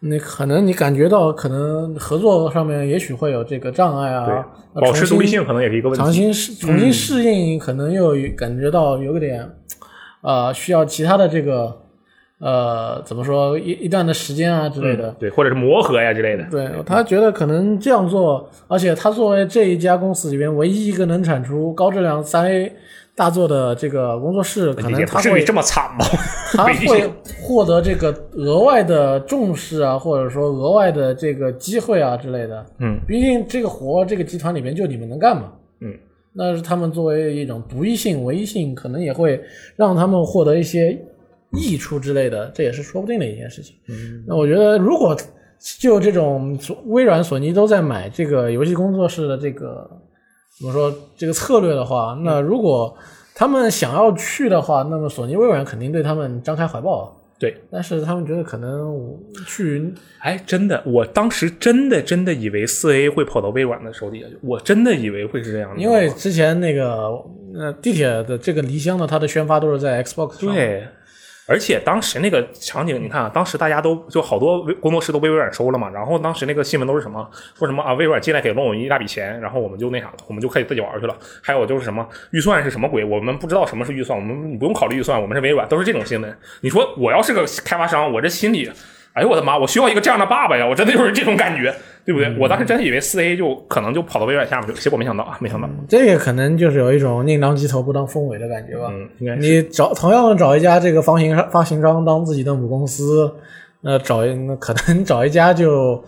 C: 那可能你感觉到可能合作上面也许会有这个障碍
A: 对
C: 啊，要
A: 保持
C: 重新
A: 独立性可能也是一个
C: 重
A: 问题。嗯
C: 新适重新适应，可能又有感觉到有点，呃，需要其他的这个，呃，怎么说一一段的时间啊之类的。
A: 对，或者是磨合呀之类的。
C: 对他觉得可能这样做，而且他作为这一家公司里边唯一一个能产出高质量三 A 大作的这个工作室，可能
A: 也
C: 他
A: 不至
C: 会
A: 于这么惨吧？
C: 他
A: 没意
C: 会
A: 见
C: 获得这个额外的重视啊，或者说额外的这个机会啊之类的。
A: 嗯，
C: 毕竟这个活这个集团里面就你们能干嘛。
A: 嗯，
C: 那是他们作为一种独一性、唯一性，可能也会让他们获得一些益处之类的，这也是说不定的一件事情。嗯，那我觉得如果就这种索微软、索尼都在买这个游戏工作室的这个怎么说这个策略的话，那如果他们想要去的话，那么索尼、微软肯定对他们张开怀抱。啊
A: 对，
C: 但是他们觉得可能我去
A: 哎，真的，我当时真的真的以为四 A 会跑到微软的手底下去，我真的以为会是这样的。
C: 因为之前那个呃地铁的这个离乡呢，它的宣发都是在 Xbox 上，，
A: 对，而且当时那个场景，你看啊，当时大家都就好多微工作室都被微软收了嘛，然后当时那个新闻都是什么，说什么啊，微软进来给了我们一大笔钱，然后我们就那啥了，我们就可以自己玩去了。还有就是什么预算是什么鬼，我们不知道什么是预算，我们你不用考虑预算，我们是微软，都是这种新闻。你说我要是个开发商，我这心里，哎呦我的妈，我需要一个这样的爸爸呀，我真的就是这种感觉，对不对？我当时真的以为四 A 就可能就跑到微软下面去了，结果没想到啊，没想到，
C: 这个可能就是有一种宁当鸡头不当凤尾的感觉吧。
A: 嗯，应该是
C: 你找同样的找一家这个发行商发行商当自己的母公司，那找一那可能找一家就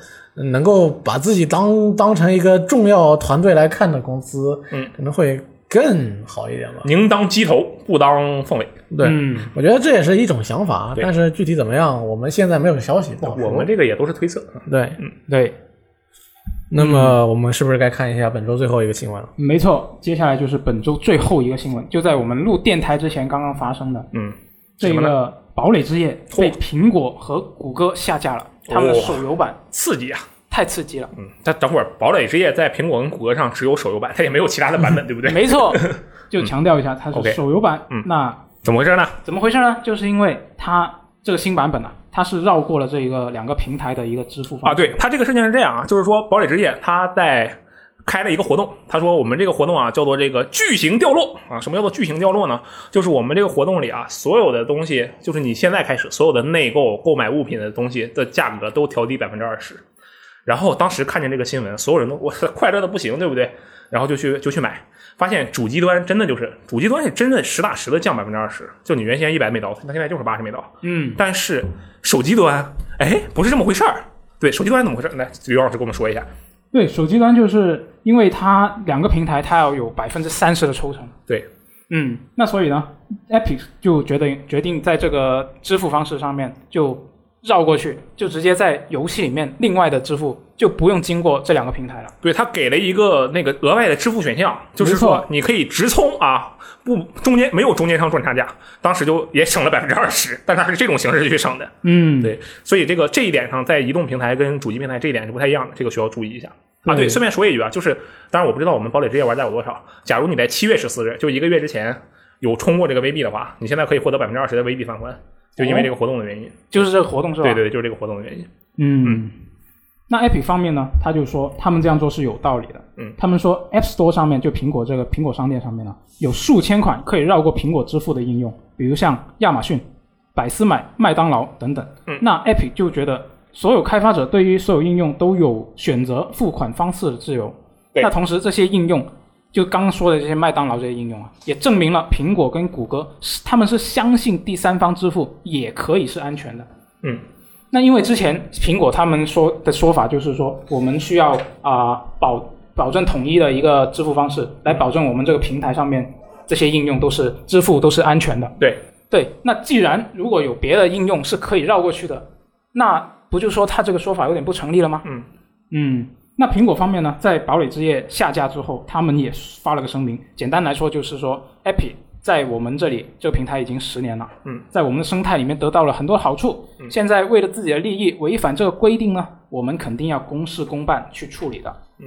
C: 能够把自己当当成一个重要团队来看的公司，
A: 嗯，
C: 可能会更好一点吧。
A: 宁当鸡头不当凤尾。
C: 对，
B: 嗯，
C: 我觉得这也是一种想法，
A: 对
C: 但是具体怎么样，我们现在没有消息，不好说。
A: 我们这个也都是推测，嗯
C: 对，
B: 对，
C: 那么我们是不是该看一下本周最后一个新闻了？
B: 没错。接下来就是本周最后一个新闻，就在我们录电台之前刚刚发生的。
A: 嗯，
B: 这
A: 什么呢
B: 个《堡垒之夜》
A: 嚯
B: 被苹果和谷歌下架了，他们的
A: 哦
B: 手游版
A: 刺激啊！
B: 太刺激了。
A: 嗯，但等会儿《堡垒之夜》在苹果跟谷歌上只有手游版，它也没有其他的版本，对不 对？
B: 没错，就强调一下，它
A: OK
B: 是手游版。
A: 嗯
B: 那
A: 怎么回事呢？
B: 怎么回事呢？就是因为它这个新版本啊，它是绕过了这个两个平台的一个支付方
A: 啊，
B: 式。
A: 对，它这个事情是这样啊，就是说《堡垒之夜》它在开了一个活动，他说我们这个活动啊叫做这个巨型掉落啊，什么叫做巨型掉落呢？就是我们这个活动里啊，所有的东西，就是你现在开始所有的内购购买物品的东西的价格都调低百分之二十。然后当时看见这个新闻，所有人都我快乐的不行，对不对？然后就去就去买，发现主机端真的就是主机端是真的实打实的降百分之二十，就你原先一百美刀，它现在就是八十美刀。
B: 嗯，
A: 但是手机端，哎，不是这么回事儿。对，手机端怎么回事儿？来，刘老师给我们说一下。
B: 对，手机端就是因为它两个平台它要有百分之三十的抽成。
A: 对，
B: 嗯，那所以呢，Epic 就决定决定在这个支付方式上面就绕过去，就直接在游戏里面另外的支付，就不用经过这两个平台了。
A: 对他给了一个那个额外的支付选项，就是
B: 没
A: 说
B: 错
A: 你可以直充啊，不中间没有中间商赚差价，当时就也省了百分之二十，但是它是这种形式去省的。
B: 嗯，
A: 对，所以这个这一点上，在移动平台跟主机平台这一点是不太一样的，这个需要注意一下。啊，对，
B: 对
A: 顺便说一句啊，就是当然我不知道我们堡垒之夜玩家有多少。假如你在七月十四日，就一个月之前有充过这个 VB 的话，你现在可以获得百分之二十的 VB 返还，就因为这个活动的原因。
B: 就是这个活动是吧？
A: 对对，对，就是这个活动的原因。
B: 嗯，那 Epic 方面呢，他就说他们这样做是有道理的。
A: 嗯，
B: 他们说 App Store 上面就苹果这个苹果商店上面呢，有数千款可以绕过苹果支付的应用，比如像亚马逊、百思买、麦当劳等等。
A: 嗯
B: 那 Epic 就觉得所有开发者对于所有应用都有选择付款方式的自由。
A: 对
B: 那同时这些应用。就刚刚说的这些麦当劳这些应用啊，也证明了苹果跟谷歌是他们是相信第三方支付也可以是安全的，
A: 嗯，
B: 那因为之前苹果他们说的说法就是说，我们需要啊、保保证统一的一个支付方式，来保证我们这个平台上面这些应用都是支付都是安全的。
A: 对
B: 对，那既然如果有别的应用是可以绕过去的，那不就说他这个说法有点不成立了吗？
A: 嗯
B: 嗯，那苹果方面呢，在堡垒之夜下架之后，他们也发了个声明，简单来说就是说，Epic 在我们这里这个平台已经十年了，
A: 嗯，
B: 在我们的生态里面得到了很多好处，
A: 嗯
B: 现在为了自己的利益违反这个规定呢，我们肯定要公事公办去处理的。
A: 嗯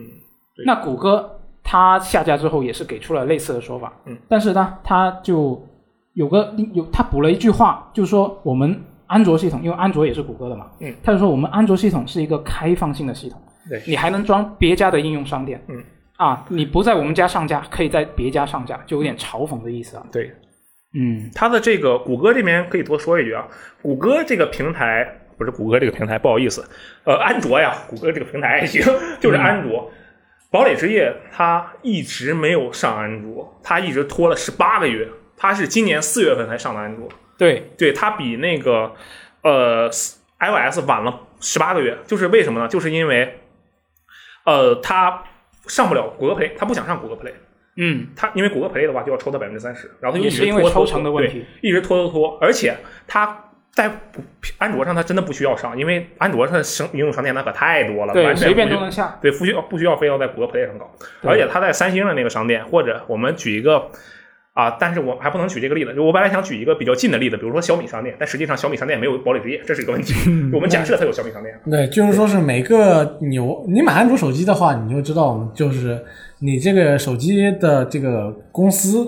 A: 对
B: 那谷歌它下架之后也是给出了类似的说法，
A: 嗯，
B: 但是呢，它就有个有它补了一句话，就是说我们安卓系统，因为安卓也是谷歌的嘛，
A: 嗯，
B: 它就说我们安卓系统是一个开放性的系统，
A: 对
B: 你还能装别家的应用商店，
A: 嗯，
B: 啊，你不在我们家上架，可以在别家上架，就有点嘲讽的意思啊，
A: 对，
B: 嗯，
A: 它的这个谷歌这边可以多说一句啊，谷歌这个平台不是谷歌这个平台，不好意思，呃，安卓呀，谷歌这个平台 还行，就是安卓。堡垒之夜它一直没有上安卓，它一直拖了十八个月，它是今年四月份才上的安卓，
B: 对，
A: 对，它比那个呃 iOS 晚了十八个月，就是为什么呢？就是因为呃它上不了谷歌 Play，它不想上谷歌 Play。
B: 嗯，
A: 他因为谷歌 Play 的话就要抽到百分之三十，然后他就
B: 也
A: 一
B: 是
A: 直
B: 因为
A: 拖
B: 抽成的问，
A: 拖
B: 题，
A: 拖对一直拖拖拖，而且他在不安卓上他真的不需要上，因为安卓上的生应用商店那可太多了，完全
B: 随便
A: 不
B: 都
A: 需
B: 能下，
A: 对，不需要不需要非要在谷歌 Play 上搞，
B: 对
A: 而且他在三星的那个商店，或者我们举一个啊，但是我还不能举这个例子，就我本来想举一个比较近的例子，比如说小米商店，但实际上小米商店没有堡垒之夜，这是一个 问题。我们假设它有小米商店，
C: 对，就是说是每个你你买安卓手机的话，你就知道，就是你这个手机的这个公司，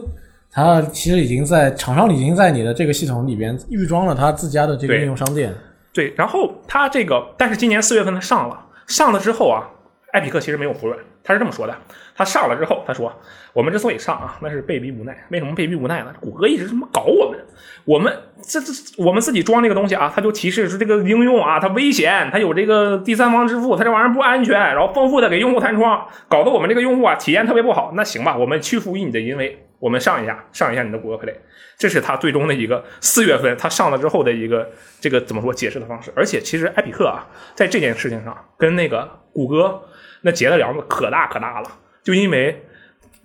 C: 它其实已经在厂商已经在你的这个系统里边预装了它自家的这个
A: 对
C: 应用商店。
A: 对，然后它这个，但是今年四月份它上了，上了之后啊，艾比克其实没有服软，他是这么说的：他上了之后，他说我们之所以上啊，那是被逼无奈。为什么被逼无奈呢？谷歌一直他妈搞我们，我们这这我们自己装这个东西啊，它就提示说这个应用啊，它危险，它有这个第三方支付，它这玩意儿不安全，然后丰富的给用户弹窗，搞得我们这个用户啊体验特别不好。那行吧，我们屈服于你的淫威，我们上一下上一下你的谷歌 Play。这是他最终的一个四月份他上了之后的一个这个怎么说解释的方式。而且其实艾比克啊，在这件事情上跟那个谷歌那结的梁子可大可大了，就因为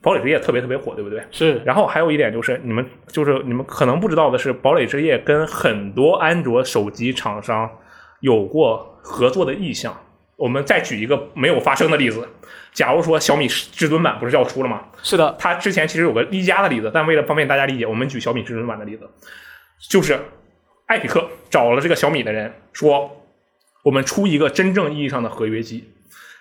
A: 堡垒之夜特别特别火，对不对？
B: 是
A: 然后还有一点就是，你们就是你们可能不知道的是，堡垒之夜跟很多安卓手机厂商有过合作的意向。我们再举一个没有发生的例子，假如说小米至尊版不是要出了吗？
B: 是的，
A: 它之前其实有个一加的例子，但为了方便大家理解，我们举小米至尊版的例子，就是艾比克找了这个小米的人说，我们出一个真正意义上的合约机，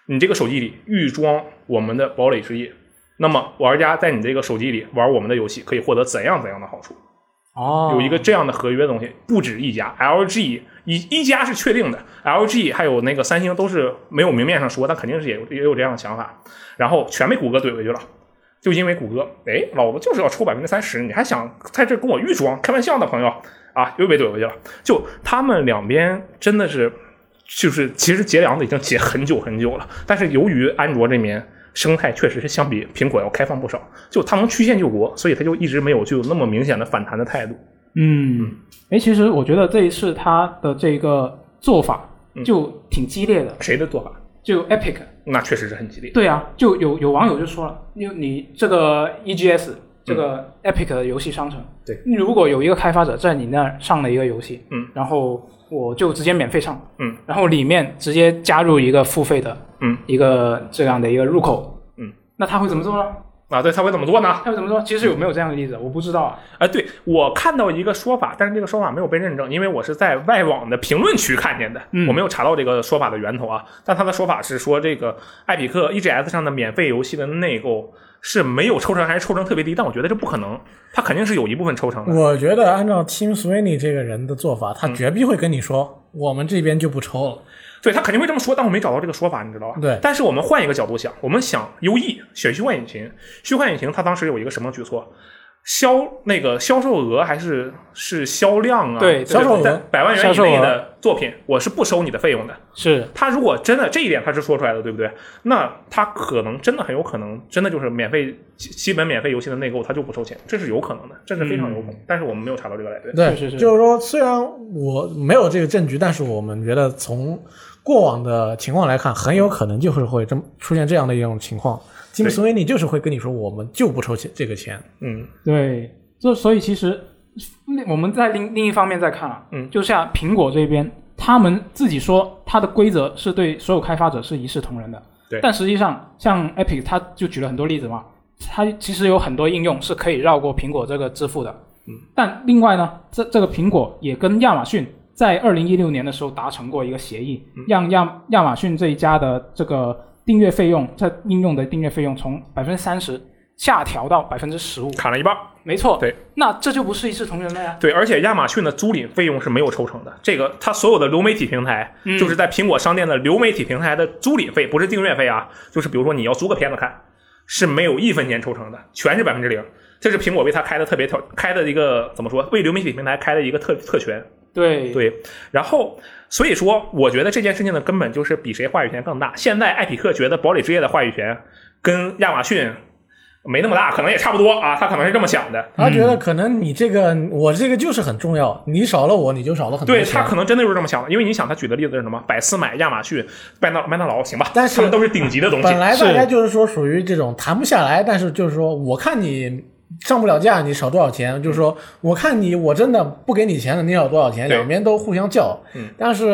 A: 你这个手机里预装我们的堡垒之夜，那么玩家在你这个手机里玩我们的游戏，可以获得怎样怎样的好处？
B: 哦，
A: 有一个这样的合约的东西，不止一家，LG 一一家是确定的，LG 还有那个三星都是没有明面上说，但肯定是也有也有这样的想法，然后全被谷歌怼回去了。就因为谷歌，哎，老子就是要抽百分之三十，你还想在这跟我预装？开玩笑的朋友啊，又被怼回去了。就他们两边真的是，就是其实结梁子已经结很久很久了，但是由于安卓这边生态确实是相比苹果要开放不少，就它能曲线救国，所以它就一直没有具有那么明显的反弹的态度。
B: 嗯，哎，其实我觉得这一次他的这个做法
A: 嗯
B: 就挺激烈的，
A: 谁的做法？
B: 就 Epic，
A: 那确实是很激烈。
B: 对啊，就有有网友就说了，因为你这个 EGS 这个 Epic 的游戏商城，
A: 嗯对，
B: 如果有一个开发者在你那儿上了一个游戏，
A: 嗯，
B: 然后我就直接免费上，
A: 嗯，
B: 然后里面直接加入一个付费的，
A: 嗯，
B: 一个这样的一个入口，
A: 嗯，
B: 那他会怎么做呢？
A: 啊，对，他会怎么做呢？
B: 他会怎么做？其实有没有这样的例子？我不知道啊。
A: 哎，对我看到一个说法，但是这个说法没有被认证，因为我是在外网的评论区看见的，
B: 嗯
A: 我没有查到这个说法的源头啊。但他的说法是说，这个艾比克 EGS 上的免费游戏的内购是没有抽成，还是抽成特别低？但我觉得这不可能，他肯定是有一部分抽成的。
C: 我觉得按照 Tim Sweeney 这个人的做法，他绝逼会跟你说，我们这边就不抽了。
A: 对他肯定会这么说，但我没找到这个说法，你知道吧？
C: 对
A: 但是我们换一个角度想，我们想优异选虚幻引擎，虚幻引擎它当时有一个什么举措？销那个销售额还是是销量啊？
B: 对对
A: 销售额百万元
B: 销
A: 以
B: 售
A: 内
B: 额
A: 的作品，我是不收你的费用的。
B: 是，
A: 他如果真的这一点他是说出来的，对不对？那他可能真的很有可能，真的就是免费基基本免费游戏的内购，他就不收钱，这是有可能的，这是非常有可能。
B: 嗯
A: 但是我们没有查到这个来源。
C: 对，
B: 是是是
C: 就是说，虽然我没有这个证据，但是我们觉得从过往的情况来看，很有可能就是会这么出现这样的一种情况。Tim Sweeney 就是会跟你说，我们就不抽钱这个钱。
A: 嗯，
B: 对，这所以其实另我们在另另一方面再看啊，
A: 嗯
B: 就像苹果这边，他们自己说它的规则是对所有开发者是一视同仁的，
A: 对
B: 但实际上像 Epic，它就举了很多例子嘛，它其实有很多应用是可以绕过苹果这个支付的，嗯，但另外呢，这这个苹果也跟亚马逊。在二零一六年的时候达成过一个协议，
A: 嗯
B: 让亚亚马逊这一家的这个订阅费用，这应用的订阅费用从百分之三十下调到百分之十五，
A: 砍了一半。
B: 没错，
A: 对，
B: 那这就不是一视同仁了呀。
A: 对，而且亚马逊的租赁费用是没有抽成的。这个它所有的流媒体平台，就是在苹果商店的流媒体平台的租赁费，不是订阅费啊，就是比如说你要租个片子看，是没有一分钱抽成的，全是百分之零。这是苹果为它开的特别特开的一个怎么说？为流媒体平台开的一个特特权。
B: 对
A: 对，然后所以说，我觉得这件事情的根本就是比谁话语权更大。现在艾比克觉得堡垒之夜的话语权跟亚马逊没那么大，可能也差不多啊，他可能是这么想的。
C: 他觉得可能你这个，我这个就是很重要，你少了我，你就少了很多
A: 对
C: 钱。
A: 他可能真的就是这么想的，因为你想，他举的例子是什么？百思买、亚马逊、麦当麦当劳，行吧，
C: 但是
A: 他们都是顶级的东西
C: 本。来
B: 是
C: 大家就是说属于这种谈不下来，但是就是说，我看你上不了架，你少多少钱？就是说，我看你我真的不给你钱了，你少多少钱？
A: 对
C: 两边都互相叫。
A: 嗯
C: 但是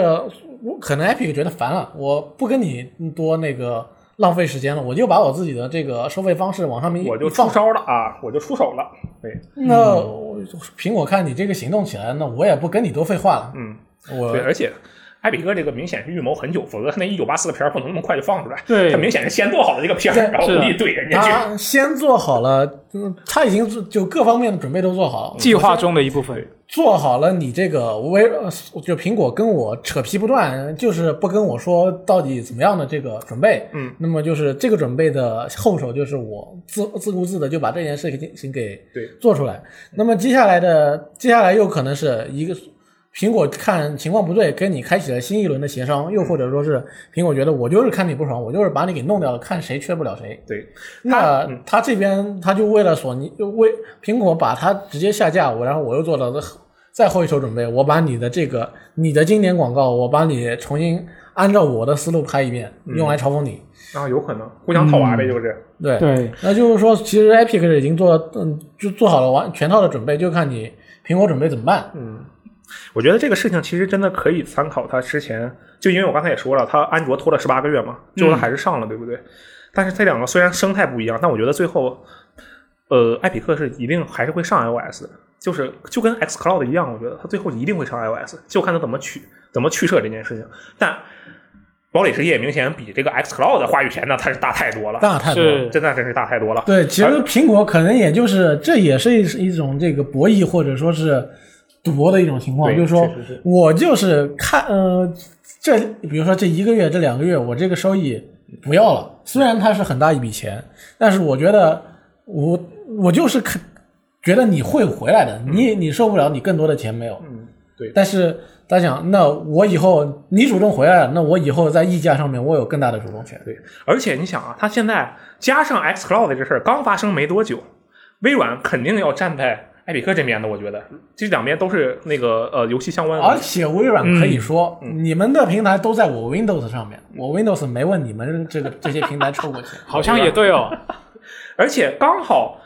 C: 我可能 Epic 觉得烦了，我不跟你多那个浪费时间了，我就把我自己的这个收费方式往上面一
A: 我就
C: 一放
A: 出。招了啊！我就出手了。对，
C: 那我苹果看你这个行动起来，那我也不跟你多废话了。
A: 嗯，
C: 我
A: 对，而且艾比哥这个明显是预谋很久，否则他那一九八四的片儿不能那么快就放出来。
B: 对
A: 他明显是先做好了这个片儿，然后
B: 是的
A: 故意怼人家去。
C: 他先做好了，嗯他已经做就各方面的准备都做好了，
B: 计划中的一部分。
C: 做好了。你这个微呃就苹果跟我扯皮不断，就是不跟我说到底怎么样的这个准备。
A: 嗯，
C: 那么就是这个准备的后手，就是我自自顾自的就把这件事情给
A: 对
C: 做出来。那么接下来的接下来又可能是一个苹果看情况不对，跟你开启了新一轮的协商，又或者说是苹果觉得我就是看你不爽，我就是把你给弄掉了，看谁缺不了谁。
A: 对，
C: 那他嗯这边他就为了索尼，就为苹果把它直接下架，我然后我又做了再后一手准备，我把你的这个你的经典广告，我把你重新按照我的思路拍一遍，用来嘲讽你。
A: 然后有可能互相套娃
C: 嗯
A: 呗，就是。
C: 对，
B: 对，
C: 那就是说，其实 Epic 是已经做了，嗯，就做好了完全套的准备，就看你苹果准备怎么办。
A: 我觉得这个事情其实真的可以参考他之前，就因为我刚才也说了，他安卓拖了十八个月嘛，最后它还是上了，对不对？但是这两个虽然生态不一样，但我觉得最后，呃，艾比克是一定还是会上 iOS 的，就是就跟 xCloud 一样，我觉得它最后一定会上 iOS，就看它怎么取怎么去设这件事情。但堡垒世界明显比这个 xCloud 的话语权呢，它是大太多了，
C: 大太多了。
B: 是。
A: 真的真是大太多了。
C: 对，其实
A: 啊而
C: 苹果可能也就是这也是一一种这个博弈或者说是赌博的一种情况，
A: 对
C: 就是说
A: 确实是
C: 我就是看呃这比如说这一个月这两个月我这个收益不要了，虽然它是很大一笔钱，但是我觉得我我就是看觉得你会回来的，你你受不了你更多的钱没有，
A: 嗯，对，
C: 但是他想那我以后你主动回来了，那我以后在溢价上面我有更大的主动权。
A: 对，而且你想啊，他现在加上 xCloud 这事儿刚发生没多久，微软肯定要站在艾比克这边的，我觉得这两边都是那个呃游戏相 关
C: 而
A: 的。
C: 且微软可以说，
A: 嗯
C: 你们的平台都在我 Windows 上面，我 Windows 没问你们这个 这些平台抽过钱
B: 好像也对哦。
A: 而且刚好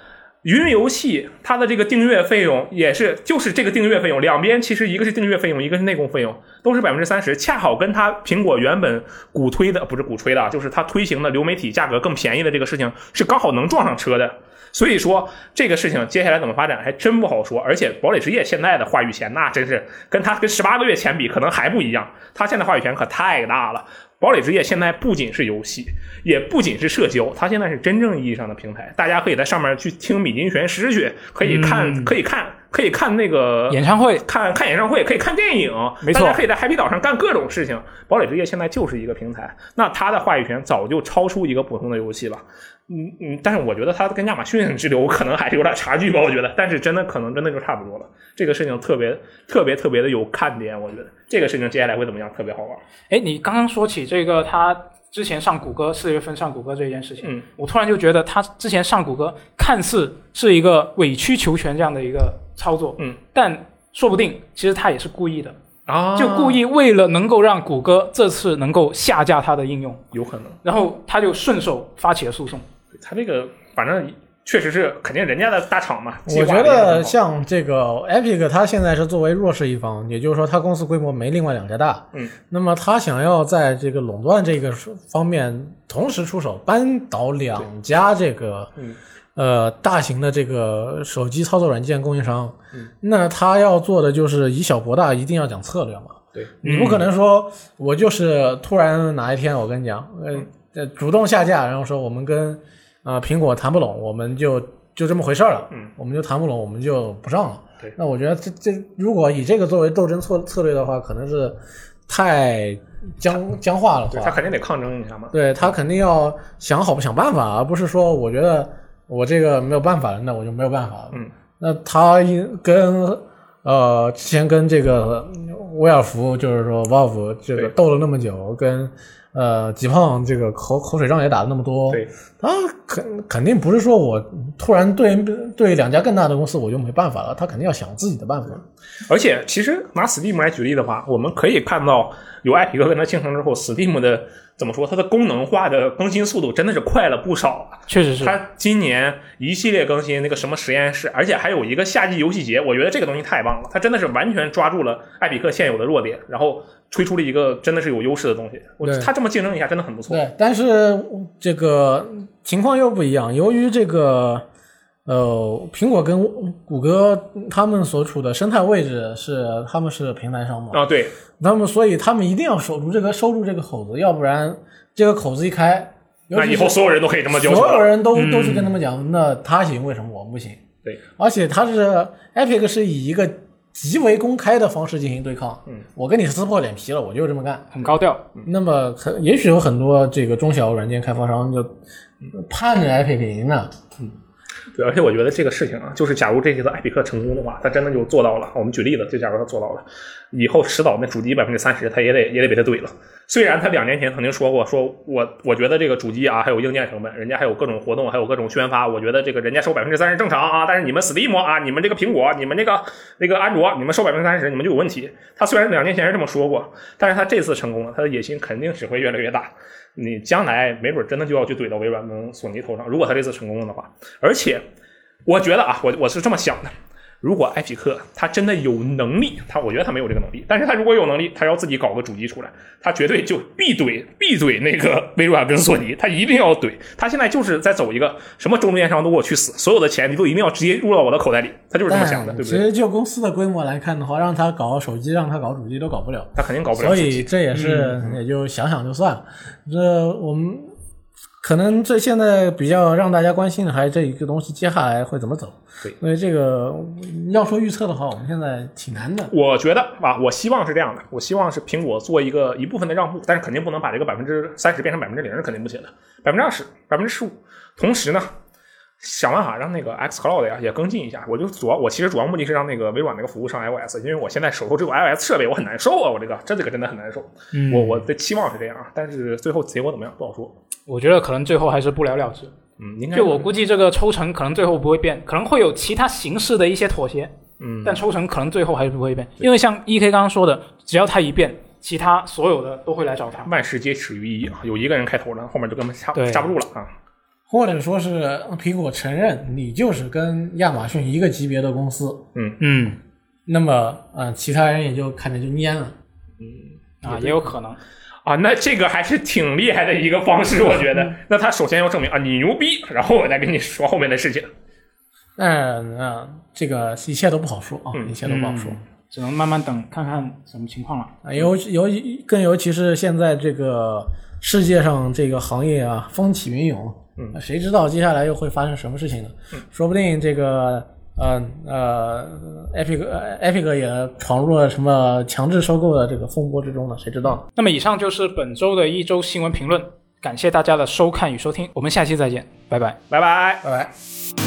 A: 云游戏它的这个订阅费用也是就是这个订阅费用，两边其实一个是订阅费用，一个是内供费用，都是百分之三十，恰好跟它苹果原本鼓吹的不是鼓吹的啊，就是它推行的流媒体价格更便宜的这个事情是刚好能撞上车的。所以说这个事情接下来怎么发展还真不好说。而且堡垒之夜现在的话语权那真是跟他跟十八个月前比可能还不一样，他现在话语权可太大了。堡垒之夜现在不仅是游戏，也不仅是社交，它现在是真正意义上的平台，大家可以在上面去听米津玄师去，可以看，可以看，可以看那个
B: 演唱会
A: 看看演唱会，可以看电影，
B: 没错
A: 大家可以在 Happy 岛上干各种事情。堡垒之夜现在就是一个平台，那它的话语权早就超出一个普通的游戏了。嗯嗯，但是我觉得它跟亚马逊之流可能还是有点差距吧，我觉得，但是真的可能真的就差不多了。这个事情特别特别特别的有看点，我觉得这个事情接下来会怎么样特别好玩。
B: 哎，你刚刚说起这个，他之前上谷歌，四月份上谷歌这件事情，
A: 嗯
B: 我突然就觉得他之前上谷歌看似是一个委曲求全这样的一个操作，
A: 嗯，
B: 但说不定其实他也是故意的，
A: 啊
B: 就故意为了能够让谷歌这次能够下架他的应用，
A: 有可能。
B: 然后他就顺手发起了诉讼。
A: 他这个反正确实是肯定人家的大厂嘛，计
C: 我
A: 划
C: 觉
A: 也很好
C: 得像这个 Epic，它现在是作为弱势一方，也就是说它公司规模没另外两家大。
A: 嗯，
C: 那么它想要在这个垄断这个方面同时出手，扳倒两家这个
A: 嗯
C: 呃大型的这个手机操作软件供应商
A: 嗯，
C: 那它要做的就是以小博大，一定要讲策略嘛。
A: 对，
C: 你不可能说我就是突然哪一天我跟你讲，呃
A: 嗯
C: 呃，主动下架，然后说我们跟呃苹果谈不拢，我们就就这么回事儿了，
A: 嗯，
C: 我们就谈不拢，我们就不上了。
A: 对
C: 那我觉得这这如果以这个作为斗争策策略的话，可能是太僵僵化了
A: 对
C: 话，
A: 他肯定得抗争一下嘛。
C: 对他肯定要想好想办法，而不是说我觉得我这个没有办法了，那我就没有办法了。
A: 嗯，
C: 那他因跟呃之前跟这个威尔福，就是说 Valve 这个
A: 对
C: 斗了那么久，跟呃吉胖这个口口水仗也打了那么多，
A: 对，
C: 他肯肯定不是说我突然对对两家更大的公司我就没办法了，他肯定要想自己的办法。
A: 而且其实拿 Steam 来举例的话，我们可以看到有艾比克跟它竞争之后，Steam 的怎么说，它的功能化的更新速度真的是快了不少啊。
B: 确实是，
A: 它今年一系列更新那个什么实验室，而且还有一个夏季游戏节，我觉得这个东西太棒了，它真的是完全抓住了艾比克现有的弱点，然后推出了一个真的是有优势的东西。我
C: 对
A: 它这么竞争一下真的很不错。
C: 对，但是这个情况又不一样，由于这个呃，苹果跟谷歌他们所处的生态位置是他们是平台商嘛，
A: 啊，对，
C: 他们所以他们一定要守住这个收住这个口子，要不然这个口子一开，尤
A: 那
C: 其
A: 以后
C: 是
A: 所有人都可以这么要求
C: 所有
A: 了。嗯
C: 人都都去跟他们讲，那他行为什么我不行？
A: 对，
C: 而且他是 Epic 是以一个极为公开的方式进行对抗，嗯，我跟你撕破脸皮了，我就这么干。
B: 很高调，
C: 那么很也许有很多这个中小软件开发商就盼着 Epic 赢呢，
A: 对，而且我觉得这个事情啊，就是假如这次的艾比克成功的话，他真的就做到了。我们举例子，就假如他做到了，以后迟早那主机百分之三十，他也得也得被他怼了。虽然他两年前曾经说过，说我我觉得这个主机啊，还有硬件成本，人家还有各种活动，还有各种宣发，我觉得这个人家收百分之三十正常啊。但是你们 Steam 啊，你们这个苹果，你们这个那个安卓，你们收百分之三十，你们就有问题。他虽然两年前是这么说过，但是他这次成功了，他的野心肯定只会越来越大。你将来没准真的就要去怼到微软跟索尼头上，如果他这次成功了的话，而且我觉得啊，我我是这么想的。如果埃匹克他真的有能力，他我觉得他没有这个能力，但是他如果有能力，他要自己搞个主机出来，他绝对就必怼必怼那个 微软跟索尼，他一定要怼。他现在就是在走一个什么中间商都给我去死，所有的钱你都一定要直接入到我的口袋里，他就是这么想的，
C: 但
A: 对不
C: 哎其
A: 对？
C: 实就公司的规模来看的话，让他搞手机，让他搞主机都搞不了，
A: 他肯定搞不了嗯
C: 所
A: 自己。
C: 以这也是也就想想就算了。这我们可能这现在比较让大家关心的还是这一个东西接下来会怎么走。
A: 对
C: 所以这个要说预测的话，我们现在挺难的。
A: 我觉得啊，我希望是这样的，我希望是苹果做一个一部分的让步，但是肯定不能把这个百分之三十变成百分之零，是肯定不行的，百分之二十、百分之十五。同时呢，想办法让那个 X Cloud 呀也跟进一下。我就主要我其实主要目的是让那个微软那个服务上 iOS，因为我现在手头只有 iOS 设备，我很难受啊，我这个这这个真的很难受。
B: 嗯
A: 我我的期望是这样啊，但是最后结果怎么样不好说。
B: 我觉得可能最后还是不了了之。
A: 嗯，应该
B: 就我估计，这个抽成可能最后不会变，可能会有其他形式的一些妥协，
A: 嗯，
B: 但抽成可能最后还是不会变，因为像 E K 刚刚说的，只要他一变，其他所有的都会来找他。
A: 万事皆始于一啊，有一个人开头了，后面就根本刹
B: 对
A: 刹不住了啊。
C: 或者说是呃苹果承认你就是跟亚马逊一个级别的公司，
B: 嗯，
C: 那么啊、呃其他人也就看着就蔫了。
B: 啊，也有可能。
A: 啊，那这个还是挺厉害的一个方式，我觉得。那他首先要证明啊，你牛逼，然后我再跟你说后面的事情。
C: 但啊、这个一切都不好说啊，一切都不好说。
B: 只能慢慢等，看看什么情况了。
C: 啊，尤其尤其更尤其是现在这个世界上这个行业啊，风起云涌，嗯，谁知道接下来又会发生什么事情呢？说不定这个呃呃，Epic 呃 Epic 也闯入了什么强制收购的这个风波之中呢？谁知道呢？
B: 那么以上就是本周的一周新闻评论，感谢大家的收看与收听，我们下期再见，拜拜。
A: 拜拜。
C: 拜拜。